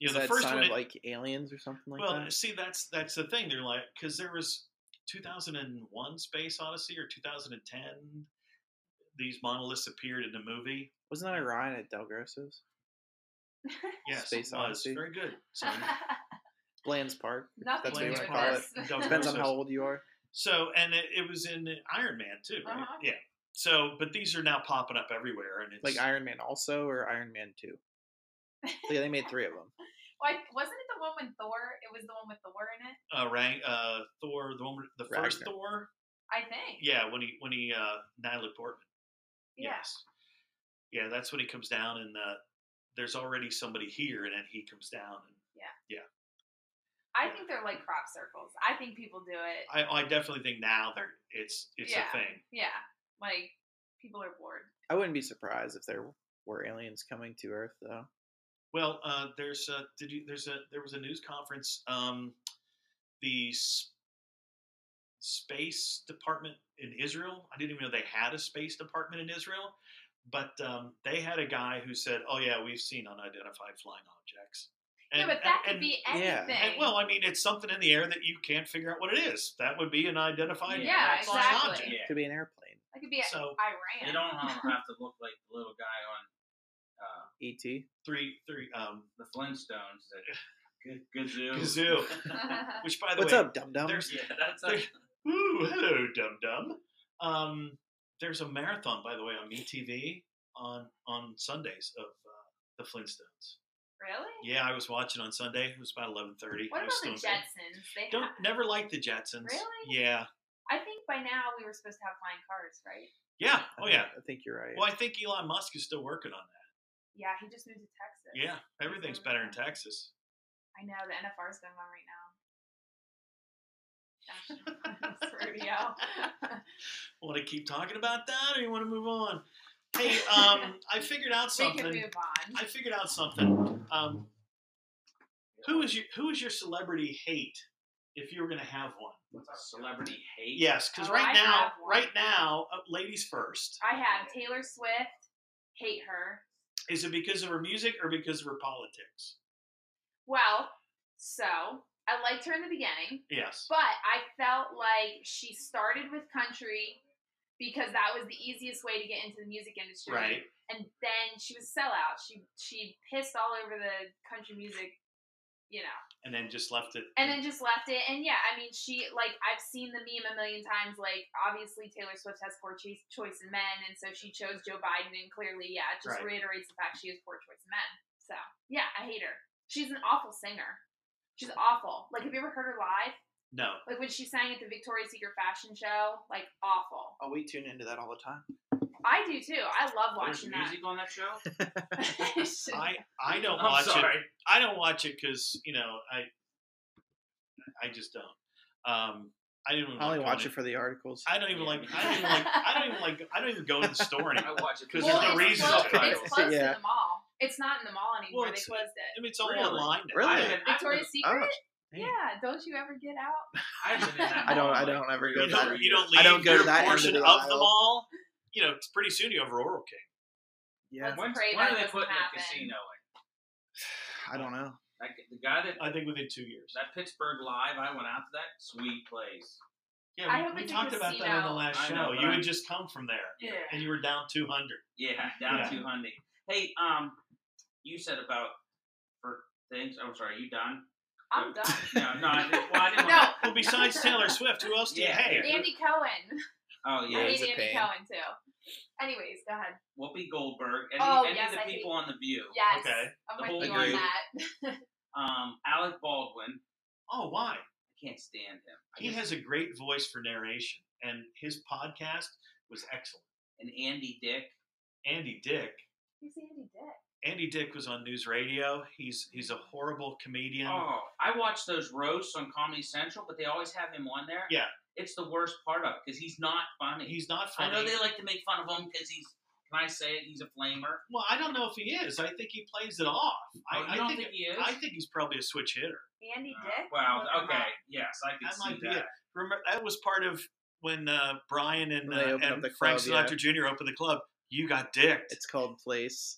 [SPEAKER 1] You know,
[SPEAKER 4] Is
[SPEAKER 1] the
[SPEAKER 4] that
[SPEAKER 1] first
[SPEAKER 4] sign
[SPEAKER 1] one.
[SPEAKER 4] of
[SPEAKER 1] it-
[SPEAKER 4] like aliens or something like
[SPEAKER 1] well,
[SPEAKER 4] that?
[SPEAKER 1] see, that's that's the thing. They're like because there was 2001 Space Odyssey or 2010. These monoliths appeared in the movie.
[SPEAKER 4] Wasn't that Orion at Del Grosso's?
[SPEAKER 1] Yes,
[SPEAKER 4] Space
[SPEAKER 1] it was
[SPEAKER 4] Odyssey.
[SPEAKER 1] very good. son.
[SPEAKER 4] Bland's Park.
[SPEAKER 2] Nothing
[SPEAKER 4] That's what you
[SPEAKER 1] Blaine's
[SPEAKER 2] with
[SPEAKER 4] want to call
[SPEAKER 1] Park,
[SPEAKER 4] it.
[SPEAKER 2] this.
[SPEAKER 1] Del
[SPEAKER 4] Depends on
[SPEAKER 1] Grosso's.
[SPEAKER 4] how old you are.
[SPEAKER 1] So, and it, it was in Iron Man too, right?
[SPEAKER 2] Uh-huh.
[SPEAKER 1] Yeah. So, but these are now popping up everywhere, and it's
[SPEAKER 4] Like Iron Man also or Iron Man 2? Yeah, they made three of them.
[SPEAKER 2] Why wasn't it the one with Thor? It was the one with Thor in it,
[SPEAKER 1] uh, rank, uh, Thor, the one, the first
[SPEAKER 4] Ragnar.
[SPEAKER 1] Thor.
[SPEAKER 2] I think.
[SPEAKER 1] Yeah, when he when he uh, Natalie Portman.
[SPEAKER 2] Yeah.
[SPEAKER 1] Yes. Yeah, that's when he comes down, and uh, there's already somebody here, and then he comes down, and
[SPEAKER 2] I think they're like crop circles. I think people do it.
[SPEAKER 1] I, I definitely think now there it's it's
[SPEAKER 2] yeah.
[SPEAKER 1] a thing.
[SPEAKER 2] Yeah. Like people are bored.
[SPEAKER 4] I wouldn't be surprised if there were aliens coming to Earth, though.
[SPEAKER 1] Well, uh, there's a, did you there's a there was a news conference. Um, the s- space department in Israel. I didn't even know they had a space department in Israel, but um, they had a guy who said, "Oh yeah, we've seen unidentified flying objects."
[SPEAKER 2] yeah, but that could
[SPEAKER 1] and-
[SPEAKER 2] be anything.
[SPEAKER 4] yeah.
[SPEAKER 1] and, well, I mean, it's something in the air that you can't figure out what it is. That would be an identified
[SPEAKER 2] Yeah, Yeah,
[SPEAKER 1] flying
[SPEAKER 2] exactly.
[SPEAKER 1] object.
[SPEAKER 3] Yeah.
[SPEAKER 4] Could be an airplane.
[SPEAKER 2] that could be
[SPEAKER 1] So
[SPEAKER 2] Iran.
[SPEAKER 3] They don't have have to look like the little guy on uh,
[SPEAKER 4] ET.
[SPEAKER 1] three three um,
[SPEAKER 3] the Flintstones. That, good, good zoo.
[SPEAKER 1] Gazoo. Which, by the
[SPEAKER 4] What's
[SPEAKER 1] way,
[SPEAKER 4] up, dum dum?
[SPEAKER 1] there's
[SPEAKER 3] Yeah, that's a,
[SPEAKER 1] There's- Ooh, hello, Dum Dum. Um, there's a marathon, by the way, on MeTV on on Sundays of uh, the Flintstones.
[SPEAKER 2] really?
[SPEAKER 1] Yeah, I was watching on Sunday. It was about eleven thirty.
[SPEAKER 2] What
[SPEAKER 1] I was
[SPEAKER 2] about the
[SPEAKER 1] still in bed.
[SPEAKER 2] Jetsons? They
[SPEAKER 1] Don't
[SPEAKER 2] have,
[SPEAKER 1] never liked the Jetsons.
[SPEAKER 2] Really?
[SPEAKER 1] Yeah,
[SPEAKER 2] I think by now we were supposed to have flying cars, right?
[SPEAKER 1] yeah, oh yeah.
[SPEAKER 4] I think you're right.
[SPEAKER 1] Well, I think Elon Musk is still working on that.
[SPEAKER 2] Yeah, he just moved to Texas.
[SPEAKER 1] Yeah, everything's
[SPEAKER 2] Mm-hmm.
[SPEAKER 1] better in Texas.
[SPEAKER 2] I know the NFR is going on right now. Gosh, it's rodeo.
[SPEAKER 1] Want to keep talking about that, or you want to move on? Hey, um, I figured out
[SPEAKER 2] we can
[SPEAKER 1] something.
[SPEAKER 2] move on.
[SPEAKER 1] I figured out something. Um, who is your who is your celebrity hate if you were going to have one?
[SPEAKER 3] that's a celebrity hate.
[SPEAKER 1] Yes, because
[SPEAKER 2] Oh,
[SPEAKER 1] right
[SPEAKER 2] I
[SPEAKER 1] now,
[SPEAKER 2] have one.
[SPEAKER 1] right now, uh, ladies first.
[SPEAKER 2] I have Taylor Swift. Hate her.
[SPEAKER 1] Is it because of her music or because of her politics?
[SPEAKER 2] Well, so I liked her in the beginning,
[SPEAKER 1] Yes.
[SPEAKER 2] but I felt like she started with country because that was the easiest way to get into the music industry.
[SPEAKER 1] Right.
[SPEAKER 2] And then she was sellout. She she pissed all over the country music, you know.
[SPEAKER 1] And then just left it.
[SPEAKER 2] and then just left it. And yeah, I mean, she like I've seen the meme a million times. Like obviously Taylor Swift has poor choice, choice in men, and so she chose Joe Biden. And clearly, yeah, it just
[SPEAKER 1] Right.
[SPEAKER 2] reiterates the fact she has poor choice in men. So yeah, I hate her. She's an awful singer. She's awful. Like, have you ever heard her live?
[SPEAKER 1] no.
[SPEAKER 2] Like when she sang at the Victoria's Secret fashion show, like awful.
[SPEAKER 4] Oh, we tune into that all the time.
[SPEAKER 2] I do too. I love
[SPEAKER 3] There's
[SPEAKER 2] watching that.
[SPEAKER 3] music on that show.
[SPEAKER 1] I I don't
[SPEAKER 3] I'm
[SPEAKER 1] watch it.
[SPEAKER 3] sorry.
[SPEAKER 1] I don't watch it because you know I I just don't. Um, I didn't even
[SPEAKER 4] I only
[SPEAKER 1] like
[SPEAKER 4] watch
[SPEAKER 1] going
[SPEAKER 4] it for the articles.
[SPEAKER 1] to- I don't even like. I don't even like. I don't even like. I don't even go to the store
[SPEAKER 3] I
[SPEAKER 1] anymore.
[SPEAKER 3] watch it
[SPEAKER 1] 'Cause
[SPEAKER 2] well,
[SPEAKER 1] there's no
[SPEAKER 2] it's
[SPEAKER 1] reason
[SPEAKER 2] closed-
[SPEAKER 1] to.
[SPEAKER 2] It's closed
[SPEAKER 4] Yeah.
[SPEAKER 2] in the mall. It's not in the mall anymore.
[SPEAKER 1] Well,
[SPEAKER 2] they
[SPEAKER 1] it's-
[SPEAKER 2] closed it.
[SPEAKER 1] I mean, it's all
[SPEAKER 3] Really?
[SPEAKER 1] online. now.
[SPEAKER 4] Really?
[SPEAKER 3] I haven't- I haven't-
[SPEAKER 2] Victoria's
[SPEAKER 4] I'm
[SPEAKER 2] Secret.
[SPEAKER 4] not-
[SPEAKER 2] Yeah, don't you ever get out?
[SPEAKER 3] I haven't been in that
[SPEAKER 4] I don't.
[SPEAKER 3] mall
[SPEAKER 4] I
[SPEAKER 3] in, like,
[SPEAKER 4] don't ever go.
[SPEAKER 1] You
[SPEAKER 4] to
[SPEAKER 1] don't,
[SPEAKER 4] that.
[SPEAKER 1] you don't leave
[SPEAKER 4] I don't go
[SPEAKER 1] your
[SPEAKER 4] to that end of
[SPEAKER 1] portion
[SPEAKER 4] the
[SPEAKER 1] the
[SPEAKER 4] aisle.
[SPEAKER 1] mall. You know, it's pretty soon you have Rural King.
[SPEAKER 4] Yeah,
[SPEAKER 2] Let's
[SPEAKER 3] When,
[SPEAKER 2] pray
[SPEAKER 3] when
[SPEAKER 2] that
[SPEAKER 3] are they
[SPEAKER 2] doesn't
[SPEAKER 3] putting
[SPEAKER 2] happen.
[SPEAKER 3] the casino in?
[SPEAKER 4] I don't know.
[SPEAKER 3] Like the guy that
[SPEAKER 1] I think within two years.
[SPEAKER 3] that Pittsburgh Live, I went out to that sweet place.
[SPEAKER 1] Yeah,
[SPEAKER 2] I
[SPEAKER 1] we,
[SPEAKER 2] hope
[SPEAKER 1] we
[SPEAKER 2] it's a
[SPEAKER 1] talked about that on the
[SPEAKER 2] casino.
[SPEAKER 1] last
[SPEAKER 3] I
[SPEAKER 1] show.
[SPEAKER 3] know, but
[SPEAKER 1] you
[SPEAKER 3] I-
[SPEAKER 1] had just come from there,
[SPEAKER 3] Yeah.
[SPEAKER 1] and you were down two hundred.
[SPEAKER 3] Yeah, down
[SPEAKER 1] Yeah.
[SPEAKER 3] two hundred. Hey, um, you said about for things. I'm sorry, you done?
[SPEAKER 2] I'm done.
[SPEAKER 3] No, no, I didn't. Well, I didn't
[SPEAKER 2] No.
[SPEAKER 3] wanna-
[SPEAKER 1] Well, besides Taylor Swift, who else do you
[SPEAKER 3] Yeah.
[SPEAKER 1] hate?
[SPEAKER 2] Andy Cohen.
[SPEAKER 3] Oh
[SPEAKER 2] I
[SPEAKER 3] yeah,
[SPEAKER 4] he's
[SPEAKER 2] hate
[SPEAKER 4] a
[SPEAKER 2] Andy
[SPEAKER 4] pain.
[SPEAKER 2] Cohen too. Anyways, go ahead.
[SPEAKER 3] Whoopi Goldberg, any,
[SPEAKER 2] Oh,
[SPEAKER 3] any
[SPEAKER 2] yes,
[SPEAKER 3] of
[SPEAKER 2] I
[SPEAKER 3] the people on the View.
[SPEAKER 2] Yes,
[SPEAKER 1] Okay.
[SPEAKER 2] I'm
[SPEAKER 3] The whole
[SPEAKER 2] with you
[SPEAKER 4] Agreed.
[SPEAKER 2] on that.
[SPEAKER 3] Um, Alec Baldwin,
[SPEAKER 1] Oh, why?
[SPEAKER 3] I can't stand him. I
[SPEAKER 1] He
[SPEAKER 3] just-
[SPEAKER 1] has a great voice for narration, and his podcast was excellent.
[SPEAKER 3] and Andy Dick.
[SPEAKER 1] Andy Dick.
[SPEAKER 2] Who's Andy Dick?
[SPEAKER 1] Andy Dick was on News Radio. He's he's a horrible comedian.
[SPEAKER 3] Oh, I watch those roasts on Comedy Central, but they always have him on there.
[SPEAKER 1] Yeah.
[SPEAKER 3] it's the worst part of it because he's not funny.
[SPEAKER 1] He's not
[SPEAKER 3] I
[SPEAKER 1] funny.
[SPEAKER 3] know they like to make fun of him because he's. Can I say it? He's a flamer.
[SPEAKER 1] well, I don't know if he is. I think he plays it off.
[SPEAKER 3] Oh, you
[SPEAKER 1] I, I
[SPEAKER 3] don't
[SPEAKER 1] think,
[SPEAKER 3] think he is?
[SPEAKER 1] I think he's probably a switch hitter.
[SPEAKER 2] Andy
[SPEAKER 3] Uh,
[SPEAKER 2] Dick.
[SPEAKER 3] Wow.
[SPEAKER 2] Look him
[SPEAKER 3] Okay.
[SPEAKER 2] up.
[SPEAKER 3] Yes, I can
[SPEAKER 1] That
[SPEAKER 3] see
[SPEAKER 1] might be
[SPEAKER 3] that.
[SPEAKER 1] it. Remember that was part of when uh, Brian and,
[SPEAKER 4] When they
[SPEAKER 1] uh,
[SPEAKER 4] opened up
[SPEAKER 1] and
[SPEAKER 4] the
[SPEAKER 1] Frank
[SPEAKER 4] club,
[SPEAKER 1] Sinatra Jr. opened the club, you got dicked.
[SPEAKER 4] It's called Place.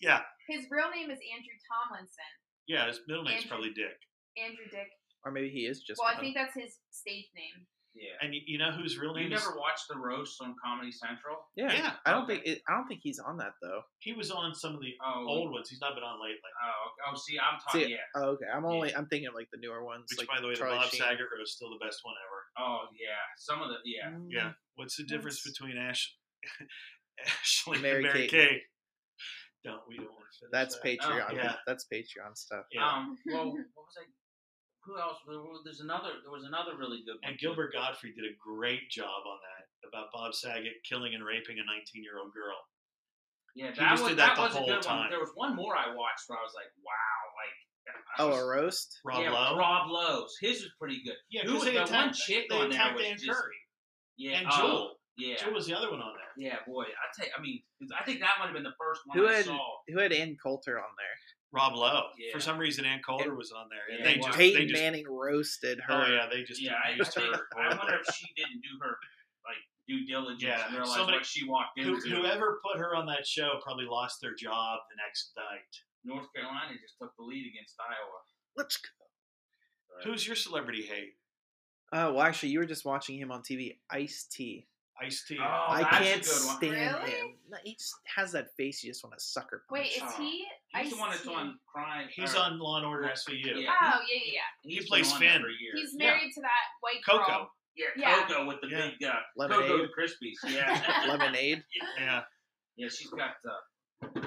[SPEAKER 2] His real name is Andrew Tomlinson.
[SPEAKER 1] yeah, his middle name's
[SPEAKER 2] Andrew-
[SPEAKER 1] probably Dick.
[SPEAKER 2] Andrew Dick.
[SPEAKER 4] Or maybe he is just.
[SPEAKER 2] well, I
[SPEAKER 4] one.
[SPEAKER 2] think that's his stage name.
[SPEAKER 3] Yeah.
[SPEAKER 1] And you, you know whose real
[SPEAKER 3] You
[SPEAKER 1] name is?
[SPEAKER 3] never watched the roast on Comedy Central?
[SPEAKER 4] yeah.
[SPEAKER 1] yeah,
[SPEAKER 4] I don't
[SPEAKER 3] okay.
[SPEAKER 4] think it, I don't think he's on that though.
[SPEAKER 1] He was on some of the
[SPEAKER 3] Oh,
[SPEAKER 1] old ones. He's not been on lately.
[SPEAKER 3] oh, okay. oh, see, I'm talking.
[SPEAKER 4] See-
[SPEAKER 3] yeah.
[SPEAKER 4] Oh, okay. I'm only I'm thinking of like the newer ones.
[SPEAKER 1] Which,
[SPEAKER 4] like
[SPEAKER 1] by the way,
[SPEAKER 4] Charlie
[SPEAKER 1] the Bob
[SPEAKER 4] Sheen.
[SPEAKER 1] Saget row is still the best one ever.
[SPEAKER 3] Oh, yeah. Some of the yeah.
[SPEAKER 4] Mm.
[SPEAKER 1] Yeah. What's the difference
[SPEAKER 4] That's-
[SPEAKER 1] between Ash, Ashley
[SPEAKER 4] Mary
[SPEAKER 1] and Mary
[SPEAKER 4] Kate.
[SPEAKER 1] Kate? Don't we don't want to finish
[SPEAKER 4] That's
[SPEAKER 1] that.
[SPEAKER 4] Patreon.
[SPEAKER 1] uh, oh, yeah.
[SPEAKER 4] That's Patreon stuff.
[SPEAKER 1] Yeah.
[SPEAKER 3] Um. Well, what was I? Who else? There was- There's another. There was another really good one.
[SPEAKER 1] And Gilbert Godfrey did a great job on that about Bob Saget killing and raping a 19 year old girl.
[SPEAKER 3] Yeah,
[SPEAKER 1] He
[SPEAKER 3] that
[SPEAKER 1] just
[SPEAKER 3] was
[SPEAKER 1] did that
[SPEAKER 3] that,
[SPEAKER 1] the
[SPEAKER 3] was a
[SPEAKER 1] whole
[SPEAKER 3] good
[SPEAKER 1] time.
[SPEAKER 3] one. There was one more I watched where I was like, wow, like. I
[SPEAKER 4] Oh,
[SPEAKER 3] was-
[SPEAKER 4] a roast.
[SPEAKER 1] Rob
[SPEAKER 3] yeah,
[SPEAKER 1] Lowe.
[SPEAKER 3] Rob Lowe's. His was pretty good.
[SPEAKER 1] yeah,
[SPEAKER 3] who
[SPEAKER 1] because
[SPEAKER 3] was
[SPEAKER 1] they
[SPEAKER 3] the
[SPEAKER 1] attacked,
[SPEAKER 3] one chick
[SPEAKER 1] they
[SPEAKER 3] on there
[SPEAKER 1] attacked
[SPEAKER 3] was
[SPEAKER 1] Dan
[SPEAKER 3] just-
[SPEAKER 1] Curry
[SPEAKER 3] Yeah.
[SPEAKER 1] and
[SPEAKER 3] oh,
[SPEAKER 1] Joel.
[SPEAKER 3] Yeah.
[SPEAKER 1] Joel was the other one on there.
[SPEAKER 3] Yeah, boy. I tell you, I mean, 'cause I think that might have been the first one
[SPEAKER 4] Who
[SPEAKER 3] I
[SPEAKER 4] had-
[SPEAKER 3] saw.
[SPEAKER 4] Who had Ann Coulter on there?
[SPEAKER 1] Rob Lowe.
[SPEAKER 3] Yeah.
[SPEAKER 1] For some reason, Ann Coulter was on there, and
[SPEAKER 3] Yeah,
[SPEAKER 1] they
[SPEAKER 3] wow.
[SPEAKER 1] just
[SPEAKER 4] Peyton
[SPEAKER 1] they just
[SPEAKER 4] Manning roasted her.
[SPEAKER 1] oh yeah they just
[SPEAKER 3] yeah, I, I,
[SPEAKER 1] abused
[SPEAKER 3] think,
[SPEAKER 1] her.
[SPEAKER 3] I wonder if she didn't do her like due diligence
[SPEAKER 1] Yeah,
[SPEAKER 3] and realize
[SPEAKER 1] somebody-
[SPEAKER 3] what she walked into.
[SPEAKER 1] Who, whoever put her on that show probably lost their job the next night.
[SPEAKER 3] North Carolina just took the lead against Iowa.
[SPEAKER 4] Let's. go.
[SPEAKER 1] Who's your celebrity hate?
[SPEAKER 4] Uh, well, actually, you were just watching him on TV. Ice T.
[SPEAKER 1] Ice T.
[SPEAKER 3] Oh,
[SPEAKER 4] I
[SPEAKER 3] that's a
[SPEAKER 4] can't
[SPEAKER 3] good one.
[SPEAKER 4] stand
[SPEAKER 2] Really?
[SPEAKER 4] him. No, he just has that face. You just want to sucker.
[SPEAKER 2] Wait,
[SPEAKER 4] punch.
[SPEAKER 1] uh,
[SPEAKER 2] is he?
[SPEAKER 3] He's the one that's
[SPEAKER 2] Ice-T?
[SPEAKER 3] on crime.
[SPEAKER 1] He's
[SPEAKER 3] or-
[SPEAKER 1] on Law and Order SVU.
[SPEAKER 3] Yeah.
[SPEAKER 2] Oh yeah, yeah, yeah.
[SPEAKER 1] He
[SPEAKER 3] he's been
[SPEAKER 1] plays
[SPEAKER 3] on that
[SPEAKER 1] Finn.
[SPEAKER 3] for years.
[SPEAKER 2] He's married to that white
[SPEAKER 1] Coco.
[SPEAKER 2] girl.
[SPEAKER 3] Yeah,
[SPEAKER 2] Yeah.
[SPEAKER 3] Coco with the
[SPEAKER 1] Yeah.
[SPEAKER 3] big uh, Coco
[SPEAKER 4] lemonade.
[SPEAKER 3] Krispies.
[SPEAKER 1] Oh.
[SPEAKER 3] Yeah,
[SPEAKER 4] lemonade.
[SPEAKER 1] Yeah.
[SPEAKER 3] yeah, she's got uh,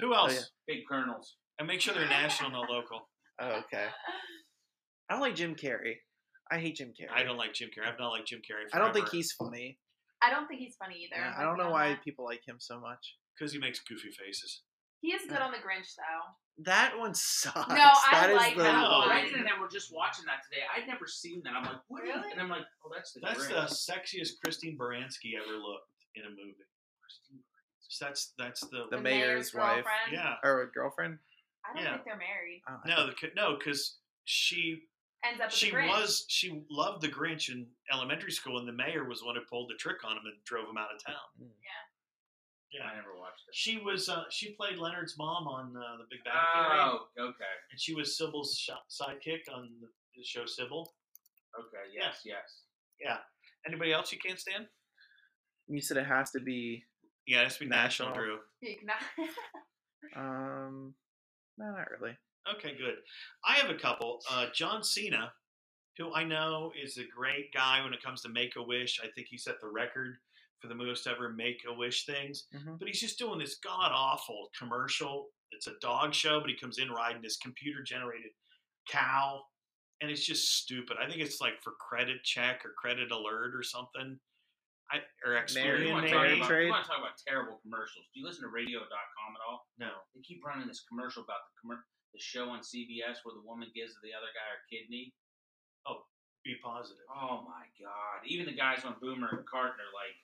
[SPEAKER 1] Who else?
[SPEAKER 4] Oh, yeah.
[SPEAKER 3] big kernels.
[SPEAKER 1] And make sure they're national, not local.
[SPEAKER 4] Oh, okay. I don't like Jim Carrey. I hate Jim Carrey.
[SPEAKER 1] I don't like Jim Carrey. I've not liked Jim Carrey.
[SPEAKER 4] I don't think
[SPEAKER 1] forever.
[SPEAKER 4] he's funny.
[SPEAKER 2] I don't think he's funny either.
[SPEAKER 4] Yeah,
[SPEAKER 2] I'm
[SPEAKER 4] I don't
[SPEAKER 2] with you
[SPEAKER 4] know
[SPEAKER 2] on
[SPEAKER 4] why
[SPEAKER 2] that.
[SPEAKER 4] people like him so much.
[SPEAKER 1] because he makes goofy faces.
[SPEAKER 2] He is good on the Grinch though.
[SPEAKER 4] That one sucks.
[SPEAKER 2] No, I
[SPEAKER 4] That is
[SPEAKER 2] like
[SPEAKER 4] the
[SPEAKER 2] that
[SPEAKER 1] Oh,
[SPEAKER 3] Oh,
[SPEAKER 2] one.
[SPEAKER 1] yeah.
[SPEAKER 3] Brandon and I were just watching that today. I'd never seen that. I'm like, what? is-
[SPEAKER 2] Really?
[SPEAKER 3] And I'm like, oh, that's the
[SPEAKER 1] That's
[SPEAKER 3] Grinch.
[SPEAKER 1] the sexiest Christine Baranski ever looked in a movie. So that's that's the,
[SPEAKER 4] The mayor's wife.
[SPEAKER 2] girlfriend.
[SPEAKER 1] yeah.
[SPEAKER 4] or a girlfriend.
[SPEAKER 2] I don't
[SPEAKER 1] Yeah.
[SPEAKER 2] think they're married.
[SPEAKER 4] Oh, I
[SPEAKER 1] No,
[SPEAKER 4] think-
[SPEAKER 1] the, no, because she
[SPEAKER 2] Ends up with
[SPEAKER 1] she
[SPEAKER 2] the Grinch.
[SPEAKER 1] was she loved the Grinch in elementary school, and the mayor was the one who pulled the trick on him and drove him out of town.
[SPEAKER 3] I never watched it.
[SPEAKER 1] She was uh, she played Leonard's mom on uh, The Big Bang Theory,
[SPEAKER 3] Oh, okay,
[SPEAKER 1] and she was Sybil's sh- sidekick on the show Sybil.
[SPEAKER 3] okay, yes, yes.
[SPEAKER 1] Anybody else you can't stand?
[SPEAKER 4] You said it has to be.
[SPEAKER 1] Yeah, it has to be national,
[SPEAKER 4] National.
[SPEAKER 1] Drew.
[SPEAKER 2] You cannot-
[SPEAKER 4] Um, no, not really.
[SPEAKER 1] Okay, good. I have a couple. Uh, John Cena, who I know is a great guy when it comes to Make a Wish. I think he set the record for the most ever Make a Wish things.
[SPEAKER 4] Mhm.
[SPEAKER 1] But he's just doing this god awful commercial. It's a dog show, but he comes in riding this computer generated cow. And it's just stupid. I think it's like for credit check or credit alert or something. I, or
[SPEAKER 3] you,
[SPEAKER 4] Mary-
[SPEAKER 1] Experian
[SPEAKER 3] want to talk
[SPEAKER 1] maybe.
[SPEAKER 4] Mary-
[SPEAKER 3] about,
[SPEAKER 4] trade?
[SPEAKER 3] you want to talk about terrible commercials? Do you listen to Radio.com at all?
[SPEAKER 1] No.
[SPEAKER 3] They keep running this commercial about the commer the show on CBS where the woman gives the other guy her kidney.
[SPEAKER 1] Be positive.
[SPEAKER 3] Oh my God! Even the guys on Boomer and Carton are like,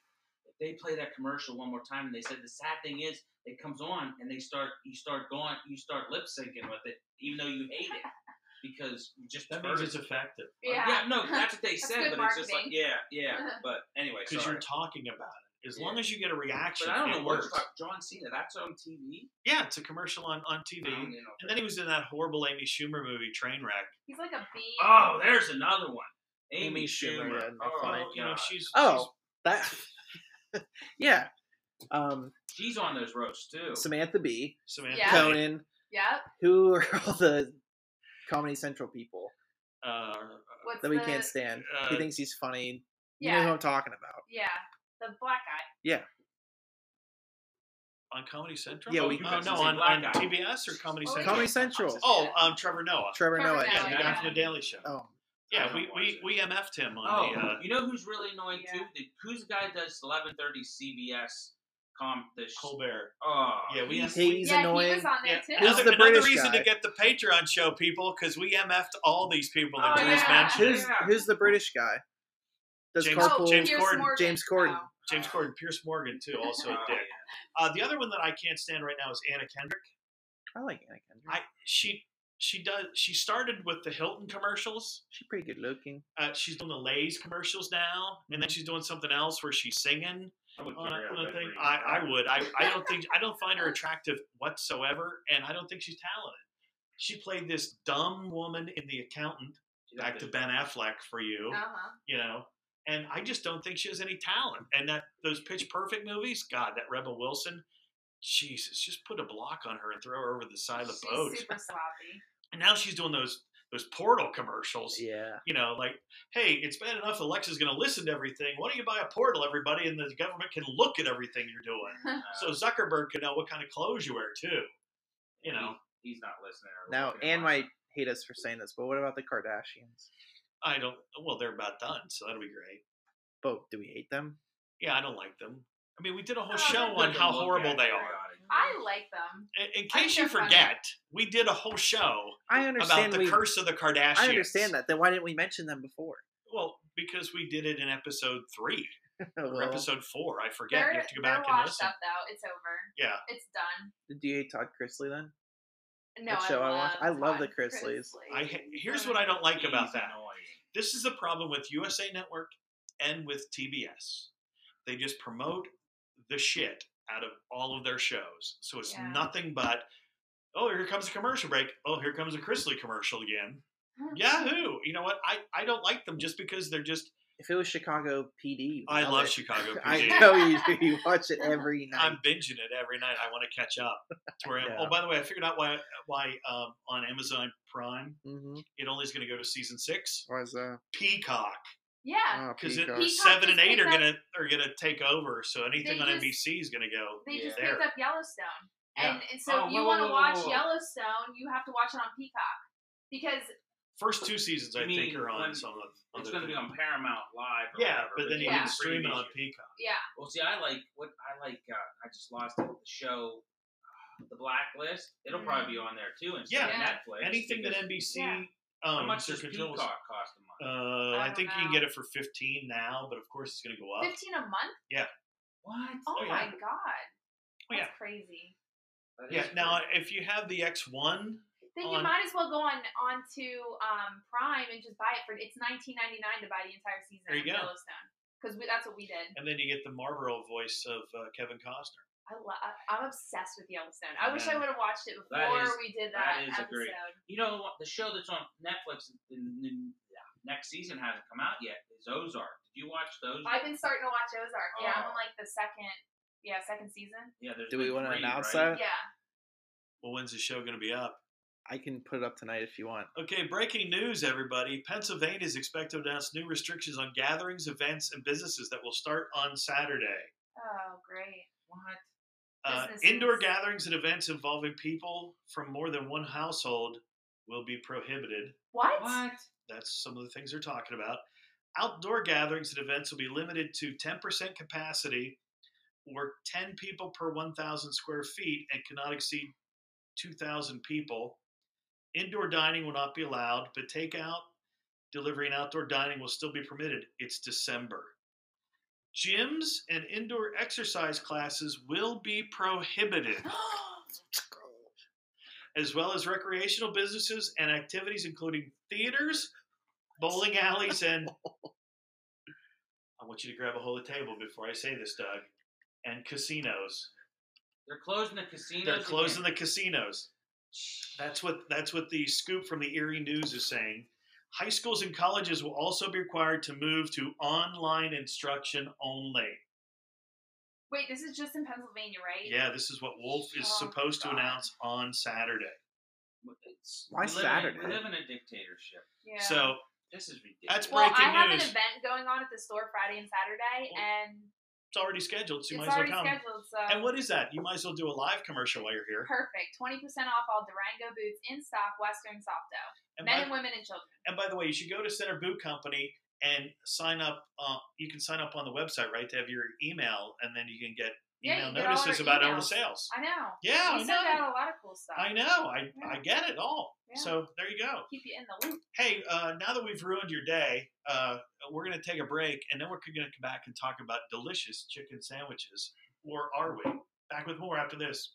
[SPEAKER 3] if they play that commercial one more time, and they said the sad thing is it comes on and they start you start going you start lip syncing with it, even though you hate it because you just
[SPEAKER 1] That means
[SPEAKER 3] heard
[SPEAKER 1] it's
[SPEAKER 3] it.
[SPEAKER 1] effective
[SPEAKER 2] yeah.
[SPEAKER 3] no, that's what they
[SPEAKER 2] That's
[SPEAKER 3] said,
[SPEAKER 2] good
[SPEAKER 3] but it's just like
[SPEAKER 2] marketing. Uh-huh.
[SPEAKER 3] yeah, yeah. But anyway,
[SPEAKER 1] because
[SPEAKER 3] sorry.
[SPEAKER 1] you're talking about it. As
[SPEAKER 3] Yeah.
[SPEAKER 1] long as you get a reaction,
[SPEAKER 3] but I don't
[SPEAKER 1] it
[SPEAKER 3] know what
[SPEAKER 1] works.
[SPEAKER 3] you're talking- John Cena. That's on TV.
[SPEAKER 1] Yeah, it's a commercial on, on
[SPEAKER 3] I
[SPEAKER 1] TV.
[SPEAKER 3] don't even know if
[SPEAKER 1] And then he was in that horrible Amy Schumer movie, Trainwreck.
[SPEAKER 2] He's like a bee.
[SPEAKER 3] Oh, there's another one. Amy,
[SPEAKER 4] Amy Schumer,
[SPEAKER 3] Schumer.
[SPEAKER 4] yeah, my
[SPEAKER 3] oh,
[SPEAKER 4] funny.
[SPEAKER 1] Well,
[SPEAKER 3] my
[SPEAKER 1] you know,
[SPEAKER 3] God.
[SPEAKER 1] she's
[SPEAKER 4] Oh, that. yeah. Um,
[SPEAKER 3] she's on those roasts too.
[SPEAKER 4] Samantha Bee,
[SPEAKER 1] she's Samantha.
[SPEAKER 2] Yeah.
[SPEAKER 4] Conan.
[SPEAKER 2] Yep.
[SPEAKER 4] Who are all the Comedy Central people
[SPEAKER 1] Uh, uh,
[SPEAKER 2] What's
[SPEAKER 4] that we
[SPEAKER 2] the,
[SPEAKER 4] can't stand? he
[SPEAKER 1] uh,
[SPEAKER 4] thinks he's funny. You know
[SPEAKER 2] Yeah.
[SPEAKER 4] who I'm talking about.
[SPEAKER 2] Yeah. The black guy.
[SPEAKER 1] on Comedy Central.
[SPEAKER 4] Yeah,
[SPEAKER 1] Oh,
[SPEAKER 4] we-
[SPEAKER 1] you- oh, no,
[SPEAKER 3] it's a
[SPEAKER 1] on, on
[SPEAKER 3] black guy.
[SPEAKER 1] TBS or Comedy
[SPEAKER 2] Oh,
[SPEAKER 1] Central.
[SPEAKER 4] Comedy Central.
[SPEAKER 1] Oh, um, Trevor Noah.
[SPEAKER 4] Trevor
[SPEAKER 2] Trevor
[SPEAKER 4] Noah.
[SPEAKER 1] yeah,
[SPEAKER 2] Noah,
[SPEAKER 1] the
[SPEAKER 4] Yeah.
[SPEAKER 1] guy
[SPEAKER 2] yeah.
[SPEAKER 1] from the Daily Show.
[SPEAKER 4] Oh,
[SPEAKER 1] yeah,
[SPEAKER 3] I
[SPEAKER 1] we,
[SPEAKER 3] don't
[SPEAKER 1] we we
[SPEAKER 3] watch
[SPEAKER 1] mf'd him
[SPEAKER 3] Oh,
[SPEAKER 1] on the. Uh,
[SPEAKER 3] you know who's really annoying
[SPEAKER 2] Yeah.
[SPEAKER 3] too? The, who's the guy that does 11:30 CBS com? The sh-
[SPEAKER 1] Colbert.
[SPEAKER 3] oh,
[SPEAKER 1] Yeah, we
[SPEAKER 3] he's-
[SPEAKER 4] he's
[SPEAKER 2] yeah, he
[SPEAKER 4] annoying.
[SPEAKER 2] was on there
[SPEAKER 1] Yeah.
[SPEAKER 2] too.
[SPEAKER 4] Who's
[SPEAKER 1] Another,
[SPEAKER 4] the
[SPEAKER 1] another
[SPEAKER 4] British
[SPEAKER 1] reason to
[SPEAKER 4] guy?
[SPEAKER 1] get the Patreon show, people, because we mf'd all these people that
[SPEAKER 3] Oh,
[SPEAKER 1] Drew's
[SPEAKER 2] yeah.
[SPEAKER 1] mentioned.
[SPEAKER 4] Who's
[SPEAKER 3] Yeah.
[SPEAKER 4] who's the British guy? Does
[SPEAKER 1] James-
[SPEAKER 4] carpool?
[SPEAKER 1] James
[SPEAKER 2] Oh, Pierce
[SPEAKER 1] Corden.
[SPEAKER 2] Morgan.
[SPEAKER 4] James Corden.
[SPEAKER 2] Oh.
[SPEAKER 1] James Corden, Pierce Morgan, too, also a
[SPEAKER 3] Oh,
[SPEAKER 1] dick. Uh, the other one that I can't stand right now is Anna Kendrick.
[SPEAKER 4] I like Anna Kendrick.
[SPEAKER 1] I she she does. She started with the Hilton commercials.
[SPEAKER 4] She's pretty good looking.
[SPEAKER 1] Uh, she's doing the Lay's commercials now, and then she's doing something else where she's singing.
[SPEAKER 3] I would
[SPEAKER 1] on a-
[SPEAKER 3] figure out
[SPEAKER 1] on a
[SPEAKER 3] that
[SPEAKER 1] thing.
[SPEAKER 3] reason.
[SPEAKER 1] I, I would. I, I don't think I don't find her attractive whatsoever, and I don't think she's talented. She played this dumb woman in The Accountant. Back to Ben Affleck for you,
[SPEAKER 2] Uh huh.
[SPEAKER 1] you know. And I just don't think she has any talent. And that those Pitch Perfect movies, God, that Rebel Wilson, Jesus, just put a block on her and throw her over the side of the
[SPEAKER 2] She's
[SPEAKER 1] boat.
[SPEAKER 2] super sloppy.
[SPEAKER 1] And now she's doing those those Portal commercials
[SPEAKER 4] Yeah.
[SPEAKER 1] you know, like, hey, it's bad enough Alexa's going to listen to everything. Why don't you buy a portal, everybody, and the government can look at everything you're doing? So Zuckerberg can know what kind of clothes you wear, too. You know,
[SPEAKER 3] He- he's not listening. or
[SPEAKER 4] Now,
[SPEAKER 3] looking at
[SPEAKER 4] Anne
[SPEAKER 3] mine.
[SPEAKER 4] might hate us for saying this, but what about the Kardashians?
[SPEAKER 1] I don't, well, they're about done, so that'll be great.
[SPEAKER 4] But do we hate them?
[SPEAKER 1] Yeah, I don't like them. I mean, we did a whole
[SPEAKER 2] Oh,
[SPEAKER 1] show
[SPEAKER 2] they're
[SPEAKER 1] on
[SPEAKER 3] Good to
[SPEAKER 1] how
[SPEAKER 3] look
[SPEAKER 1] horrible
[SPEAKER 3] at
[SPEAKER 1] they are.
[SPEAKER 3] periodically.
[SPEAKER 2] I like them.
[SPEAKER 1] In, in
[SPEAKER 2] I
[SPEAKER 1] case you
[SPEAKER 2] think they're funny.
[SPEAKER 1] forget, we did a whole show
[SPEAKER 4] I
[SPEAKER 1] about
[SPEAKER 4] understand
[SPEAKER 1] the
[SPEAKER 4] we.
[SPEAKER 1] curse of the Kardashians.
[SPEAKER 4] I understand that. Then why didn't we mention them before?
[SPEAKER 1] Well, because we did it in episode three or
[SPEAKER 4] Oh, Well,
[SPEAKER 1] episode four. I forget.
[SPEAKER 2] they're
[SPEAKER 1] you have to go
[SPEAKER 2] they're
[SPEAKER 1] back and
[SPEAKER 2] washed
[SPEAKER 1] listen.
[SPEAKER 2] up though. It's over.
[SPEAKER 1] Yeah.
[SPEAKER 2] It's done.
[SPEAKER 4] do you hate Todd Chrisley then?
[SPEAKER 2] No,
[SPEAKER 4] That show I
[SPEAKER 2] I,
[SPEAKER 4] watch-
[SPEAKER 2] love
[SPEAKER 4] I love the
[SPEAKER 2] Todd
[SPEAKER 4] Chrisleys.
[SPEAKER 2] Chrisley.
[SPEAKER 1] I ha- here's what I don't like about
[SPEAKER 3] He's
[SPEAKER 1] that.
[SPEAKER 3] annoying.
[SPEAKER 1] This is the problem with USA Network and with TBS. They just promote the shit out of all of their shows. So it's
[SPEAKER 2] Yeah.
[SPEAKER 1] nothing but, oh, here comes a commercial break. Oh, here comes a Chrisley commercial again. Yahoo! You know what? I, I don't like them just because they're just.
[SPEAKER 4] If it was Chicago PD, you'd
[SPEAKER 1] I love
[SPEAKER 4] it.
[SPEAKER 1] Chicago
[SPEAKER 4] I
[SPEAKER 1] PD.
[SPEAKER 4] know you do. You watch it every night.
[SPEAKER 1] I'm binging it every night. I want to catch up. To where,
[SPEAKER 4] Yeah.
[SPEAKER 1] Oh, by the way, I figured out why why um, on Amazon Prime
[SPEAKER 4] hmm
[SPEAKER 1] it only is going to go to season six.
[SPEAKER 4] Or is that?
[SPEAKER 1] Peacock.
[SPEAKER 2] Yeah.
[SPEAKER 4] Oh,
[SPEAKER 1] because
[SPEAKER 4] Peacock.
[SPEAKER 2] Peacock
[SPEAKER 1] seven and
[SPEAKER 2] just
[SPEAKER 1] eight are
[SPEAKER 2] picked up-
[SPEAKER 1] gonna are gonna take over. So anything
[SPEAKER 2] They
[SPEAKER 1] on
[SPEAKER 2] just-
[SPEAKER 1] NBC is gonna go.
[SPEAKER 2] They just
[SPEAKER 1] there.
[SPEAKER 2] picked up Yellowstone. And, and so
[SPEAKER 3] Oh,
[SPEAKER 2] if you
[SPEAKER 3] whoa,
[SPEAKER 2] want
[SPEAKER 3] whoa,
[SPEAKER 2] to
[SPEAKER 3] whoa,
[SPEAKER 2] watch
[SPEAKER 3] whoa.
[SPEAKER 2] Yellowstone, you have to watch it on Peacock. Because
[SPEAKER 1] First two seasons, I
[SPEAKER 3] You
[SPEAKER 1] think,
[SPEAKER 3] mean
[SPEAKER 1] are on
[SPEAKER 3] when-
[SPEAKER 1] some of.
[SPEAKER 3] It's
[SPEAKER 1] other
[SPEAKER 3] going to be
[SPEAKER 1] thing.
[SPEAKER 3] on Paramount Live. Or
[SPEAKER 1] Yeah,
[SPEAKER 3] whatever,
[SPEAKER 1] but then you can
[SPEAKER 2] Yeah.
[SPEAKER 1] stream it
[SPEAKER 3] previous
[SPEAKER 1] on
[SPEAKER 3] year.
[SPEAKER 1] Peacock.
[SPEAKER 2] yeah.
[SPEAKER 3] Well, see, I like what I like. Uh, I just lost it. The show, uh, The Blacklist. It'll probably be on there too instead of
[SPEAKER 2] Yeah.
[SPEAKER 3] Netflix.
[SPEAKER 1] Mm-hmm. Anything that NBC.
[SPEAKER 3] because
[SPEAKER 2] Yeah.
[SPEAKER 1] Um,
[SPEAKER 3] How much does
[SPEAKER 1] took control
[SPEAKER 3] Peacock
[SPEAKER 1] was-
[SPEAKER 3] cost a month?
[SPEAKER 1] Uh,
[SPEAKER 2] I
[SPEAKER 1] I
[SPEAKER 2] don't
[SPEAKER 1] think you can
[SPEAKER 2] know.
[SPEAKER 1] get it for fifteen now, but of course it's gonna
[SPEAKER 3] Oh.
[SPEAKER 1] go up.
[SPEAKER 2] 15 a month?
[SPEAKER 3] what?
[SPEAKER 2] Oh,
[SPEAKER 1] yeah.
[SPEAKER 2] my God.
[SPEAKER 1] Oh,
[SPEAKER 2] That's
[SPEAKER 1] yeah.
[SPEAKER 2] crazy.
[SPEAKER 3] That is
[SPEAKER 1] Yeah. Now,
[SPEAKER 3] crazy.
[SPEAKER 1] if you have the X one,
[SPEAKER 2] Then
[SPEAKER 1] On-
[SPEAKER 2] you might as well go on onto um, Prime and just buy it for it's 19.99 to buy the entire season
[SPEAKER 1] There you
[SPEAKER 2] of
[SPEAKER 1] go.
[SPEAKER 2] Yellowstone because that's what we did.
[SPEAKER 1] and then you get the Marlboro voice of uh, Kevin Costner.
[SPEAKER 2] I lo- I- I'm obsessed with Yellowstone. I wish
[SPEAKER 1] Yeah.
[SPEAKER 2] I would have watched it
[SPEAKER 3] That
[SPEAKER 2] before
[SPEAKER 3] is-
[SPEAKER 2] we did that,
[SPEAKER 3] that is a
[SPEAKER 2] episode.
[SPEAKER 3] great- you know what? The show that's on Netflix in, in- yeah, next season hasn't come out yet. Is Ozark? Did you watch those?
[SPEAKER 2] I've been starting to watch Ozark. Yeah, I'm on
[SPEAKER 3] Oh.
[SPEAKER 2] like the second, yeah, second season.
[SPEAKER 3] yeah. There's
[SPEAKER 4] Do we
[SPEAKER 3] been
[SPEAKER 4] wanna
[SPEAKER 3] three,
[SPEAKER 4] announce
[SPEAKER 1] Uh,
[SPEAKER 3] right?
[SPEAKER 4] that?
[SPEAKER 2] Yeah.
[SPEAKER 1] Well, when's the show gonna be up?
[SPEAKER 4] I can put it up tonight if you want.
[SPEAKER 1] Okay, breaking news, everybody. Pennsylvania is expected to announce new restrictions on gatherings, events, and businesses that will start on Saturday.
[SPEAKER 2] Oh, great.
[SPEAKER 3] What?
[SPEAKER 1] Uh,
[SPEAKER 2] Businesses.
[SPEAKER 1] indoor gatherings and events involving people from more than one household will be prohibited.
[SPEAKER 2] What?
[SPEAKER 3] What?
[SPEAKER 1] That's some of the things they're talking about. Outdoor gatherings and events will be limited to 10% capacity or 10 people per 1,000 square feet and cannot exceed 2,000 people. Indoor dining will not be allowed, but takeout, delivery, and outdoor dining will still be permitted. It's December. Gyms and indoor exercise classes will be prohibited as well as recreational businesses and activities, including theaters, bowling alleys, and I want you to grab a hold of the table before I say this, Doug, and casinos.
[SPEAKER 3] They're closing the casinos.
[SPEAKER 1] They're closing
[SPEAKER 3] again.
[SPEAKER 1] the casinos. That's what that's what the scoop from the Erie News is saying. High schools and colleges will also be required to move to online instruction only.
[SPEAKER 2] Wait, this is just in Pennsylvania, right?
[SPEAKER 1] Yeah, this is what Wolf is
[SPEAKER 2] Oh,
[SPEAKER 1] supposed to
[SPEAKER 2] God.
[SPEAKER 1] announce on Saturday.
[SPEAKER 3] It's-
[SPEAKER 4] Why
[SPEAKER 3] we live in a-
[SPEAKER 4] Saturday?
[SPEAKER 3] we live in a dictatorship.
[SPEAKER 2] Yeah.
[SPEAKER 1] So
[SPEAKER 3] This is ridiculous.
[SPEAKER 1] That's
[SPEAKER 2] well, I
[SPEAKER 1] breaking
[SPEAKER 2] have
[SPEAKER 1] news.
[SPEAKER 2] an event going on at the store Friday and Saturday,
[SPEAKER 1] Well,
[SPEAKER 2] and
[SPEAKER 1] it's already scheduled, so you
[SPEAKER 2] it's
[SPEAKER 1] might as well
[SPEAKER 2] already
[SPEAKER 1] come.
[SPEAKER 2] scheduled. So
[SPEAKER 1] And what is that? You might as well do a live commercial while you're here.
[SPEAKER 2] perfect. Twenty percent off all Durango boots in stock, Western soft dough,
[SPEAKER 1] And by-
[SPEAKER 2] men and women and children.
[SPEAKER 1] And by the way, you should go to Center Boot Company and sign up. Uh, you can sign up on the website, right? To have your email, and then you can get
[SPEAKER 2] Yeah, you
[SPEAKER 1] email
[SPEAKER 2] get all
[SPEAKER 1] notices
[SPEAKER 2] our
[SPEAKER 1] about all the
[SPEAKER 2] emails.
[SPEAKER 1] sales.
[SPEAKER 2] I know.
[SPEAKER 1] yeah,
[SPEAKER 2] we
[SPEAKER 1] I
[SPEAKER 2] send
[SPEAKER 1] know.
[SPEAKER 2] out a lot of cool stuff.
[SPEAKER 1] I know. I,
[SPEAKER 2] Yeah.
[SPEAKER 1] I get it all.
[SPEAKER 2] Yeah.
[SPEAKER 1] So there you go.
[SPEAKER 2] Keep you in the loop.
[SPEAKER 1] Hey, uh, now that we've ruined your day, uh, we're going to take a break, and then we're going to come back and talk about delicious chicken sandwiches. Or are we? Back with more after this.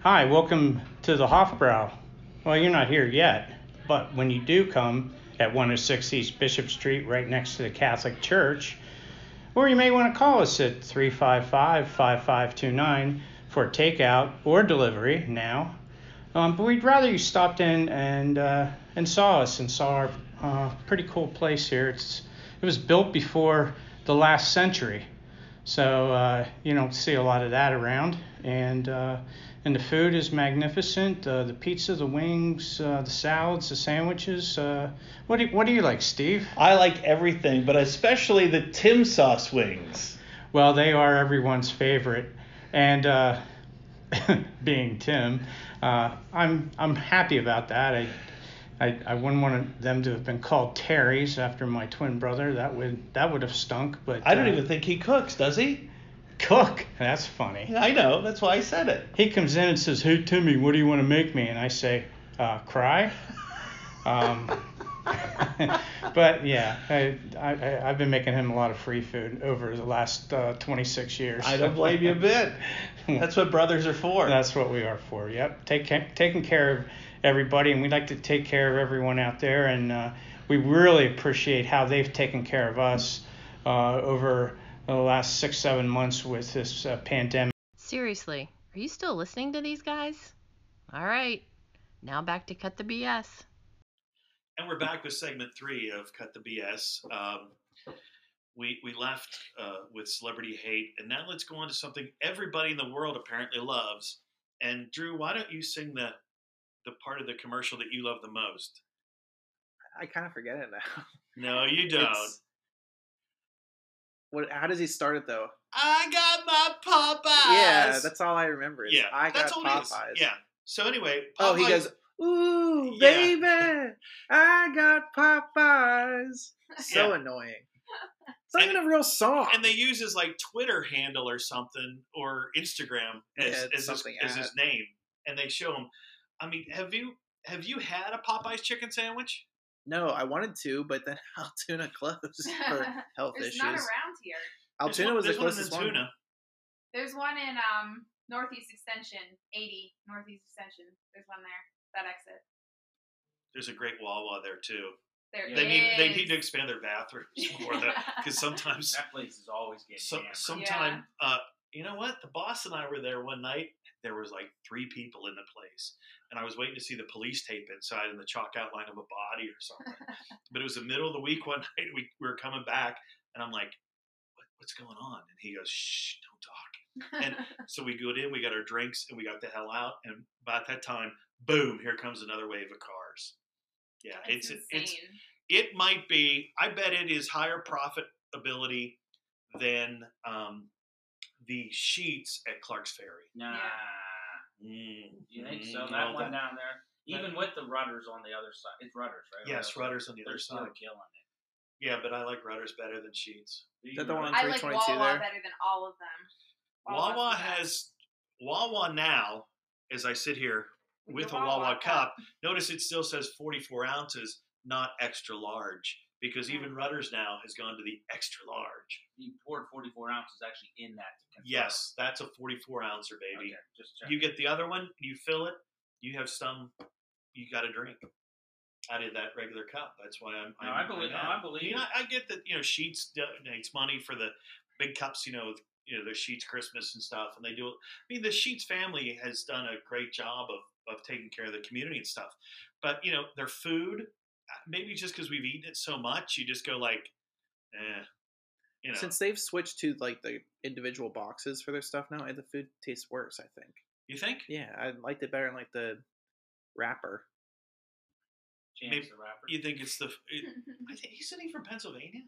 [SPEAKER 8] Hi, welcome to the Hofbrow. Well, you're not here yet, but when you do come at 106 East Bishop Street, right next to the Catholic Church, or you may want to call us at 355 5529 for takeout or delivery now. Um, but we'd rather you stopped in and uh, and saw us and saw our uh, pretty cool place here. It's it was built before the last century, so uh, you don't see a lot of that around. And uh, and the food is magnificent. Uh, the pizza, the wings, uh, the salads, the sandwiches. Uh, what do you, what do you like, Steve?
[SPEAKER 9] I like everything, but especially the Tim Sauce wings.
[SPEAKER 8] Well, they are everyone's favorite, and uh, being Tim, uh, I'm I'm happy about that. I I, I wouldn't want them to have been called Terry's after my twin brother. That would that would have stunk. But
[SPEAKER 9] I don't
[SPEAKER 8] uh,
[SPEAKER 9] even think he cooks, does he?
[SPEAKER 8] cook. That's funny.
[SPEAKER 9] I know. That's why I said it.
[SPEAKER 8] He comes in and says, "Hey Timmy, what do you want to make me?" And I say, uh, "Cry." Um, but yeah, I, I- I I've been making him a lot of free food over the last uh, 26 years.
[SPEAKER 9] I don't blame you a bit. That's what brothers are for.
[SPEAKER 8] That's what we are for. Yep, take ca- taking care of everybody, and we like to take care of everyone out there, and uh, we really appreciate how they've taken care of us uh, over the last six seven months with this uh, pandemic.
[SPEAKER 10] Seriously, are you still listening to these guys? All right, now back to cut the BS.
[SPEAKER 1] And we're back with segment three of Cut the BS. Um, we, we left uh, with celebrity hate, and now let's go on to something everybody in the world apparently loves. And Drew, why don't you sing the the part of the commercial that you love the most?
[SPEAKER 4] I kind of forget it now.
[SPEAKER 1] No, you don't.
[SPEAKER 4] It's- What? How does he start it though?
[SPEAKER 1] I got my Popeyes.
[SPEAKER 4] Yeah, that's all I remember. Is
[SPEAKER 1] yeah.
[SPEAKER 4] I got
[SPEAKER 1] that's all it is.
[SPEAKER 4] Popeyes.
[SPEAKER 1] Yeah. So anyway,
[SPEAKER 4] Oh, he
[SPEAKER 1] Popeyes-
[SPEAKER 4] goes, ooh,
[SPEAKER 1] Yeah.
[SPEAKER 4] baby, I got Popeyes. So
[SPEAKER 1] Yeah.
[SPEAKER 4] annoying. It's not
[SPEAKER 1] And-
[SPEAKER 4] even a real song.
[SPEAKER 1] and they use his like Twitter handle or something or Instagram as
[SPEAKER 4] Yeah,
[SPEAKER 1] as, his,
[SPEAKER 4] something
[SPEAKER 1] as his
[SPEAKER 4] ad.
[SPEAKER 1] name, and they show him. I mean, have you have you had a Popeyes chicken sandwich?
[SPEAKER 4] no, I wanted to, but then Altoona closed for health
[SPEAKER 2] There's
[SPEAKER 4] issues.
[SPEAKER 2] not around here.
[SPEAKER 1] There's
[SPEAKER 4] Altoona
[SPEAKER 1] one-
[SPEAKER 4] was the
[SPEAKER 1] there's one in
[SPEAKER 4] closest one.
[SPEAKER 1] Altoona.
[SPEAKER 2] There's one in um Northeast Extension, 80 Northeast Extension. There's one there. That exit.
[SPEAKER 1] There's a great Wawa there too.
[SPEAKER 2] There
[SPEAKER 1] They need they
[SPEAKER 2] is-
[SPEAKER 1] need to expand their bathrooms more though, because sometimes
[SPEAKER 3] That place is always getting
[SPEAKER 1] so,
[SPEAKER 3] hammered.
[SPEAKER 1] sometime uh, you know what? The boss and I were there one night. There was like three people in the place, and I was waiting to see the police tape inside and the chalk outline of a body or something. but it was the middle of the week one night. We, we were coming back, and I'm like, what, "What's going on?" And he goes, "Shh, don't talk." So we got in, we got our drinks, and we got the hell out. And about that time, boom! Here comes another wave of cars. Yeah,
[SPEAKER 2] it's,
[SPEAKER 1] it's
[SPEAKER 2] insane.
[SPEAKER 1] it's it might be i bet it is higher profitability than um, the sheets at clark's ferry
[SPEAKER 3] Nah. You think so?
[SPEAKER 1] Mm,
[SPEAKER 3] That
[SPEAKER 1] no,
[SPEAKER 3] one down there,
[SPEAKER 1] Mm-hmm. that-
[SPEAKER 3] even with the rudders on the other side, it's rudders, right?
[SPEAKER 1] yes rudders on the
[SPEAKER 3] They're
[SPEAKER 1] other
[SPEAKER 3] still
[SPEAKER 1] side
[SPEAKER 3] killing it.
[SPEAKER 1] yeah but i like rudders better than sheets
[SPEAKER 3] Do you
[SPEAKER 4] that the
[SPEAKER 3] really-
[SPEAKER 4] one-
[SPEAKER 2] I like
[SPEAKER 4] 322
[SPEAKER 2] Wawa
[SPEAKER 4] there.
[SPEAKER 2] better than all of them. Wawa's
[SPEAKER 1] wawa
[SPEAKER 2] the best.
[SPEAKER 1] has wawa now as i sit here with a wawa, cup notice it still says 44 ounces not extra large because even rudders now has gone to the extra large
[SPEAKER 3] You poured 44 ounces actually in that. To confirm.
[SPEAKER 1] yes that's a 44 ouncer baby
[SPEAKER 3] Okay, just check.
[SPEAKER 1] You get the other one, you fill it, you have some, you got a drink out of that regular cup. That's why I'm.
[SPEAKER 3] No,
[SPEAKER 1] I'm
[SPEAKER 3] I believe.
[SPEAKER 1] I'm
[SPEAKER 3] No,
[SPEAKER 1] at.
[SPEAKER 3] I believe.
[SPEAKER 1] You know, I get that you know Sheets donates money for the big cups. You know, with, you know the Sheets Christmas and stuff, and they do. I mean, the Sheets family has done a great job of of taking care of the community and stuff. But you know, their food, uh, maybe just because we've eaten it so much, you just go like, eh, you know.
[SPEAKER 4] Since they've switched to like the individual boxes for their stuff now, the food tastes worse. I think.
[SPEAKER 1] you think?
[SPEAKER 4] Yeah, I liked it better in like the wrapper.
[SPEAKER 3] Chance
[SPEAKER 1] maybe-
[SPEAKER 3] the rapper.
[SPEAKER 1] You think it's the? It,
[SPEAKER 4] Hmm.
[SPEAKER 1] I think he's he from Pennsylvania.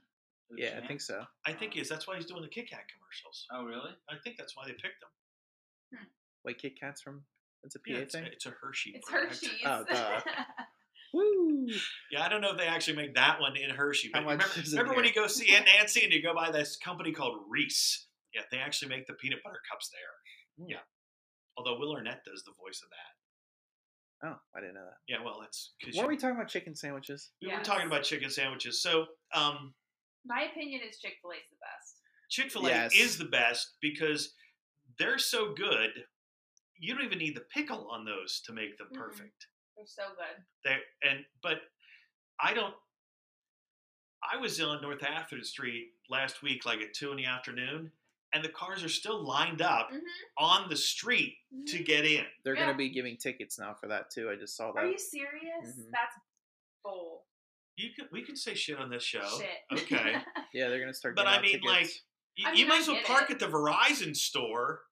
[SPEAKER 4] Yeah, I think so.
[SPEAKER 1] I think he is. That's why he's doing the Kit Kat commercials.
[SPEAKER 3] Oh really?
[SPEAKER 1] I think that's why they picked him.
[SPEAKER 4] Like Kit Kat's from. It's a PA
[SPEAKER 1] Yeah, it's,
[SPEAKER 4] thing.
[SPEAKER 1] it's a Hershey.
[SPEAKER 2] It's
[SPEAKER 1] product.
[SPEAKER 2] Hershey's.
[SPEAKER 4] Oh, duh. Woo!
[SPEAKER 1] Yeah, I don't know if they actually make that one in Hershey. But
[SPEAKER 4] How much
[SPEAKER 1] remember,
[SPEAKER 4] is in
[SPEAKER 1] remember when
[SPEAKER 4] there?
[SPEAKER 1] you go see Aunt Nancy and you go by this company called Reese? Yeah, they actually make the peanut butter cups there.
[SPEAKER 4] Hmm.
[SPEAKER 1] Yeah. Although Will Arnett does the voice of that.
[SPEAKER 4] Oh, I didn't know that.
[SPEAKER 1] Yeah, well, that's because
[SPEAKER 4] What were we talking about? Chicken sandwiches.
[SPEAKER 1] we were
[SPEAKER 2] Yes.
[SPEAKER 1] talking about chicken sandwiches. So, um,
[SPEAKER 2] My opinion is Chick Fil A's the best.
[SPEAKER 1] Chick Fil A
[SPEAKER 4] Yes.
[SPEAKER 1] is the best because they're so good. You don't even need the pickle on those to make them
[SPEAKER 2] Mhm.
[SPEAKER 1] perfect.
[SPEAKER 2] They're so good.
[SPEAKER 1] There and but I don't. I was on North Atherton Street last week, like at two in the afternoon, and the cars are still lined up
[SPEAKER 2] Mm-hmm.
[SPEAKER 1] on the street
[SPEAKER 2] Mm.
[SPEAKER 1] to get in.
[SPEAKER 4] They're
[SPEAKER 2] Yeah.
[SPEAKER 4] gonna be giving tickets now for that too. I just saw
[SPEAKER 2] Are
[SPEAKER 4] that.
[SPEAKER 2] you serious?
[SPEAKER 4] Mhm.
[SPEAKER 2] That's bull
[SPEAKER 1] You can we can say shit on this show.
[SPEAKER 2] shit.
[SPEAKER 1] Okay.
[SPEAKER 4] Yeah, they're gonna start.
[SPEAKER 1] But
[SPEAKER 4] giving
[SPEAKER 1] I
[SPEAKER 4] out
[SPEAKER 1] mean, like,
[SPEAKER 4] tickets.
[SPEAKER 1] You,
[SPEAKER 2] I
[SPEAKER 1] you
[SPEAKER 2] mean,
[SPEAKER 1] might
[SPEAKER 2] I
[SPEAKER 1] as well
[SPEAKER 2] get
[SPEAKER 1] park
[SPEAKER 2] it.
[SPEAKER 1] at the Verizon store.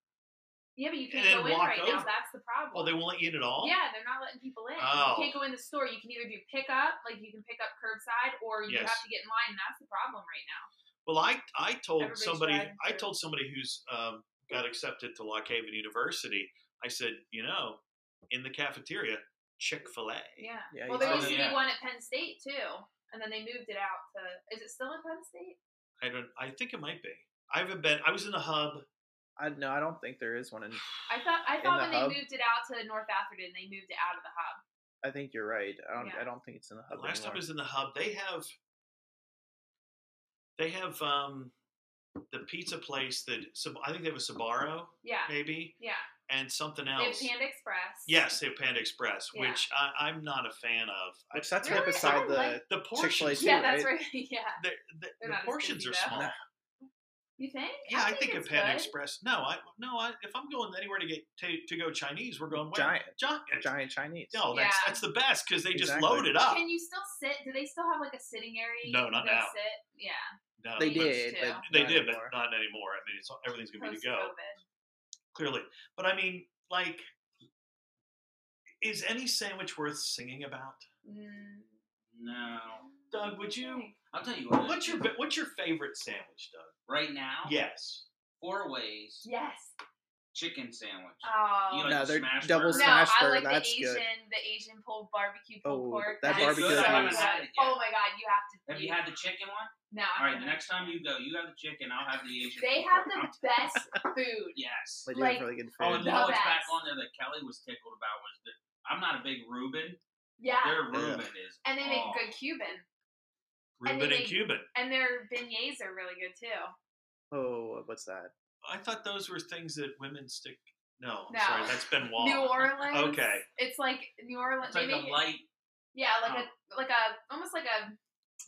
[SPEAKER 2] yeah, but you
[SPEAKER 1] And
[SPEAKER 2] can't go
[SPEAKER 1] then
[SPEAKER 2] in
[SPEAKER 1] walk
[SPEAKER 2] right now.
[SPEAKER 1] over.
[SPEAKER 2] That's the problem.
[SPEAKER 1] Oh, they won't let you in at all.
[SPEAKER 2] Yeah, they're not letting people in.
[SPEAKER 1] Oh.
[SPEAKER 2] You can't go in the store. You can either do pickup, like you can pick up curbside, or you
[SPEAKER 1] Yes.
[SPEAKER 2] have to get in line. And that's the problem right now.
[SPEAKER 1] Well, I I told
[SPEAKER 2] Everybody's
[SPEAKER 1] somebody
[SPEAKER 2] driving
[SPEAKER 1] I
[SPEAKER 2] through.
[SPEAKER 1] told somebody who's um, got accepted to Lock Haven University. I said, you know, in the cafeteria, Chick Fil A.
[SPEAKER 2] Yeah.
[SPEAKER 4] Yeah,
[SPEAKER 2] well,
[SPEAKER 4] you
[SPEAKER 2] there
[SPEAKER 3] saw
[SPEAKER 2] used
[SPEAKER 3] that.
[SPEAKER 2] to
[SPEAKER 3] Yeah.
[SPEAKER 2] be one at Penn State too, and then they moved it out to. Is it still in Penn State?
[SPEAKER 1] I don't. I think it might be. I haven't been. I was in the hub.
[SPEAKER 4] I no, I don't think there is one. In,
[SPEAKER 2] I thought I
[SPEAKER 4] In
[SPEAKER 2] thought
[SPEAKER 4] the
[SPEAKER 2] when
[SPEAKER 4] hub?
[SPEAKER 2] they moved it out to North Atherton, they moved it out of the hub.
[SPEAKER 4] I think you're right. I don't.
[SPEAKER 2] Yeah.
[SPEAKER 4] I don't think it's in the
[SPEAKER 1] The
[SPEAKER 2] Oh,
[SPEAKER 4] hub.
[SPEAKER 1] last time I
[SPEAKER 4] anymore.
[SPEAKER 1] was in the hub, they have they have um the pizza place that Sab- I think they have a Sabaro
[SPEAKER 2] Yeah,
[SPEAKER 1] maybe
[SPEAKER 2] yeah.
[SPEAKER 1] and something
[SPEAKER 2] They have
[SPEAKER 1] else.
[SPEAKER 2] Panda Express.
[SPEAKER 1] yes, they have Panda Express,
[SPEAKER 2] Yeah.
[SPEAKER 1] which I, I'm not a fan of. I,
[SPEAKER 4] Which that's
[SPEAKER 2] Really?
[SPEAKER 4] right beside
[SPEAKER 2] I
[SPEAKER 4] the.
[SPEAKER 2] like-
[SPEAKER 1] the
[SPEAKER 4] Chick-fil-A
[SPEAKER 1] portions,
[SPEAKER 4] too,
[SPEAKER 2] Yeah, that's
[SPEAKER 4] right?
[SPEAKER 2] right. yeah.
[SPEAKER 1] the, the, the
[SPEAKER 2] They're not as
[SPEAKER 1] portions are
[SPEAKER 2] busy, though.
[SPEAKER 1] small.
[SPEAKER 2] You think?
[SPEAKER 1] Yeah, I think,
[SPEAKER 2] it's
[SPEAKER 1] a Panda
[SPEAKER 2] good.
[SPEAKER 1] Express. No, I no, I, if I'm going anywhere to get to, to go Chinese, we're going where?
[SPEAKER 4] Giant,
[SPEAKER 1] Giant.
[SPEAKER 4] giant Chinese.
[SPEAKER 1] No, that's
[SPEAKER 2] Yeah.
[SPEAKER 1] that's the best because they just
[SPEAKER 4] Exactly.
[SPEAKER 1] load it up.
[SPEAKER 2] Can you still sit? Do they still have like a sitting area?
[SPEAKER 1] Ah. No,
[SPEAKER 2] you
[SPEAKER 1] not
[SPEAKER 2] can go
[SPEAKER 1] now.
[SPEAKER 2] Sit? Yeah.
[SPEAKER 1] No,
[SPEAKER 4] They
[SPEAKER 1] but
[SPEAKER 2] Used
[SPEAKER 4] did.
[SPEAKER 2] to.
[SPEAKER 4] but
[SPEAKER 1] They
[SPEAKER 4] not
[SPEAKER 1] did,
[SPEAKER 4] anymore.
[SPEAKER 1] but not anymore. I mean, it's, everything's gonna be to go.
[SPEAKER 2] Post-COVID.
[SPEAKER 1] clearly. But I mean, like, is any sandwich worth singing about?
[SPEAKER 2] Mm.
[SPEAKER 3] No.
[SPEAKER 1] Doug, would you?
[SPEAKER 3] I'll tell you what.
[SPEAKER 1] What's your What's your favorite sandwich, Doug?
[SPEAKER 3] right now?
[SPEAKER 2] Uh,
[SPEAKER 1] Yes.
[SPEAKER 3] Four ways
[SPEAKER 2] Yes.
[SPEAKER 3] chicken sandwich.
[SPEAKER 2] Oh.
[SPEAKER 3] You like
[SPEAKER 4] No,
[SPEAKER 3] the
[SPEAKER 4] they're
[SPEAKER 3] smash
[SPEAKER 4] double
[SPEAKER 2] no,
[SPEAKER 3] burger?
[SPEAKER 4] smash
[SPEAKER 2] I like
[SPEAKER 4] burger, that's
[SPEAKER 2] the
[SPEAKER 4] good.
[SPEAKER 2] Asian, the Asian pulled barbecue pulled
[SPEAKER 4] Oh,
[SPEAKER 2] pork.
[SPEAKER 4] that
[SPEAKER 2] That's
[SPEAKER 4] barbecue
[SPEAKER 2] so
[SPEAKER 4] is
[SPEAKER 2] good.
[SPEAKER 4] nice.
[SPEAKER 2] Oh my god, you have to.
[SPEAKER 3] Have you had the chicken one?
[SPEAKER 2] No.
[SPEAKER 3] All right, the next time you go, you have the chicken. I'll have the Asian.
[SPEAKER 2] They
[SPEAKER 3] pulled
[SPEAKER 2] have
[SPEAKER 3] pork.
[SPEAKER 2] the
[SPEAKER 3] I'm-
[SPEAKER 2] best food.
[SPEAKER 3] Yes.
[SPEAKER 4] They do
[SPEAKER 2] like-
[SPEAKER 4] have really good food.
[SPEAKER 3] Oh, and you know what's
[SPEAKER 2] best.
[SPEAKER 3] back on there that Kelly was tickled about was that I'm not a big Reuben.
[SPEAKER 2] Yeah.
[SPEAKER 3] Their Reuben is.
[SPEAKER 2] And they make
[SPEAKER 3] oh,
[SPEAKER 2] good Cuban. And
[SPEAKER 1] Reuben
[SPEAKER 2] they
[SPEAKER 1] and
[SPEAKER 2] make-
[SPEAKER 1] Cuban.
[SPEAKER 2] And their beignets are really good too.
[SPEAKER 4] oh, what's that?
[SPEAKER 1] I thought those were things that women stick. No, I'm
[SPEAKER 2] No.
[SPEAKER 1] sorry, that's Ben Wall.
[SPEAKER 2] New Orleans.
[SPEAKER 1] Okay.
[SPEAKER 2] It's like New Orleans.
[SPEAKER 3] It's like
[SPEAKER 2] they make
[SPEAKER 3] a light.
[SPEAKER 2] yeah, like a like a almost like a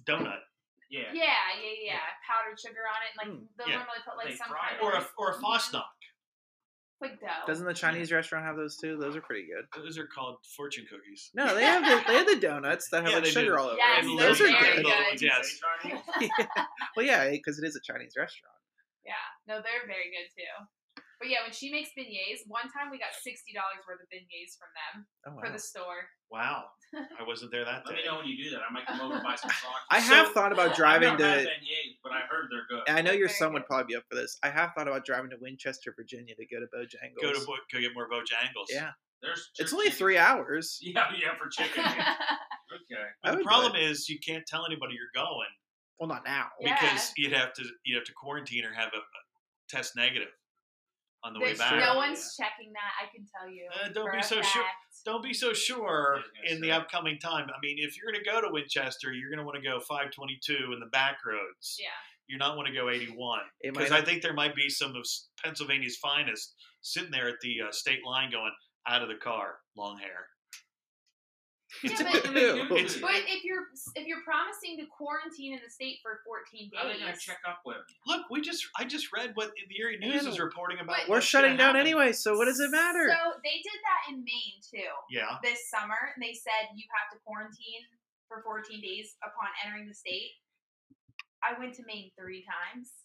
[SPEAKER 1] Donut
[SPEAKER 3] Yeah.
[SPEAKER 2] yeah, yeah, yeah, powdered sugar on it. and, Like
[SPEAKER 4] Mm,
[SPEAKER 2] they'll
[SPEAKER 1] yeah.
[SPEAKER 2] normally put like
[SPEAKER 3] They
[SPEAKER 2] some
[SPEAKER 3] fry
[SPEAKER 2] kind
[SPEAKER 3] it.
[SPEAKER 2] of
[SPEAKER 1] or a or a Fosnock.
[SPEAKER 2] like dough.
[SPEAKER 4] Doesn't the Chinese restaurant have those too? Those are pretty good.
[SPEAKER 1] Those are called fortune cookies.
[SPEAKER 4] No, they have the, they have the donuts that have
[SPEAKER 1] Yeah,
[SPEAKER 4] like
[SPEAKER 1] they do.
[SPEAKER 4] sugar all over.
[SPEAKER 2] Yes,
[SPEAKER 4] them.
[SPEAKER 1] And
[SPEAKER 2] those
[SPEAKER 4] those
[SPEAKER 2] they're
[SPEAKER 4] are
[SPEAKER 1] little
[SPEAKER 2] very
[SPEAKER 4] good.
[SPEAKER 1] candles,
[SPEAKER 2] good.
[SPEAKER 1] Yes.
[SPEAKER 3] Chinese?
[SPEAKER 4] Well, yeah, because it is a Chinese restaurant.
[SPEAKER 2] Yeah, no, they're very good too. But yeah, when she makes beignets, one time we got sixty dollars worth of beignets from them
[SPEAKER 4] Oh, wow.
[SPEAKER 2] for the store.
[SPEAKER 1] Wow, I wasn't there that
[SPEAKER 3] Let
[SPEAKER 1] day.
[SPEAKER 3] me know when you do that. I might come over and buy some socks.
[SPEAKER 4] I have thought about driving
[SPEAKER 3] I've never
[SPEAKER 4] to.
[SPEAKER 3] had beignets, but I heard they're good.
[SPEAKER 4] and I know your
[SPEAKER 2] Very
[SPEAKER 4] son
[SPEAKER 2] good.
[SPEAKER 4] would probably be up for this. I have thought about driving to Winchester, Virginia, to go to Bojangles.
[SPEAKER 1] Go to Bo- go get more Bojangles.
[SPEAKER 4] Yeah.
[SPEAKER 3] There's
[SPEAKER 4] it's only
[SPEAKER 3] chicken.
[SPEAKER 4] three hours.
[SPEAKER 3] Yeah, yeah, for chicken. yeah. okay.
[SPEAKER 4] I
[SPEAKER 1] But the
[SPEAKER 4] would
[SPEAKER 1] problem is you can't tell anybody you're going
[SPEAKER 4] Well, not now.
[SPEAKER 2] Yeah.
[SPEAKER 1] because you'd have to you'd have to quarantine or have a, a test negative on the way
[SPEAKER 2] There's
[SPEAKER 1] back.
[SPEAKER 2] no one's checking that. I can tell you.
[SPEAKER 1] Uh, don't
[SPEAKER 2] for
[SPEAKER 1] be
[SPEAKER 2] a
[SPEAKER 1] so sure.
[SPEAKER 2] fact.
[SPEAKER 1] Don't be so sure
[SPEAKER 3] I was gonna
[SPEAKER 1] in the
[SPEAKER 3] say.
[SPEAKER 1] upcoming time. I mean, if you're going to go to Winchester, you're going to want to go 522 in the back roads.
[SPEAKER 2] Yeah.
[SPEAKER 1] You're not want to go 81
[SPEAKER 4] It might
[SPEAKER 1] because I think there might be some of s- Pennsylvania's finest sitting there at the uh, state line going out of the car, long hair.
[SPEAKER 2] Yeah,
[SPEAKER 4] It's-
[SPEAKER 2] but-
[SPEAKER 1] It's-
[SPEAKER 2] But if you're if you're promising to quarantine in the state for 14
[SPEAKER 3] How are they
[SPEAKER 2] days,
[SPEAKER 3] gonna check up with me?
[SPEAKER 1] Look, we just I just read what the Erie News is
[SPEAKER 4] Yeah.
[SPEAKER 1] reporting about.
[SPEAKER 2] But-
[SPEAKER 4] We're
[SPEAKER 1] what's
[SPEAKER 4] shutting
[SPEAKER 1] gonna
[SPEAKER 4] down
[SPEAKER 1] happen.
[SPEAKER 4] anyway, so what does it matter?
[SPEAKER 2] So they did that in Maine too
[SPEAKER 1] Yeah.
[SPEAKER 2] this summer. They said you have to quarantine for 14 days upon entering the state. I went to Maine three times.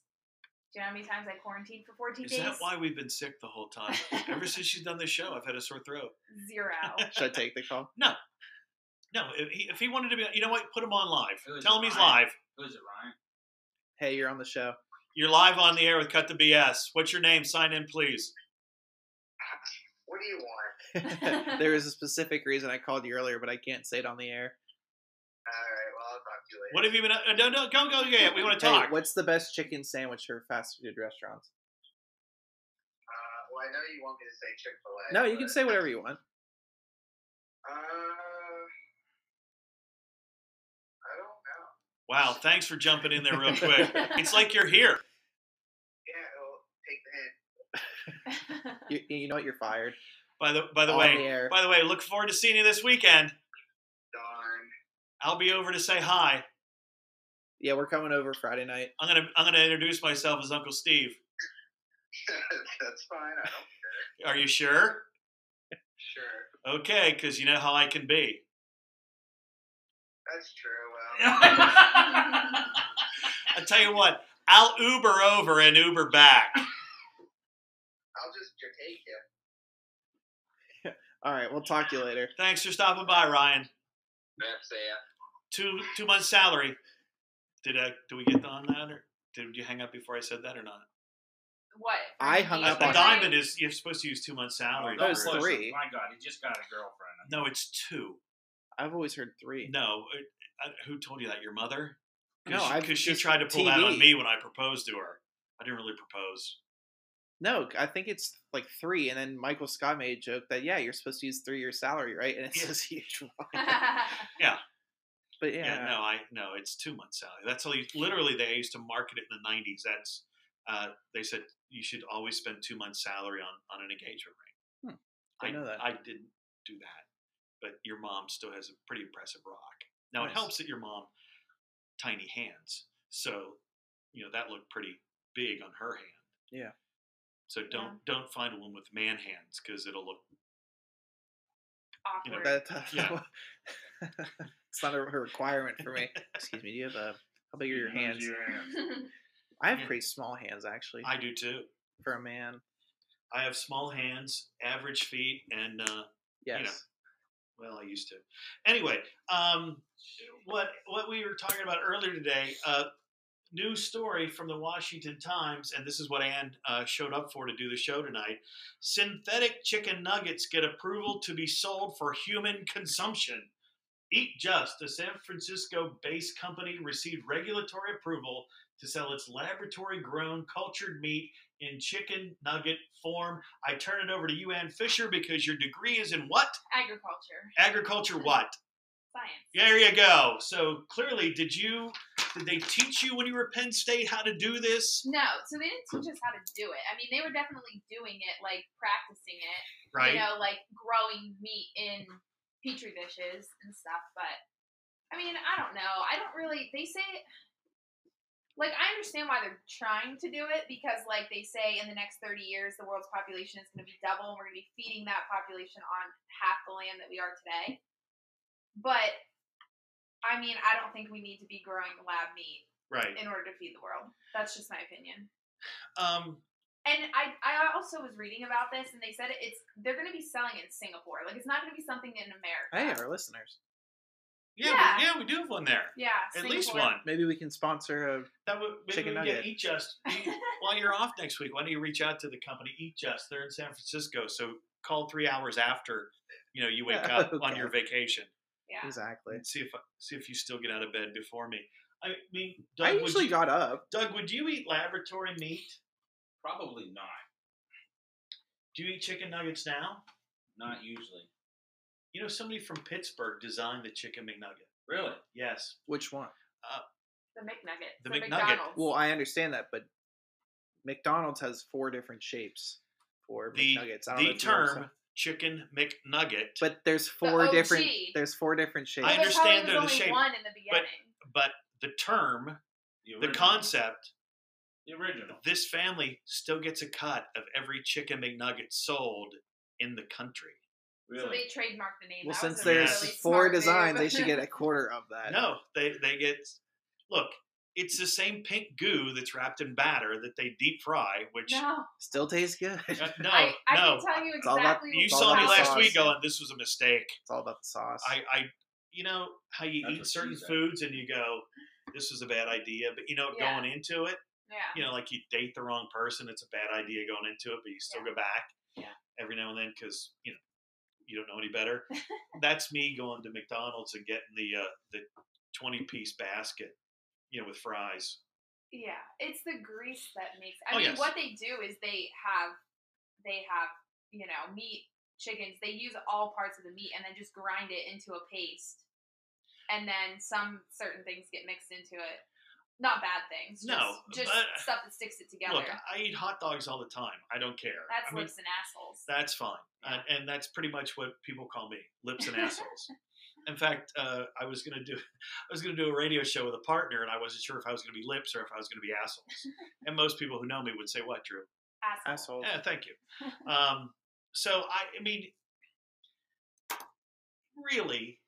[SPEAKER 2] Do you know how many times I quarantined for 14
[SPEAKER 1] Is
[SPEAKER 2] days?
[SPEAKER 1] that why we've been sick the whole time? Ever since she's done this show, I've had a sore throat.
[SPEAKER 2] Zero.
[SPEAKER 4] Should I take the call?
[SPEAKER 1] No, if he, if he wanted to be, you know what? Put him on live.
[SPEAKER 3] Who is
[SPEAKER 1] Tell
[SPEAKER 3] it,
[SPEAKER 1] him he's
[SPEAKER 3] Ryan?
[SPEAKER 1] live.
[SPEAKER 3] Who is it, Ryan?
[SPEAKER 4] Hey, you're on the show.
[SPEAKER 1] You're live on the air with Cut the BS. What's your name? Sign in, please.
[SPEAKER 11] What do you want?
[SPEAKER 4] there is a specific reason I called you earlier, but I can't say it on the air.
[SPEAKER 11] All right, well, I'll talk to you later.
[SPEAKER 1] What have you been? Uh, no, no, go, go, yeah. We want to
[SPEAKER 4] Hey,
[SPEAKER 1] talk.
[SPEAKER 4] what's the best chicken sandwich for fast food restaurants?
[SPEAKER 11] Uh, well, I know you want me to say Chick Fil A.
[SPEAKER 4] No, you can say whatever you want.
[SPEAKER 11] Uh, I don't know.
[SPEAKER 1] Wow, thanks for jumping in there real quick. It's like you're here.
[SPEAKER 11] Yeah, I'll take the hint.
[SPEAKER 4] You, you know what? You're fired.
[SPEAKER 1] By the by the
[SPEAKER 4] On
[SPEAKER 1] way,
[SPEAKER 4] the air.
[SPEAKER 1] by the way, look forward to seeing you this weekend.
[SPEAKER 11] Darn.
[SPEAKER 1] I'll be over to say hi.
[SPEAKER 4] Yeah, we're coming over Friday night.
[SPEAKER 1] I'm gonna I'm gonna introduce myself as Uncle Steve.
[SPEAKER 11] That's fine. I don't
[SPEAKER 1] Are you sure?
[SPEAKER 11] sure.
[SPEAKER 1] Okay, because you know how I can be.
[SPEAKER 11] That's true. Well,
[SPEAKER 3] I'll
[SPEAKER 1] tell you what, I'll Uber over and Uber back.
[SPEAKER 11] I'll just take you.
[SPEAKER 4] All right, we'll talk to you later.
[SPEAKER 1] Thanks for stopping by, Ryan.
[SPEAKER 11] That's it.
[SPEAKER 1] Two two months salary. Did I do we get on that or did you hang up before I said that or not?
[SPEAKER 2] What?
[SPEAKER 4] I hung
[SPEAKER 2] These
[SPEAKER 4] up
[SPEAKER 1] A
[SPEAKER 4] on-
[SPEAKER 2] guys-
[SPEAKER 1] diamond is you're supposed to use two months salary.
[SPEAKER 4] That was
[SPEAKER 1] for it.
[SPEAKER 4] three.
[SPEAKER 3] My God, he just got a girlfriend.
[SPEAKER 1] No, it's two.
[SPEAKER 4] I've always heard three.
[SPEAKER 1] No, it- I, who told you that? Your mother?
[SPEAKER 4] No, I've
[SPEAKER 1] because she
[SPEAKER 4] just-
[SPEAKER 1] tried to pull that on
[SPEAKER 4] TV.
[SPEAKER 1] me when I proposed to her. I didn't really propose.
[SPEAKER 4] No, I think it's like three, and then Michael Scott made a joke that yeah, you're supposed to use three years salary, right? And it's
[SPEAKER 1] Yeah.
[SPEAKER 4] this huge one.
[SPEAKER 2] yeah.
[SPEAKER 4] But
[SPEAKER 1] Yeah.
[SPEAKER 4] yeah,
[SPEAKER 1] no, I no, it's two months salary. That's how you literally they used to market it in the '90s. That's uh, they said you should always spend two months salary on on an engagement ring.
[SPEAKER 4] I Hmm. know that.
[SPEAKER 1] I didn't do that, but your mom still has a pretty impressive rock. Now it
[SPEAKER 4] Nice.
[SPEAKER 1] helps that your mom tiny hands, so you know that looked pretty big on her hand.
[SPEAKER 4] Yeah.
[SPEAKER 1] So don't don't find a woman with man hands because it'll look
[SPEAKER 2] Awkward.
[SPEAKER 4] That,
[SPEAKER 1] Yeah.
[SPEAKER 4] it's not a a requirement for me. Excuse me. Do you have a how big are your hands? I have
[SPEAKER 1] Yeah.
[SPEAKER 4] pretty small hands actually
[SPEAKER 1] I do too.
[SPEAKER 4] for a man.
[SPEAKER 1] I have small hands, average feet, and uh,
[SPEAKER 4] Yes.
[SPEAKER 1] know. well, I used to. Anyway, um, what what we were talking about earlier today, uh, new story from the Washington Times, and this is what Ann uh, showed up for to do the show tonight. Synthetic chicken nuggets get approval to be sold for human consumption. Eat Just, a San Francisco based company, received regulatory approval to sell its laboratory grown cultured meat in chicken nugget form. I turn it over to you, Ann Fisher, because your degree is in what?
[SPEAKER 2] Agriculture.
[SPEAKER 1] Agriculture, what?
[SPEAKER 2] Science.
[SPEAKER 1] There you go. So clearly, did you? Did they teach you when you were at Penn State how to do this?
[SPEAKER 2] No, so they didn't teach us how to do it. I mean, they were definitely doing it, like practicing it,
[SPEAKER 1] Right.
[SPEAKER 2] you know, like growing meat in petri dishes and stuff. But I mean, I don't know. I don't really. They say, like, I understand why they're trying to do it because, like, they say in the next 30 years, the world's population is going to be double and we're going to be feeding that population on half the land that we are today. But I mean, I don't think we need to be growing lab meat
[SPEAKER 1] Right.
[SPEAKER 2] in order to feed the world. That's just my opinion.
[SPEAKER 1] Um.
[SPEAKER 2] And I, I also was reading about this, and they said it- it's they're going to be selling it in Singapore. Like it's not going to be something in America.
[SPEAKER 4] Hey, our listeners.
[SPEAKER 1] Yeah.
[SPEAKER 2] Yeah.
[SPEAKER 1] We, yeah. We do have one there.
[SPEAKER 2] Yeah,
[SPEAKER 1] At least
[SPEAKER 2] Singapore.
[SPEAKER 1] one.
[SPEAKER 4] Maybe we can sponsor a.
[SPEAKER 1] That would maybe we can
[SPEAKER 4] Chicken nugget.
[SPEAKER 1] get Eat Just e, while you're off next week. Why don't you reach out to the company Eat Just? They're in San Francisco, so call three hours after you know you wake
[SPEAKER 4] Yeah,
[SPEAKER 1] up on
[SPEAKER 4] okay.
[SPEAKER 1] your vacation
[SPEAKER 2] Yeah.
[SPEAKER 4] Exactly.
[SPEAKER 1] and see if see if you still get out of bed before me. I mean, Doug,
[SPEAKER 4] I
[SPEAKER 1] would
[SPEAKER 4] usually
[SPEAKER 1] you,
[SPEAKER 4] got up.
[SPEAKER 1] Doug, would you eat laboratory meat?
[SPEAKER 3] Probably not.
[SPEAKER 1] Do you eat chicken nuggets now?
[SPEAKER 3] Not usually.
[SPEAKER 1] You know, somebody from Pittsburgh designed the chicken McNugget.
[SPEAKER 3] Really?
[SPEAKER 1] Yes.
[SPEAKER 4] Which one?
[SPEAKER 2] The McNugget.
[SPEAKER 1] The
[SPEAKER 2] The
[SPEAKER 1] McNugget.
[SPEAKER 2] McDonald's.
[SPEAKER 4] Well, I understand that, but McDonald's has four different shapes for
[SPEAKER 1] The,
[SPEAKER 4] McNuggets. I don't know
[SPEAKER 1] the
[SPEAKER 4] if you know what I'm
[SPEAKER 1] term
[SPEAKER 4] saying.
[SPEAKER 1] chicken McNugget, but,
[SPEAKER 4] But there's four different.
[SPEAKER 2] OG.
[SPEAKER 4] There's four different shapes.
[SPEAKER 1] I
[SPEAKER 2] But
[SPEAKER 1] understand
[SPEAKER 2] probably
[SPEAKER 1] they're the
[SPEAKER 2] was only
[SPEAKER 1] shape,
[SPEAKER 2] One in the beginning.
[SPEAKER 1] the term, the
[SPEAKER 3] original.
[SPEAKER 1] concept,
[SPEAKER 3] The original.
[SPEAKER 1] this family still gets a cut of every chicken McNugget sold in the country.
[SPEAKER 2] So
[SPEAKER 3] Really?
[SPEAKER 2] they trademarked the name.
[SPEAKER 4] well,
[SPEAKER 2] That
[SPEAKER 4] since
[SPEAKER 2] was a
[SPEAKER 4] there's
[SPEAKER 1] really
[SPEAKER 4] four
[SPEAKER 2] smart move.
[SPEAKER 4] designs, they should get a quarter of that.
[SPEAKER 1] No, they, they get, look, it's the same pink goo that's wrapped in batter that they deep fry, which, no,
[SPEAKER 2] no,
[SPEAKER 4] Still tastes good. It's
[SPEAKER 1] no.
[SPEAKER 2] I, I can tell you
[SPEAKER 4] all about-
[SPEAKER 2] exactly.
[SPEAKER 1] you
[SPEAKER 4] all
[SPEAKER 1] saw
[SPEAKER 4] about
[SPEAKER 1] me
[SPEAKER 4] the
[SPEAKER 1] last
[SPEAKER 4] sauce.
[SPEAKER 1] week going, this was a mistake.
[SPEAKER 4] all about the sauce.
[SPEAKER 1] I, I you know how you
[SPEAKER 3] That's
[SPEAKER 1] eat
[SPEAKER 3] what she
[SPEAKER 1] certain
[SPEAKER 3] said.
[SPEAKER 1] foods and you go, this was a bad idea, but you know
[SPEAKER 2] Yeah.
[SPEAKER 1] going into it,
[SPEAKER 2] Yeah.
[SPEAKER 1] you know like you date the wrong person, it's a bad idea going into it, but you still go back
[SPEAKER 2] Yeah.
[SPEAKER 1] every now and then because you know you don't know any better. That's me going to McDonald's and getting the uh, the twenty piece basket, you know, with fries.
[SPEAKER 2] Yeah, it's the grease that makes.
[SPEAKER 1] Oh,
[SPEAKER 2] I mean,
[SPEAKER 1] yes.
[SPEAKER 2] what they do is they have, they have, you know, meat, chickens. They use all parts of the meat and then just grind it into a paste, and then some certain things get mixed into it. Not bad things. Just,
[SPEAKER 1] No,
[SPEAKER 2] just
[SPEAKER 1] but-
[SPEAKER 2] stuff that sticks it together.
[SPEAKER 1] Look, I eat hot dogs all the time. I don't care.
[SPEAKER 2] That's
[SPEAKER 1] I mean,
[SPEAKER 2] lips and assholes.
[SPEAKER 1] That's fine. And, and that's pretty much what people call me, lips and assholes. In fact, uh, I was gonna do, I was gonna do a radio show with a partner, and I wasn't sure if I was gonna be lips or if I was gonna be assholes. And most people who know me would say, "What, Drew?"
[SPEAKER 4] Asshole.
[SPEAKER 1] Yeah, thank you. Um, so I, I mean, really,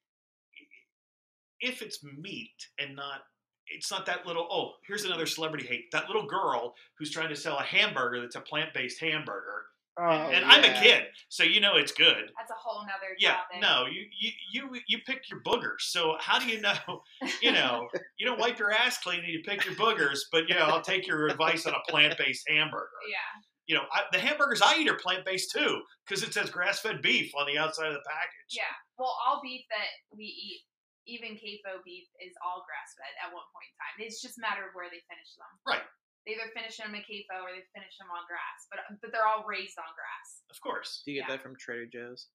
[SPEAKER 1] if it's meat and not, it's not that little. Oh, here's another celebrity hate. That little girl who's trying to sell a hamburger that's a plant-based hamburger,
[SPEAKER 4] Oh,
[SPEAKER 1] and I'm a kid, so you know it's good.
[SPEAKER 2] That's a whole nother
[SPEAKER 1] Yeah,
[SPEAKER 2] topic.
[SPEAKER 1] no, you, you you you pick your boogers. So how do you know? You know, you don't wipe your ass clean and you pick your boogers. But you know, I'll take your advice on a plant-based hamburger
[SPEAKER 2] Yeah.
[SPEAKER 1] you know, I, the hamburgers I eat are plant based too because it says grass fed beef on the outside of the package.
[SPEAKER 2] Yeah. Well, all beef that we eat, even CAFO beef, is all grass fed at one point in time. It's just a matter of where they finish them.
[SPEAKER 1] Right.
[SPEAKER 2] They either finish them in CAFO or they finish them on grass, but but they're all raised on grass.
[SPEAKER 1] Of course.
[SPEAKER 4] Do you get that from Trader Joe's?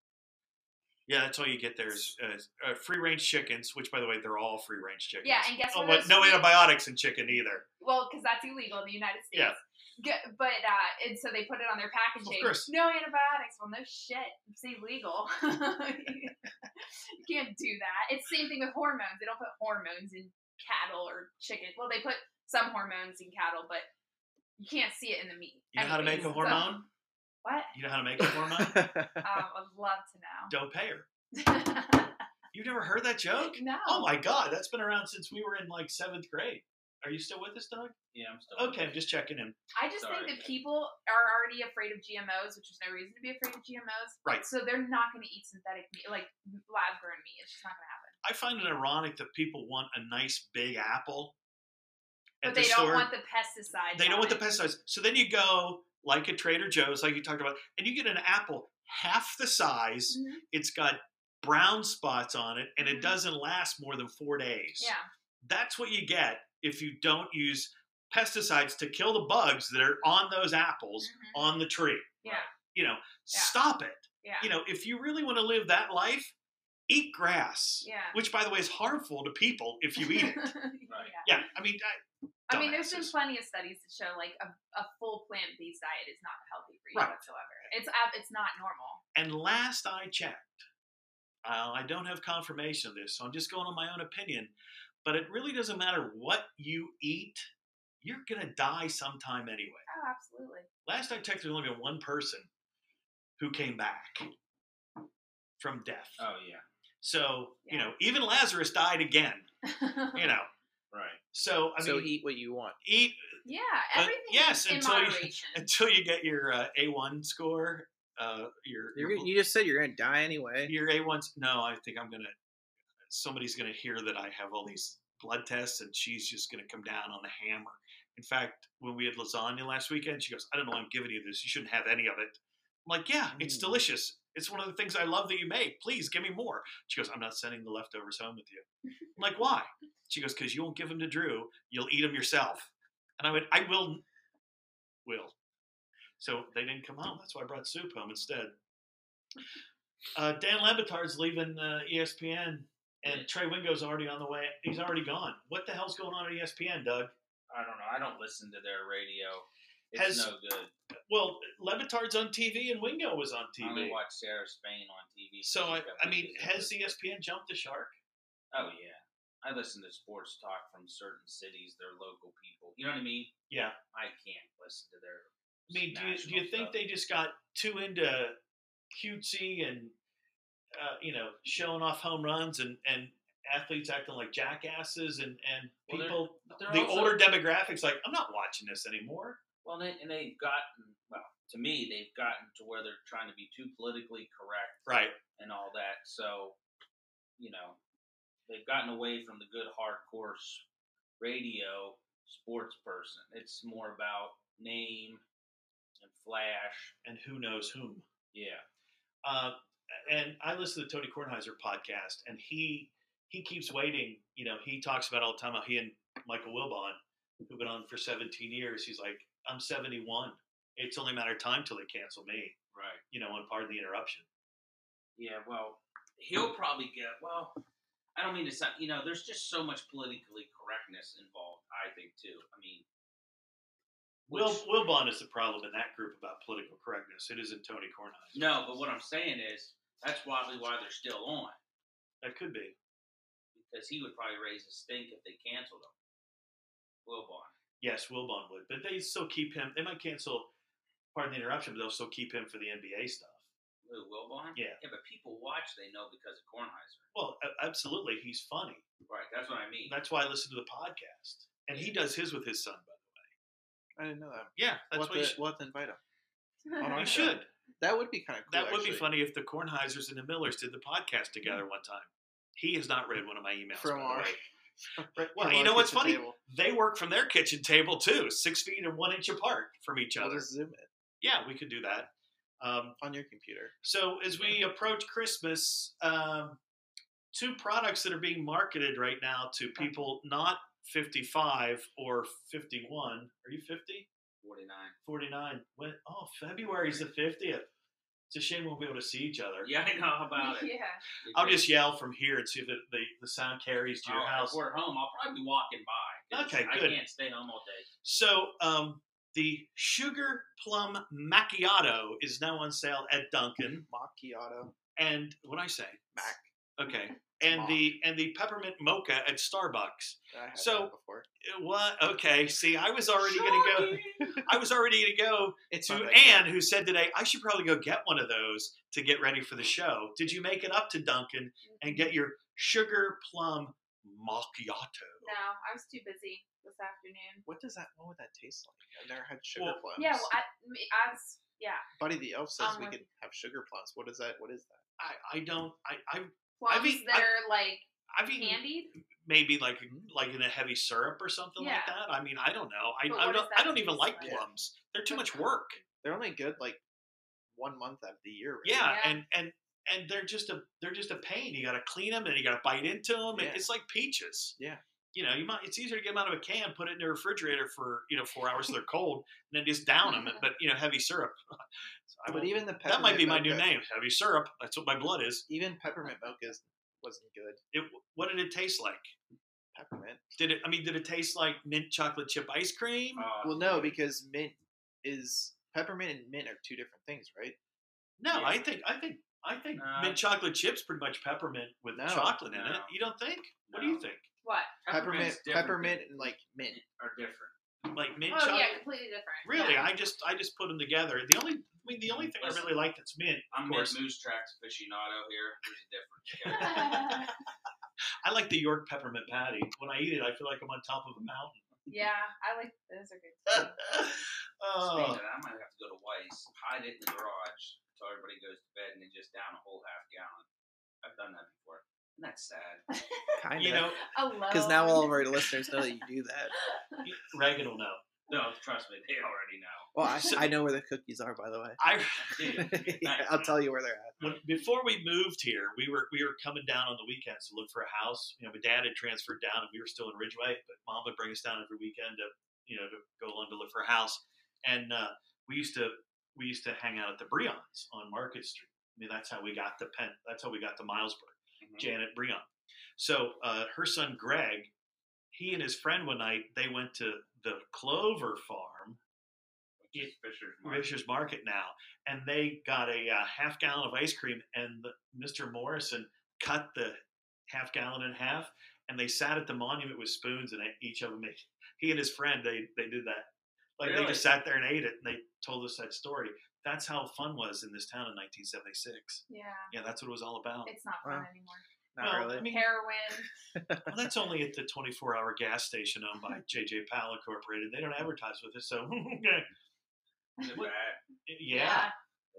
[SPEAKER 1] Yeah, that's all you get there is uh, uh, free range chickens, which, by the way, they're all free range chickens.
[SPEAKER 2] Yeah, and guess
[SPEAKER 1] oh,
[SPEAKER 2] what
[SPEAKER 1] but
[SPEAKER 2] those
[SPEAKER 1] no
[SPEAKER 2] free-
[SPEAKER 1] antibiotics in chicken either.
[SPEAKER 2] Well, because that's illegal in the United States.
[SPEAKER 1] Yeah.
[SPEAKER 2] Ge- But uh, and so they put it on their packaging.
[SPEAKER 1] course.
[SPEAKER 2] No antibiotics. Well, no shit. It's illegal. you can't do that. It's the same thing with hormones. They don't put hormones in cattle or chicken. Well, they put some hormones in cattle, but you can't see it in the meat.
[SPEAKER 1] You know how to make a
[SPEAKER 2] Anyways, so-
[SPEAKER 1] hormone?
[SPEAKER 2] what?
[SPEAKER 1] You know how to make a hormone?
[SPEAKER 2] Um, I'd love to know.
[SPEAKER 1] Don't pay her. You've never heard that joke?
[SPEAKER 2] No.
[SPEAKER 1] Oh my God, that's been around since we were in like seventh grade. Are you still with us, Doug?
[SPEAKER 3] Yeah, I'm still.
[SPEAKER 1] Okay, I'm just checking in.
[SPEAKER 2] I just
[SPEAKER 1] Sorry.
[SPEAKER 2] think that people are already afraid of GMOs, which is no reason to be afraid of GMOs.
[SPEAKER 1] Right.
[SPEAKER 2] So they're not going to eat synthetic meat, like lab grown meat. It's just not going to happen.
[SPEAKER 1] I find it ironic that people want a nice big apple at
[SPEAKER 2] But
[SPEAKER 1] the
[SPEAKER 2] they
[SPEAKER 1] store.
[SPEAKER 2] don't want the pesticides.
[SPEAKER 1] They
[SPEAKER 2] on
[SPEAKER 1] don't want the
[SPEAKER 2] it.
[SPEAKER 1] pesticides. So then you go like a Trader Joe's, like you talked about, and you get an apple half the size.
[SPEAKER 2] Mhm.
[SPEAKER 1] It's got brown spots on it, and it doesn't last more than four days.
[SPEAKER 2] Mm-hmm. Yeah.
[SPEAKER 1] That's what you get if you don't use pesticides to kill the bugs that are on those apples on the tree.
[SPEAKER 2] Mm-hmm. Yeah.
[SPEAKER 1] You know, stop it.
[SPEAKER 2] Yeah.
[SPEAKER 1] You know, if you really want to live that life, eat grass.
[SPEAKER 2] Yeah.
[SPEAKER 1] Which, by the way, is harmful to people if you eat it.
[SPEAKER 2] Yeah.
[SPEAKER 1] yeah. I mean, I,
[SPEAKER 2] I mean, there's been plenty of studies that show like a, a full plant based diet is not healthy for you
[SPEAKER 1] Right.
[SPEAKER 2] whatsoever. It's ab- it's not normal.
[SPEAKER 1] And last I checked, uh, I don't have confirmation of this, so I'm just going on my own opinion, but it really doesn't matter what you eat, you're going to die sometime anyway.
[SPEAKER 2] Oh, absolutely.
[SPEAKER 1] Last I checked, there's only been one person who came back from death.
[SPEAKER 3] Oh yeah.
[SPEAKER 1] So, you know, even Lazarus died again, you know.
[SPEAKER 3] Right.
[SPEAKER 1] So, I
[SPEAKER 4] so
[SPEAKER 1] mean,
[SPEAKER 4] eat what you want.
[SPEAKER 1] eat
[SPEAKER 2] Yeah.
[SPEAKER 1] uh,
[SPEAKER 2] Everything.
[SPEAKER 1] yes,
[SPEAKER 2] in
[SPEAKER 1] until you,
[SPEAKER 2] moderation.
[SPEAKER 1] until you get your uh, A1 score. Uh, your,
[SPEAKER 4] You're,
[SPEAKER 1] your
[SPEAKER 4] gonna- you just said you're gonna die anyway.
[SPEAKER 1] Your A1's no, I think I'm gonna somebody's gonna hear that I have all these blood tests and she's just gonna come down on the hammer. In fact, when we had lasagna last weekend, she goes, I don't know why I'm giving you this. You shouldn't have any of it. I'm like, Yeah, it's delicious. It's one of the things I love that you make. Please give me more. She goes, I'm not sending the leftovers home with you. I'm like, why? She goes, because you won't give them to Drew. You'll eat them yourself. And I went, I will, will. So they didn't come home. That's why I brought soup home instead. Uh, Dan Levitard's leaving uh, ESPN,
[SPEAKER 3] Mm.
[SPEAKER 1] and Trey Wingo's already on the way. He's already gone. What the hell's going on at E ESPN, Doug?
[SPEAKER 3] I don't know. I don't listen to their radio. It's
[SPEAKER 1] Has-
[SPEAKER 3] no good.
[SPEAKER 1] Well, Levitard's on TV, and Wingo was on
[SPEAKER 3] I only
[SPEAKER 1] TV.
[SPEAKER 3] watch Sarah Spain on TV.
[SPEAKER 1] So I,
[SPEAKER 3] She's got
[SPEAKER 1] I mean,
[SPEAKER 3] videos of
[SPEAKER 1] has E
[SPEAKER 3] it.
[SPEAKER 1] ESPN jumped the shark?
[SPEAKER 3] Oh yeah. I listen to sports talk from certain cities, their local people. You know what I mean?
[SPEAKER 1] Yeah.
[SPEAKER 3] I can't listen to their.
[SPEAKER 1] I mean, do you, do
[SPEAKER 3] national
[SPEAKER 1] you think
[SPEAKER 3] stuff.
[SPEAKER 1] they just got too into cutesy and uh, you know showing off home runs and and athletes acting like jackasses and and
[SPEAKER 3] Well, they're-
[SPEAKER 1] people
[SPEAKER 3] but they're
[SPEAKER 1] the
[SPEAKER 3] also-
[SPEAKER 1] older demographics like I'm not watching this anymore.
[SPEAKER 3] Well, they, and they've gotten well to me. They've gotten to where they're trying to be too politically correct
[SPEAKER 1] Right.
[SPEAKER 3] and all that. So, you know, they've gotten away from the good hardcore s- radio sports person. It's more about name and flash.
[SPEAKER 1] And who knows whom.
[SPEAKER 3] Yeah.
[SPEAKER 1] Uh, and I listen to Tony Kornheiser podcast, and he he keeps waiting. You know, he talks about all the time how he and Michael Wilbon, who've been on for 17 years, he's like, I'm 71. It's only a matter of time till they cancel me.
[SPEAKER 3] Right.
[SPEAKER 1] You know, and pardon the interruption.
[SPEAKER 3] Yeah. Well, he'll probably get. Well, I don't mean to sound. You know, there's just so much politically correctness involved. I I think too. I mean,
[SPEAKER 1] Will Wilbon is the problem in that group about political correctness. It isn't Tony Kornheiser.
[SPEAKER 3] no, but what I'm saying is that's probably why they're still on
[SPEAKER 1] That could be.
[SPEAKER 3] because he would probably raise a stink if they canceled him. Wilbon.
[SPEAKER 1] Yes, Wilbon would, but they still keep him. They might cancel. Pardon the interruption, but they'll still keep him for the NBA stuff.
[SPEAKER 3] Lou Wilbon?
[SPEAKER 1] Yeah.
[SPEAKER 3] Yeah, but people watch, they know because of Kornheiser.
[SPEAKER 1] Well, a- absolutely, he's funny.
[SPEAKER 3] Right, that's what I mean.
[SPEAKER 1] That's why I listen to the podcast, and he does his with his son. But
[SPEAKER 4] I didn't know that.
[SPEAKER 1] yeah, that's
[SPEAKER 4] We'll have
[SPEAKER 1] why you
[SPEAKER 4] to-
[SPEAKER 1] should.
[SPEAKER 4] we'll have to invite him.
[SPEAKER 1] You
[SPEAKER 4] our show.
[SPEAKER 1] should.
[SPEAKER 4] That would be kind of cool.
[SPEAKER 1] That would be
[SPEAKER 4] actually.
[SPEAKER 1] funny if the Kornheisers and the Millers did the podcast together one time. He has not read one of my emails. by
[SPEAKER 4] From
[SPEAKER 1] the
[SPEAKER 4] our-
[SPEAKER 1] way.
[SPEAKER 4] Right,
[SPEAKER 1] Well,
[SPEAKER 4] from
[SPEAKER 1] you
[SPEAKER 4] our
[SPEAKER 1] know what's
[SPEAKER 4] kitchen
[SPEAKER 1] funny?
[SPEAKER 4] table.
[SPEAKER 1] They work from their kitchen table too, six feet and one inch apart from each
[SPEAKER 4] We'll
[SPEAKER 1] other.
[SPEAKER 4] just zoom it
[SPEAKER 1] Yeah, we could do that. Um,
[SPEAKER 4] on your computer.
[SPEAKER 1] so as we approach Christmas, um, two products that are being marketed right now to people not 55 or 51. Are you 50?
[SPEAKER 3] 49.
[SPEAKER 1] 49. When? Oh, February's the 50th. It's a shame we'll be able to see each other.
[SPEAKER 3] Yeah, I know about it.
[SPEAKER 2] yeah.
[SPEAKER 1] I'll just yell from here and see if the, the, the sound carries to your
[SPEAKER 3] I'll-
[SPEAKER 1] house.
[SPEAKER 3] If we're home, I'll probably be walking by. 'cause
[SPEAKER 1] Okay,
[SPEAKER 3] I
[SPEAKER 1] good.
[SPEAKER 3] can't stay home all day.
[SPEAKER 1] So um, the sugar plum macchiato is now on sale at Dunkin'.
[SPEAKER 4] Macchiato.
[SPEAKER 1] And what I say?
[SPEAKER 4] Mac.
[SPEAKER 1] Okay. And the and the peppermint mocha at Starbucks.
[SPEAKER 4] I had
[SPEAKER 1] So-
[SPEAKER 4] that before.
[SPEAKER 1] Uh, What? Okay. See, I was already gonna go. I was already gonna go
[SPEAKER 4] It's
[SPEAKER 1] to
[SPEAKER 4] not that
[SPEAKER 1] Anne,
[SPEAKER 4] good.
[SPEAKER 1] who said today I should probably go get one of those to get ready for the show. Did you make it up to Dunkin' and get your sugar plum macchiato?
[SPEAKER 2] No, I was too busy this afternoon.
[SPEAKER 4] What does that? What would that taste like? I've never had sugar
[SPEAKER 1] Well,
[SPEAKER 4] plums.
[SPEAKER 2] Yeah, well, I, me- I was, yeah.
[SPEAKER 4] Buddy the Elf says
[SPEAKER 2] Um,
[SPEAKER 4] we
[SPEAKER 2] what-
[SPEAKER 4] could have sugar plums. What is that? What is that?
[SPEAKER 1] I, I don't. I, I
[SPEAKER 2] Plums
[SPEAKER 1] eat-
[SPEAKER 2] that
[SPEAKER 1] I-
[SPEAKER 2] are like
[SPEAKER 1] I've eaten
[SPEAKER 2] candied.
[SPEAKER 1] maybe like like in a heavy syrup or something like
[SPEAKER 2] Yeah.
[SPEAKER 1] that. I mean, I don't know.
[SPEAKER 2] But
[SPEAKER 1] I I
[SPEAKER 2] what
[SPEAKER 1] don't,
[SPEAKER 2] does that
[SPEAKER 1] I don't even
[SPEAKER 2] taste
[SPEAKER 1] like
[SPEAKER 2] like?
[SPEAKER 1] plums. They're too much work.
[SPEAKER 4] They're only good like one month out of the year. Really.
[SPEAKER 1] Yeah,
[SPEAKER 2] Yeah.
[SPEAKER 1] and and and they're just a they're just a pain. You got to clean them and you got to bite into them.
[SPEAKER 4] Yeah.
[SPEAKER 1] It's like peaches.
[SPEAKER 4] Yeah.
[SPEAKER 1] You know, you might. It's easier to get them out of a can, put it in the refrigerator for you know four hours so they're cold, and then just down them. But you know, heavy syrup. So I
[SPEAKER 4] But
[SPEAKER 1] won't-
[SPEAKER 4] even the peppermint
[SPEAKER 1] that might be my new
[SPEAKER 4] mocha-
[SPEAKER 1] name, heavy syrup. That's what my blood is.
[SPEAKER 4] Even peppermint mocha is- wasn't good.
[SPEAKER 1] It, what did it taste like?
[SPEAKER 4] Peppermint.
[SPEAKER 1] Did it? I mean, did it taste like mint chocolate chip ice cream?
[SPEAKER 3] Uh,
[SPEAKER 4] Well, no, because mint is peppermint and mint are two different things, right?
[SPEAKER 1] No,
[SPEAKER 3] Yeah.
[SPEAKER 1] I think I think I think
[SPEAKER 3] No.
[SPEAKER 1] mint chocolate chips pretty much peppermint with
[SPEAKER 4] No,
[SPEAKER 1] chocolate in it.
[SPEAKER 3] no.
[SPEAKER 1] You don't think? What do you
[SPEAKER 3] No.
[SPEAKER 1] think?
[SPEAKER 2] What?
[SPEAKER 4] Peppermint,
[SPEAKER 3] Peppermint's different
[SPEAKER 4] peppermint, and like mint.
[SPEAKER 3] than- Are different.
[SPEAKER 1] Like mint
[SPEAKER 2] Oh
[SPEAKER 1] chocolate?
[SPEAKER 2] yeah, completely different.
[SPEAKER 1] Really?
[SPEAKER 2] Yeah.
[SPEAKER 1] I just I just put them together. The only I mean the only thing I
[SPEAKER 3] Listen,
[SPEAKER 1] really like that's mint,
[SPEAKER 3] I'm
[SPEAKER 1] of
[SPEAKER 3] mid
[SPEAKER 1] course.
[SPEAKER 3] moose tracks aficionado here. There's a difference. Okay.
[SPEAKER 1] I like the York peppermint patty. When I eat it, I feel like I'm on top of a mountain.
[SPEAKER 2] yeah, I like those are good. Too.
[SPEAKER 1] oh,
[SPEAKER 3] Speaking of that, I might have to go to Weiss, hide it in the garage until everybody goes to bed, and then just down a whole half gallon. I've done that before, and that's sad.
[SPEAKER 4] Kind
[SPEAKER 1] you know, um,
[SPEAKER 2] Alone.
[SPEAKER 4] because now all of our listeners know that you do that.
[SPEAKER 1] Reagan will know.
[SPEAKER 3] No, trust me, they already know.
[SPEAKER 4] Well, I,
[SPEAKER 1] So-
[SPEAKER 4] I know where the cookies are, by the way.
[SPEAKER 1] I
[SPEAKER 3] Dude,
[SPEAKER 4] Yeah, I'll tell you where they're at.
[SPEAKER 1] when, before we moved here, we were we were coming down on the weekends to look for a house. You know, my dad had transferred down, and we were still in Ridgeway, but mom would bring us down every weekend to you know to go along to look for a house. And uh, we used to we used to hang out at the Breons on Market Street. I mean, that's how we got the pen. That's how we got the Milesburg.
[SPEAKER 3] Mm-hmm.
[SPEAKER 1] Janet Breon. So uh, her son Greg, he and his friend one night they went to the Clover Farm,
[SPEAKER 3] Which is Fisher's Market.
[SPEAKER 1] Fisher's Market now, and they got a uh, half gallon of ice cream, and the, Mr. Morrison cut the half gallon in half, and they sat at the monument with spoons, and they- each of them, ate- he and his friend, they they did that. Like they
[SPEAKER 3] Really?
[SPEAKER 1] just sat there and ate it, and they told us that story. That's how fun was in this town in 1976.
[SPEAKER 2] Yeah,
[SPEAKER 1] Yeah, that's what it was all about.
[SPEAKER 2] it's not fun anymore.
[SPEAKER 4] Not
[SPEAKER 1] Well,
[SPEAKER 4] really.
[SPEAKER 1] I mean,
[SPEAKER 2] Heroin.
[SPEAKER 1] Well, that's only at the 24 hour gas station owned by JJ Powell Incorporated. They don't advertise with us, so yeah.
[SPEAKER 3] Is it bad?
[SPEAKER 1] yeah.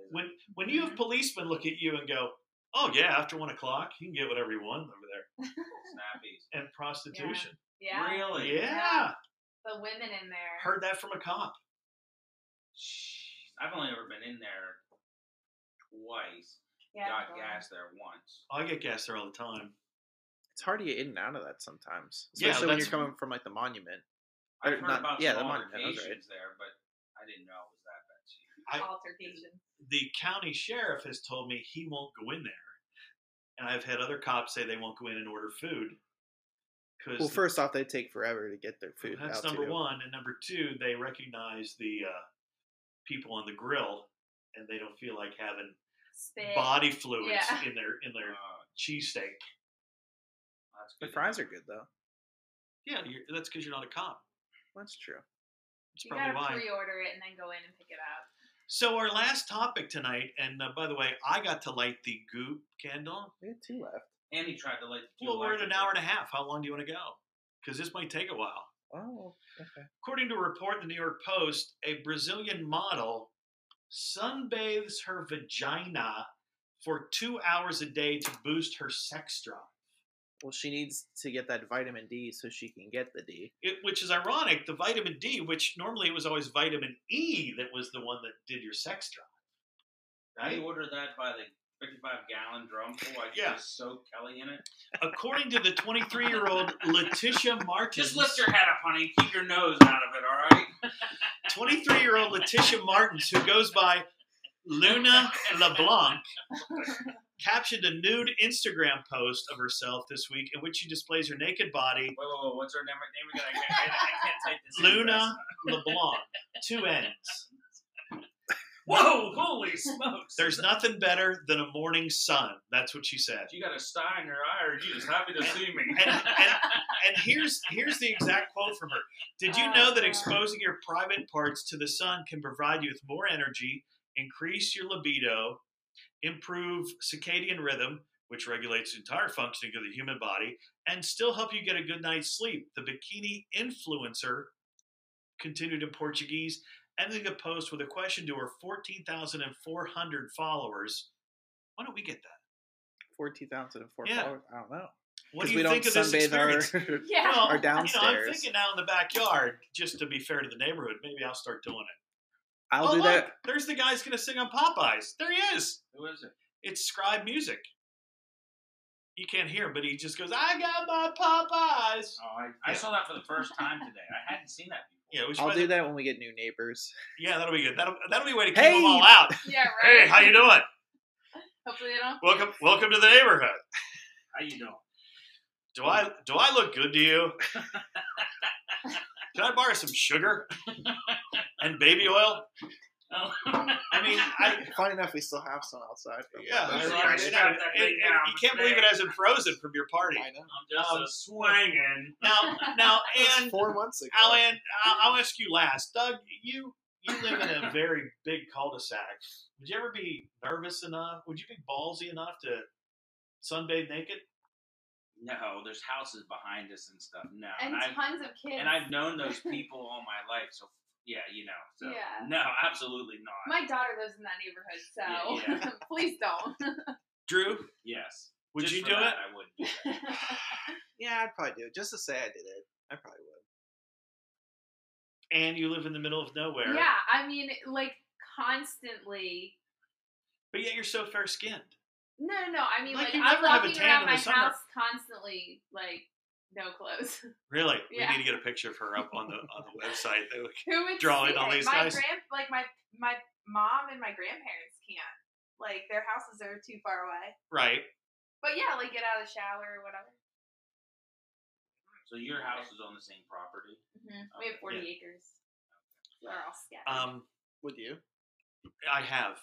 [SPEAKER 1] When when you have policemen look at you and go, "Oh yeah, after one o'clock, you can get whatever you want over there,"
[SPEAKER 3] Snappies.
[SPEAKER 1] and prostitution.
[SPEAKER 2] Yeah.
[SPEAKER 3] Really?
[SPEAKER 1] Yeah,
[SPEAKER 2] Yeah. The women in there.
[SPEAKER 1] heard that from a cop.
[SPEAKER 3] Jeez, I've only ever been in there twice.
[SPEAKER 2] yeah,
[SPEAKER 3] Got
[SPEAKER 2] the
[SPEAKER 3] gas there once.
[SPEAKER 1] I get gas there all the time.
[SPEAKER 4] it's hard to get in and out of that sometimes,
[SPEAKER 1] Yeah,
[SPEAKER 4] especially when you're
[SPEAKER 1] that's-
[SPEAKER 4] coming from like the monument.
[SPEAKER 3] I've
[SPEAKER 4] Or
[SPEAKER 3] heard
[SPEAKER 4] not-
[SPEAKER 3] about
[SPEAKER 4] yeah,
[SPEAKER 3] some
[SPEAKER 4] the monument, that was
[SPEAKER 3] altercations there, but I didn't know it was that bad.
[SPEAKER 1] I-
[SPEAKER 2] Altercation.
[SPEAKER 1] The county sheriff has told me he won't go in there, and I've had other cops say they won't go in and order food Because
[SPEAKER 4] Well, first off, they take forever to get their food
[SPEAKER 1] that's
[SPEAKER 4] out.
[SPEAKER 1] number
[SPEAKER 4] too.
[SPEAKER 1] one, and number two, they recognize the uh, people on the grill, and they don't feel like having
[SPEAKER 2] Spit.
[SPEAKER 1] body fluids
[SPEAKER 2] Yeah.
[SPEAKER 1] in their in their
[SPEAKER 4] Ah.
[SPEAKER 1] cheesesteak.
[SPEAKER 4] The fries are good though.
[SPEAKER 1] Yeah, you're, that's because you're not a cop.
[SPEAKER 4] That's true.
[SPEAKER 1] That's
[SPEAKER 2] You
[SPEAKER 1] probably
[SPEAKER 2] gotta
[SPEAKER 1] why.
[SPEAKER 2] pre-order it and then go in and pick it up.
[SPEAKER 1] So our last topic tonight, and uh, by the way, I got to light the goop candle.
[SPEAKER 4] We had two left.
[SPEAKER 3] And he tried to like. do
[SPEAKER 1] Well, we're at an
[SPEAKER 3] electric.
[SPEAKER 1] hour and a half. How long do you want to go? Because this might take a while.
[SPEAKER 4] Oh, okay.
[SPEAKER 1] According to a report in the New York Post, a Brazilian model sunbathes her vagina for two hours a day to boost her sex drive,
[SPEAKER 4] Well, she needs to get that vitamin D so she can get the D.
[SPEAKER 1] it, which is ironic. The vitamin D, which normally it was always vitamin E that was the one that did your sex drive.
[SPEAKER 3] I ordered that by the 55 gallon drum full. I
[SPEAKER 1] Yeah.
[SPEAKER 3] just soaked Kelly in it.
[SPEAKER 1] According to the 23 year old Letitia Martins.
[SPEAKER 3] Just lift your head up, honey. Keep your nose out of it, all right?
[SPEAKER 1] 23 year old Letitia Martins, who goes by Luna LeBlanc, captioned a nude Instagram post of herself this week in which she displays her naked body,
[SPEAKER 3] Whoa, whoa, whoa. What's her name, name again? I can't, I can't type this. in
[SPEAKER 1] Luna
[SPEAKER 3] fast.
[SPEAKER 1] LeBlanc, two N's.
[SPEAKER 3] Whoa, holy smokes.
[SPEAKER 1] There's nothing better than a morning sun. That's what she said.
[SPEAKER 3] You got a sty in your eye, or are you just happy to see me?
[SPEAKER 1] And, and, and here's here's the exact quote from her. Did you know that exposing your private parts to the sun can provide you with more energy, increase your libido, improve circadian rhythm, which regulates the entire functioning of the human body, and still help you get a good night's sleep? The bikini influencer continued in Portuguese, ending the post with a question to her 14,400 followers. Why don't we get that?
[SPEAKER 4] 14,004
[SPEAKER 1] Yeah.
[SPEAKER 4] followers. I don't know.
[SPEAKER 1] What
[SPEAKER 4] 'Cause
[SPEAKER 1] do you
[SPEAKER 4] we
[SPEAKER 1] think
[SPEAKER 4] don't
[SPEAKER 1] of this
[SPEAKER 4] sunbathe our-
[SPEAKER 1] experience?
[SPEAKER 2] Yeah.
[SPEAKER 1] Well, You
[SPEAKER 4] Or
[SPEAKER 1] know, I'm
[SPEAKER 4] downstairs.
[SPEAKER 1] thinking now in the backyard, just to be fair to the neighborhood, maybe I'll start doing it.
[SPEAKER 4] I'll
[SPEAKER 1] oh,
[SPEAKER 4] do
[SPEAKER 1] look,
[SPEAKER 4] that.
[SPEAKER 1] There's the guy's going to sing on Popeyes. There he is.
[SPEAKER 3] Who is it?
[SPEAKER 1] It's Scribe Music. You can't hear him, but he just goes, I got my Popeyes.
[SPEAKER 3] Oh, I, I
[SPEAKER 1] Yeah.
[SPEAKER 3] saw that for the first time today. I hadn't seen that before.
[SPEAKER 1] Yeah, we should
[SPEAKER 4] I'll
[SPEAKER 1] probably-
[SPEAKER 4] do that when we get new neighbors.
[SPEAKER 1] Yeah, that'll be good. That'll, that'll be a way to keep
[SPEAKER 4] Hey!
[SPEAKER 1] them all out.
[SPEAKER 2] Yeah, right.
[SPEAKER 1] Hey, how you doing?
[SPEAKER 2] Hopefully they don't.
[SPEAKER 1] Welcome welcome to the neighborhood.
[SPEAKER 3] How you doing?
[SPEAKER 1] Do I do I look good to you? Can I borrow some sugar and baby oil?
[SPEAKER 3] Oh.
[SPEAKER 1] I mean, I,
[SPEAKER 4] Funny enough, we still have some outside. from
[SPEAKER 1] Yeah,
[SPEAKER 4] last
[SPEAKER 3] I
[SPEAKER 4] year.
[SPEAKER 3] know.
[SPEAKER 1] I
[SPEAKER 3] Strap
[SPEAKER 1] know.
[SPEAKER 3] that
[SPEAKER 1] It-
[SPEAKER 3] thing
[SPEAKER 1] it-
[SPEAKER 3] down.
[SPEAKER 1] you can't believe it hasn't frozen from your party.
[SPEAKER 4] I know.
[SPEAKER 3] I'm just
[SPEAKER 1] Um,
[SPEAKER 3] a swinging.
[SPEAKER 1] Now, now, and
[SPEAKER 4] Four months ago.
[SPEAKER 1] I'll, and I'll ask you last, Doug. You you live in a very big cul-de-sac. Would you ever be nervous enough? Would you be ballsy enough to sunbathe naked?
[SPEAKER 3] No, there's houses behind us and stuff. No,
[SPEAKER 2] And
[SPEAKER 3] and I've
[SPEAKER 2] tons of kids.
[SPEAKER 3] and I've known those people all my life. So yeah, you know. So
[SPEAKER 2] Yeah.
[SPEAKER 3] no, absolutely not.
[SPEAKER 2] My daughter lives in that neighborhood, so
[SPEAKER 3] Yeah,
[SPEAKER 2] please don't.
[SPEAKER 1] Drew,
[SPEAKER 3] yes.
[SPEAKER 1] would
[SPEAKER 3] Just
[SPEAKER 1] you
[SPEAKER 3] for
[SPEAKER 1] do it?
[SPEAKER 3] that, I would. do that.
[SPEAKER 4] yeah, I'd probably do it. Just to say I did it, I probably would.
[SPEAKER 1] And you live in the middle of nowhere,
[SPEAKER 2] yeah, I mean, like constantly.
[SPEAKER 1] but yet you're so fair-skinned.
[SPEAKER 2] No, no, no. I mean,
[SPEAKER 1] Like,
[SPEAKER 2] like,
[SPEAKER 1] you
[SPEAKER 2] I'm
[SPEAKER 1] never have a
[SPEAKER 2] walking
[SPEAKER 1] tan
[SPEAKER 2] around
[SPEAKER 1] in the
[SPEAKER 2] my
[SPEAKER 1] summer.
[SPEAKER 2] house constantly, like no clothes.
[SPEAKER 1] Really,
[SPEAKER 2] Yeah.
[SPEAKER 1] we need to get a picture of her up on the on the website.
[SPEAKER 2] Who would
[SPEAKER 1] Drawing
[SPEAKER 2] see
[SPEAKER 1] all
[SPEAKER 2] it?
[SPEAKER 1] these
[SPEAKER 2] my
[SPEAKER 1] guys.
[SPEAKER 2] Grand, like my my mom and my grandparents can't. Like their houses are too far away.
[SPEAKER 1] Right.
[SPEAKER 2] But yeah, like get out of the shower or whatever.
[SPEAKER 3] So your house is on the same property.
[SPEAKER 2] Mm-hmm. We have forty
[SPEAKER 1] Oh, Yeah.
[SPEAKER 2] acres. We're all scattered.
[SPEAKER 1] Um,
[SPEAKER 4] Would you?
[SPEAKER 1] I have.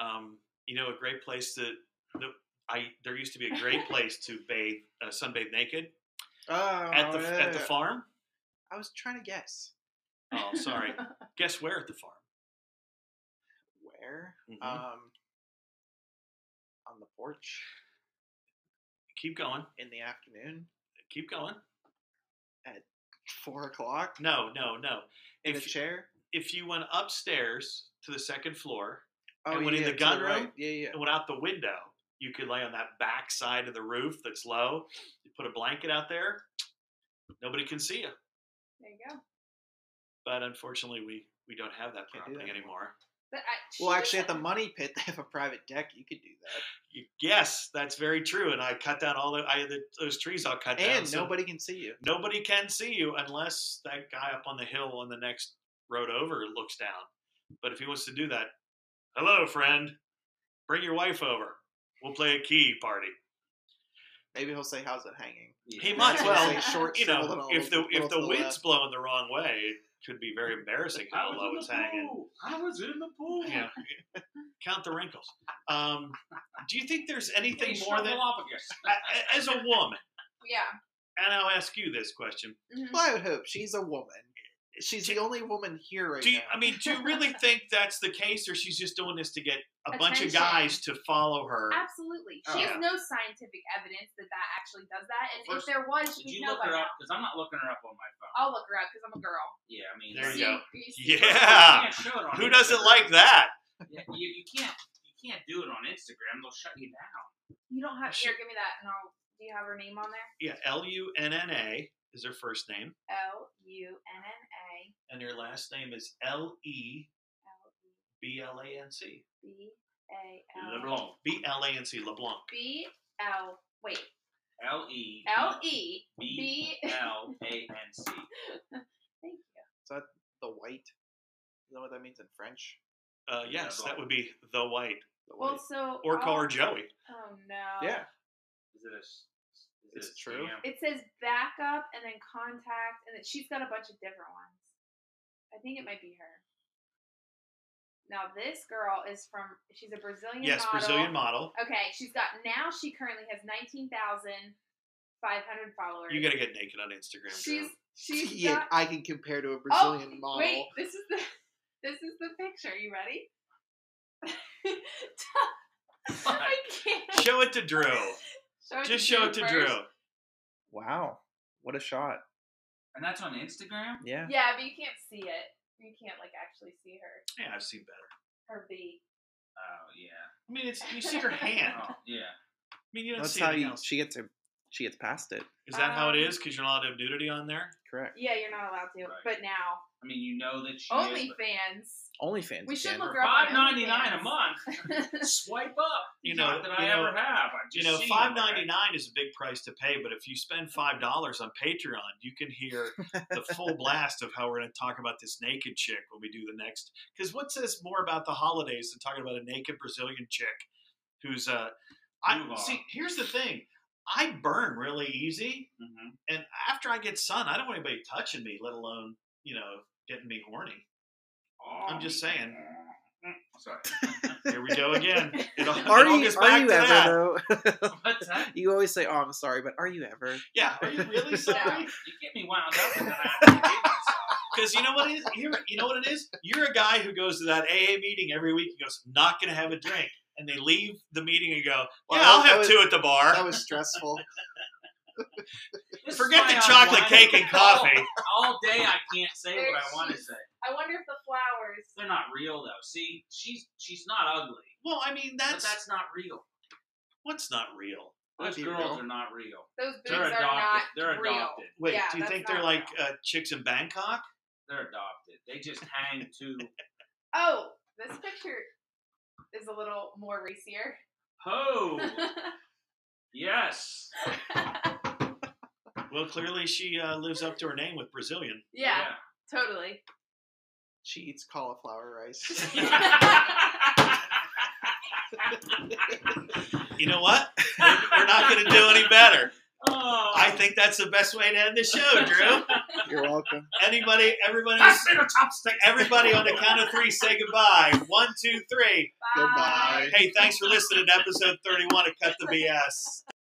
[SPEAKER 1] Um, you know, a great place to. The, I there used to be a great place to bathe, uh, sunbathe naked
[SPEAKER 4] Oh,
[SPEAKER 1] at the at the
[SPEAKER 4] yeah.
[SPEAKER 1] farm.
[SPEAKER 4] I was trying to guess
[SPEAKER 1] Oh, sorry. Guess where at the farm?
[SPEAKER 4] where.
[SPEAKER 1] Mhm.
[SPEAKER 4] Um, on the porch
[SPEAKER 1] Keep going.
[SPEAKER 4] in the afternoon,
[SPEAKER 1] Keep going.
[SPEAKER 4] four o'clock,
[SPEAKER 1] No, no, no.
[SPEAKER 4] in a
[SPEAKER 1] If you,
[SPEAKER 4] chair.
[SPEAKER 1] if you went upstairs to the second floor
[SPEAKER 4] Oh,
[SPEAKER 1] and went in
[SPEAKER 4] yeah,
[SPEAKER 1] the
[SPEAKER 4] to
[SPEAKER 1] gun
[SPEAKER 4] right.
[SPEAKER 1] room?
[SPEAKER 4] Yeah, yeah.
[SPEAKER 1] and went out the window, you could lay on that back side of the roof that's low. You put a blanket out there. Nobody can see you.
[SPEAKER 2] there you go.
[SPEAKER 1] But unfortunately, we we don't have that
[SPEAKER 4] Can't do
[SPEAKER 1] property
[SPEAKER 4] that
[SPEAKER 1] anymore.
[SPEAKER 2] But I,
[SPEAKER 4] Well,
[SPEAKER 2] she
[SPEAKER 4] actually, at the
[SPEAKER 2] doesn't-
[SPEAKER 4] money pit, they have a private deck. You could do that,
[SPEAKER 1] Y- Yes, that's very true. And I cut down all the, I, the those trees. I'll cut down.
[SPEAKER 4] and
[SPEAKER 1] so
[SPEAKER 4] nobody can see you.
[SPEAKER 1] nobody can see you unless that guy up on the hill on the next road over looks down. But if he wants to do that, hello, friend, bring your wife over. We'll play a key party.
[SPEAKER 4] Maybe he'll say, "How's it hanging?"
[SPEAKER 1] He might well,
[SPEAKER 4] Say, "Short,
[SPEAKER 1] you
[SPEAKER 4] shriveled and
[SPEAKER 1] know,
[SPEAKER 4] all
[SPEAKER 1] if the
[SPEAKER 4] little
[SPEAKER 1] if
[SPEAKER 4] to
[SPEAKER 1] the wind's
[SPEAKER 4] left."
[SPEAKER 1] blowing the wrong way, it could be very embarrassing how
[SPEAKER 3] I was
[SPEAKER 1] low
[SPEAKER 3] in
[SPEAKER 1] it's
[SPEAKER 3] the
[SPEAKER 1] hanging.
[SPEAKER 3] pool. I was in the pool.
[SPEAKER 1] Yeah. Count the wrinkles. Um, do you think there's anything
[SPEAKER 3] Hey,
[SPEAKER 1] more than
[SPEAKER 3] Snuffleupagus.
[SPEAKER 1] a- as a woman?
[SPEAKER 2] Yeah.
[SPEAKER 1] And I'll ask you this question:
[SPEAKER 2] Mhm.
[SPEAKER 4] Well, I would hope she's a woman. She's the only woman here right
[SPEAKER 1] Do you,
[SPEAKER 4] now.
[SPEAKER 1] I mean, do you really think that's the case, or she's just doing this to get a bunch of
[SPEAKER 2] Attention.
[SPEAKER 1] guys to follow her?
[SPEAKER 2] Absolutely. She
[SPEAKER 1] Oh.
[SPEAKER 2] has no scientific evidence that that actually does that. And
[SPEAKER 3] Well,
[SPEAKER 2] if
[SPEAKER 3] first,
[SPEAKER 2] there was,
[SPEAKER 3] Did
[SPEAKER 2] she'd
[SPEAKER 3] you
[SPEAKER 2] know
[SPEAKER 3] look
[SPEAKER 2] by
[SPEAKER 3] her
[SPEAKER 2] now.
[SPEAKER 3] up? Because I'm not looking her up on my phone.
[SPEAKER 2] I'll look her up because I'm a girl.
[SPEAKER 3] Yeah, I mean,
[SPEAKER 1] There
[SPEAKER 3] you
[SPEAKER 1] you go.
[SPEAKER 2] Greasy.
[SPEAKER 1] Yeah.
[SPEAKER 3] can't show it on
[SPEAKER 1] Who doesn't
[SPEAKER 3] Instagram.
[SPEAKER 1] like that?
[SPEAKER 3] Yeah, you, you can't you can't do it on Instagram. They'll shut you down.
[SPEAKER 2] You don't have
[SPEAKER 1] She-
[SPEAKER 2] here. Give me that, and I'll. Do you have her name on there?
[SPEAKER 1] Yeah, L U N N A is her first name,
[SPEAKER 2] L U N N A
[SPEAKER 1] and her last name is L E
[SPEAKER 2] L E
[SPEAKER 1] B L A N C.
[SPEAKER 2] B A L
[SPEAKER 3] LeBlanc.
[SPEAKER 1] B L A N C LeBlanc.
[SPEAKER 2] B L. Wait.
[SPEAKER 3] L E
[SPEAKER 2] L E
[SPEAKER 3] B
[SPEAKER 2] B.
[SPEAKER 3] L A N C.
[SPEAKER 2] Thank you.
[SPEAKER 4] the white. You know what that means in French?
[SPEAKER 1] Uh, yes, that would be the white,
[SPEAKER 4] The white.
[SPEAKER 2] Well, so
[SPEAKER 1] or call her
[SPEAKER 2] I'll-
[SPEAKER 1] Joey.
[SPEAKER 2] Oh no.
[SPEAKER 4] yeah.
[SPEAKER 3] Is it a? s- Is it
[SPEAKER 4] It's
[SPEAKER 3] a
[SPEAKER 4] true.
[SPEAKER 3] scam?
[SPEAKER 2] It says backup and then contact, and then she's got a bunch of different ones. I think it might be her. Now this girl is from. She's a Brazilian.
[SPEAKER 1] Yes,
[SPEAKER 2] model.
[SPEAKER 1] Brazilian model.
[SPEAKER 2] Okay, she's got now. She currently has nineteen thousand five hundred followers.
[SPEAKER 1] You got to get naked on Instagram.
[SPEAKER 2] She's
[SPEAKER 1] Drew.
[SPEAKER 2] she's
[SPEAKER 4] yeah,
[SPEAKER 2] got.
[SPEAKER 4] I can compare to a Brazilian
[SPEAKER 2] oh,
[SPEAKER 4] model.
[SPEAKER 2] wait, this is the this is the picture. You ready? I can't.
[SPEAKER 1] Show it to Drew.
[SPEAKER 2] Show
[SPEAKER 1] Just show it to
[SPEAKER 2] first.
[SPEAKER 1] Drew.
[SPEAKER 4] Wow, what a shot!
[SPEAKER 3] And that's on Instagram.
[SPEAKER 4] Yeah,
[SPEAKER 2] Yeah, but you can't see it. You can't like actually see her
[SPEAKER 1] Yeah, I've seen better.
[SPEAKER 2] her V.
[SPEAKER 3] Oh yeah.
[SPEAKER 1] I mean, it's you see her hand. I
[SPEAKER 3] Oh yeah.
[SPEAKER 1] mean, you don't
[SPEAKER 4] that's
[SPEAKER 1] see
[SPEAKER 4] how
[SPEAKER 1] anything
[SPEAKER 4] you,
[SPEAKER 1] else.
[SPEAKER 4] she gets her. She gets past it.
[SPEAKER 1] Is that how it
[SPEAKER 2] Um,
[SPEAKER 1] is? Because you're not allowed to have nudity on there.
[SPEAKER 4] Correct.
[SPEAKER 2] Yeah, you're not allowed to.
[SPEAKER 3] Right.
[SPEAKER 2] But now
[SPEAKER 3] I mean, you know that she is. but-
[SPEAKER 2] OnlyFans.
[SPEAKER 4] OnlyFans.
[SPEAKER 2] We should
[SPEAKER 4] again.
[SPEAKER 2] look
[SPEAKER 3] For
[SPEAKER 2] her up on
[SPEAKER 3] five ninety nine
[SPEAKER 2] OnlyFans.
[SPEAKER 3] a month. Swipe up.
[SPEAKER 1] You
[SPEAKER 3] Not
[SPEAKER 1] know-
[SPEAKER 3] that I
[SPEAKER 1] you know-
[SPEAKER 3] ever have. I've just
[SPEAKER 1] You know,
[SPEAKER 3] seen
[SPEAKER 1] five
[SPEAKER 3] them, right?
[SPEAKER 1] ninety nine is a big price to pay, but if you spend five dollars on Patreon, you can hear the full blast of how we're going to talk about this naked chick when we do the next. Because what says more about the holidays than talking about a naked Brazilian chick who's uh, I
[SPEAKER 3] Move on.
[SPEAKER 1] see. Here's the thing, I burn really easy,
[SPEAKER 3] Mhm.
[SPEAKER 1] and after I get sun, I don't want anybody touching me, let alone you know getting me horny. I'm just saying.
[SPEAKER 3] Mm-hmm. Sorry.
[SPEAKER 1] Here we go again. It all, it
[SPEAKER 4] Are
[SPEAKER 1] all
[SPEAKER 4] you,
[SPEAKER 1] gets
[SPEAKER 4] are
[SPEAKER 1] back
[SPEAKER 4] you
[SPEAKER 1] to
[SPEAKER 4] ever
[SPEAKER 1] that.
[SPEAKER 4] though?
[SPEAKER 3] What's that?
[SPEAKER 4] you always say, "Oh, I'm sorry," but are you ever?
[SPEAKER 1] Yeah, are you really sorry?
[SPEAKER 3] You get me wound up and then I have to behave myself.
[SPEAKER 1] Because you know what it is? You're, you know what it is? You're a guy who goes to that AA meeting every week and goes, not going to have a drink. And they leave the meeting and go,
[SPEAKER 4] Well,
[SPEAKER 1] yeah, I'll
[SPEAKER 4] that
[SPEAKER 1] have
[SPEAKER 4] was-
[SPEAKER 1] two at the bar.
[SPEAKER 4] That was stressful.
[SPEAKER 3] This is
[SPEAKER 1] Forget
[SPEAKER 3] why
[SPEAKER 1] the
[SPEAKER 3] I'm
[SPEAKER 1] chocolate
[SPEAKER 3] whining.
[SPEAKER 1] cake and coffee.
[SPEAKER 3] All, all day I can't say what I want to say.
[SPEAKER 2] I wonder if the flowers.
[SPEAKER 3] They're not real though. See, she's she's not ugly,
[SPEAKER 1] Well, I mean,
[SPEAKER 3] but
[SPEAKER 1] that's,
[SPEAKER 3] that's not real.
[SPEAKER 1] what's not real.
[SPEAKER 3] Those
[SPEAKER 4] Be
[SPEAKER 3] girls
[SPEAKER 4] real.
[SPEAKER 3] are not real.
[SPEAKER 2] Those boobs
[SPEAKER 3] They're
[SPEAKER 2] are
[SPEAKER 3] adopted.
[SPEAKER 2] not
[SPEAKER 3] they're
[SPEAKER 2] real.
[SPEAKER 3] adopted.
[SPEAKER 1] Wait,
[SPEAKER 2] Yeah,
[SPEAKER 1] do you
[SPEAKER 2] that's
[SPEAKER 1] think they're
[SPEAKER 2] not
[SPEAKER 1] like
[SPEAKER 2] real.
[SPEAKER 1] uh, chicks in Bangkok?
[SPEAKER 3] They're adopted. They just hang to
[SPEAKER 2] Oh, this picture is a little more racier.
[SPEAKER 3] ho. Yes.
[SPEAKER 1] Well, clearly she uh, lives up to her name with Brazilian.
[SPEAKER 2] yeah, totally.
[SPEAKER 4] She eats cauliflower rice.
[SPEAKER 1] You know what? We're, we're not going to do any better.
[SPEAKER 3] Oh,
[SPEAKER 1] I think that's the best way to end the show, Drew.
[SPEAKER 4] You're welcome.
[SPEAKER 1] Anybody, everybody,
[SPEAKER 3] that's been a chopstick.
[SPEAKER 1] everybody on the count of three, say goodbye. One, two, three.
[SPEAKER 2] Bye.
[SPEAKER 4] Goodbye.
[SPEAKER 1] Hey, thanks for listening to episode 31 of Cut the BS.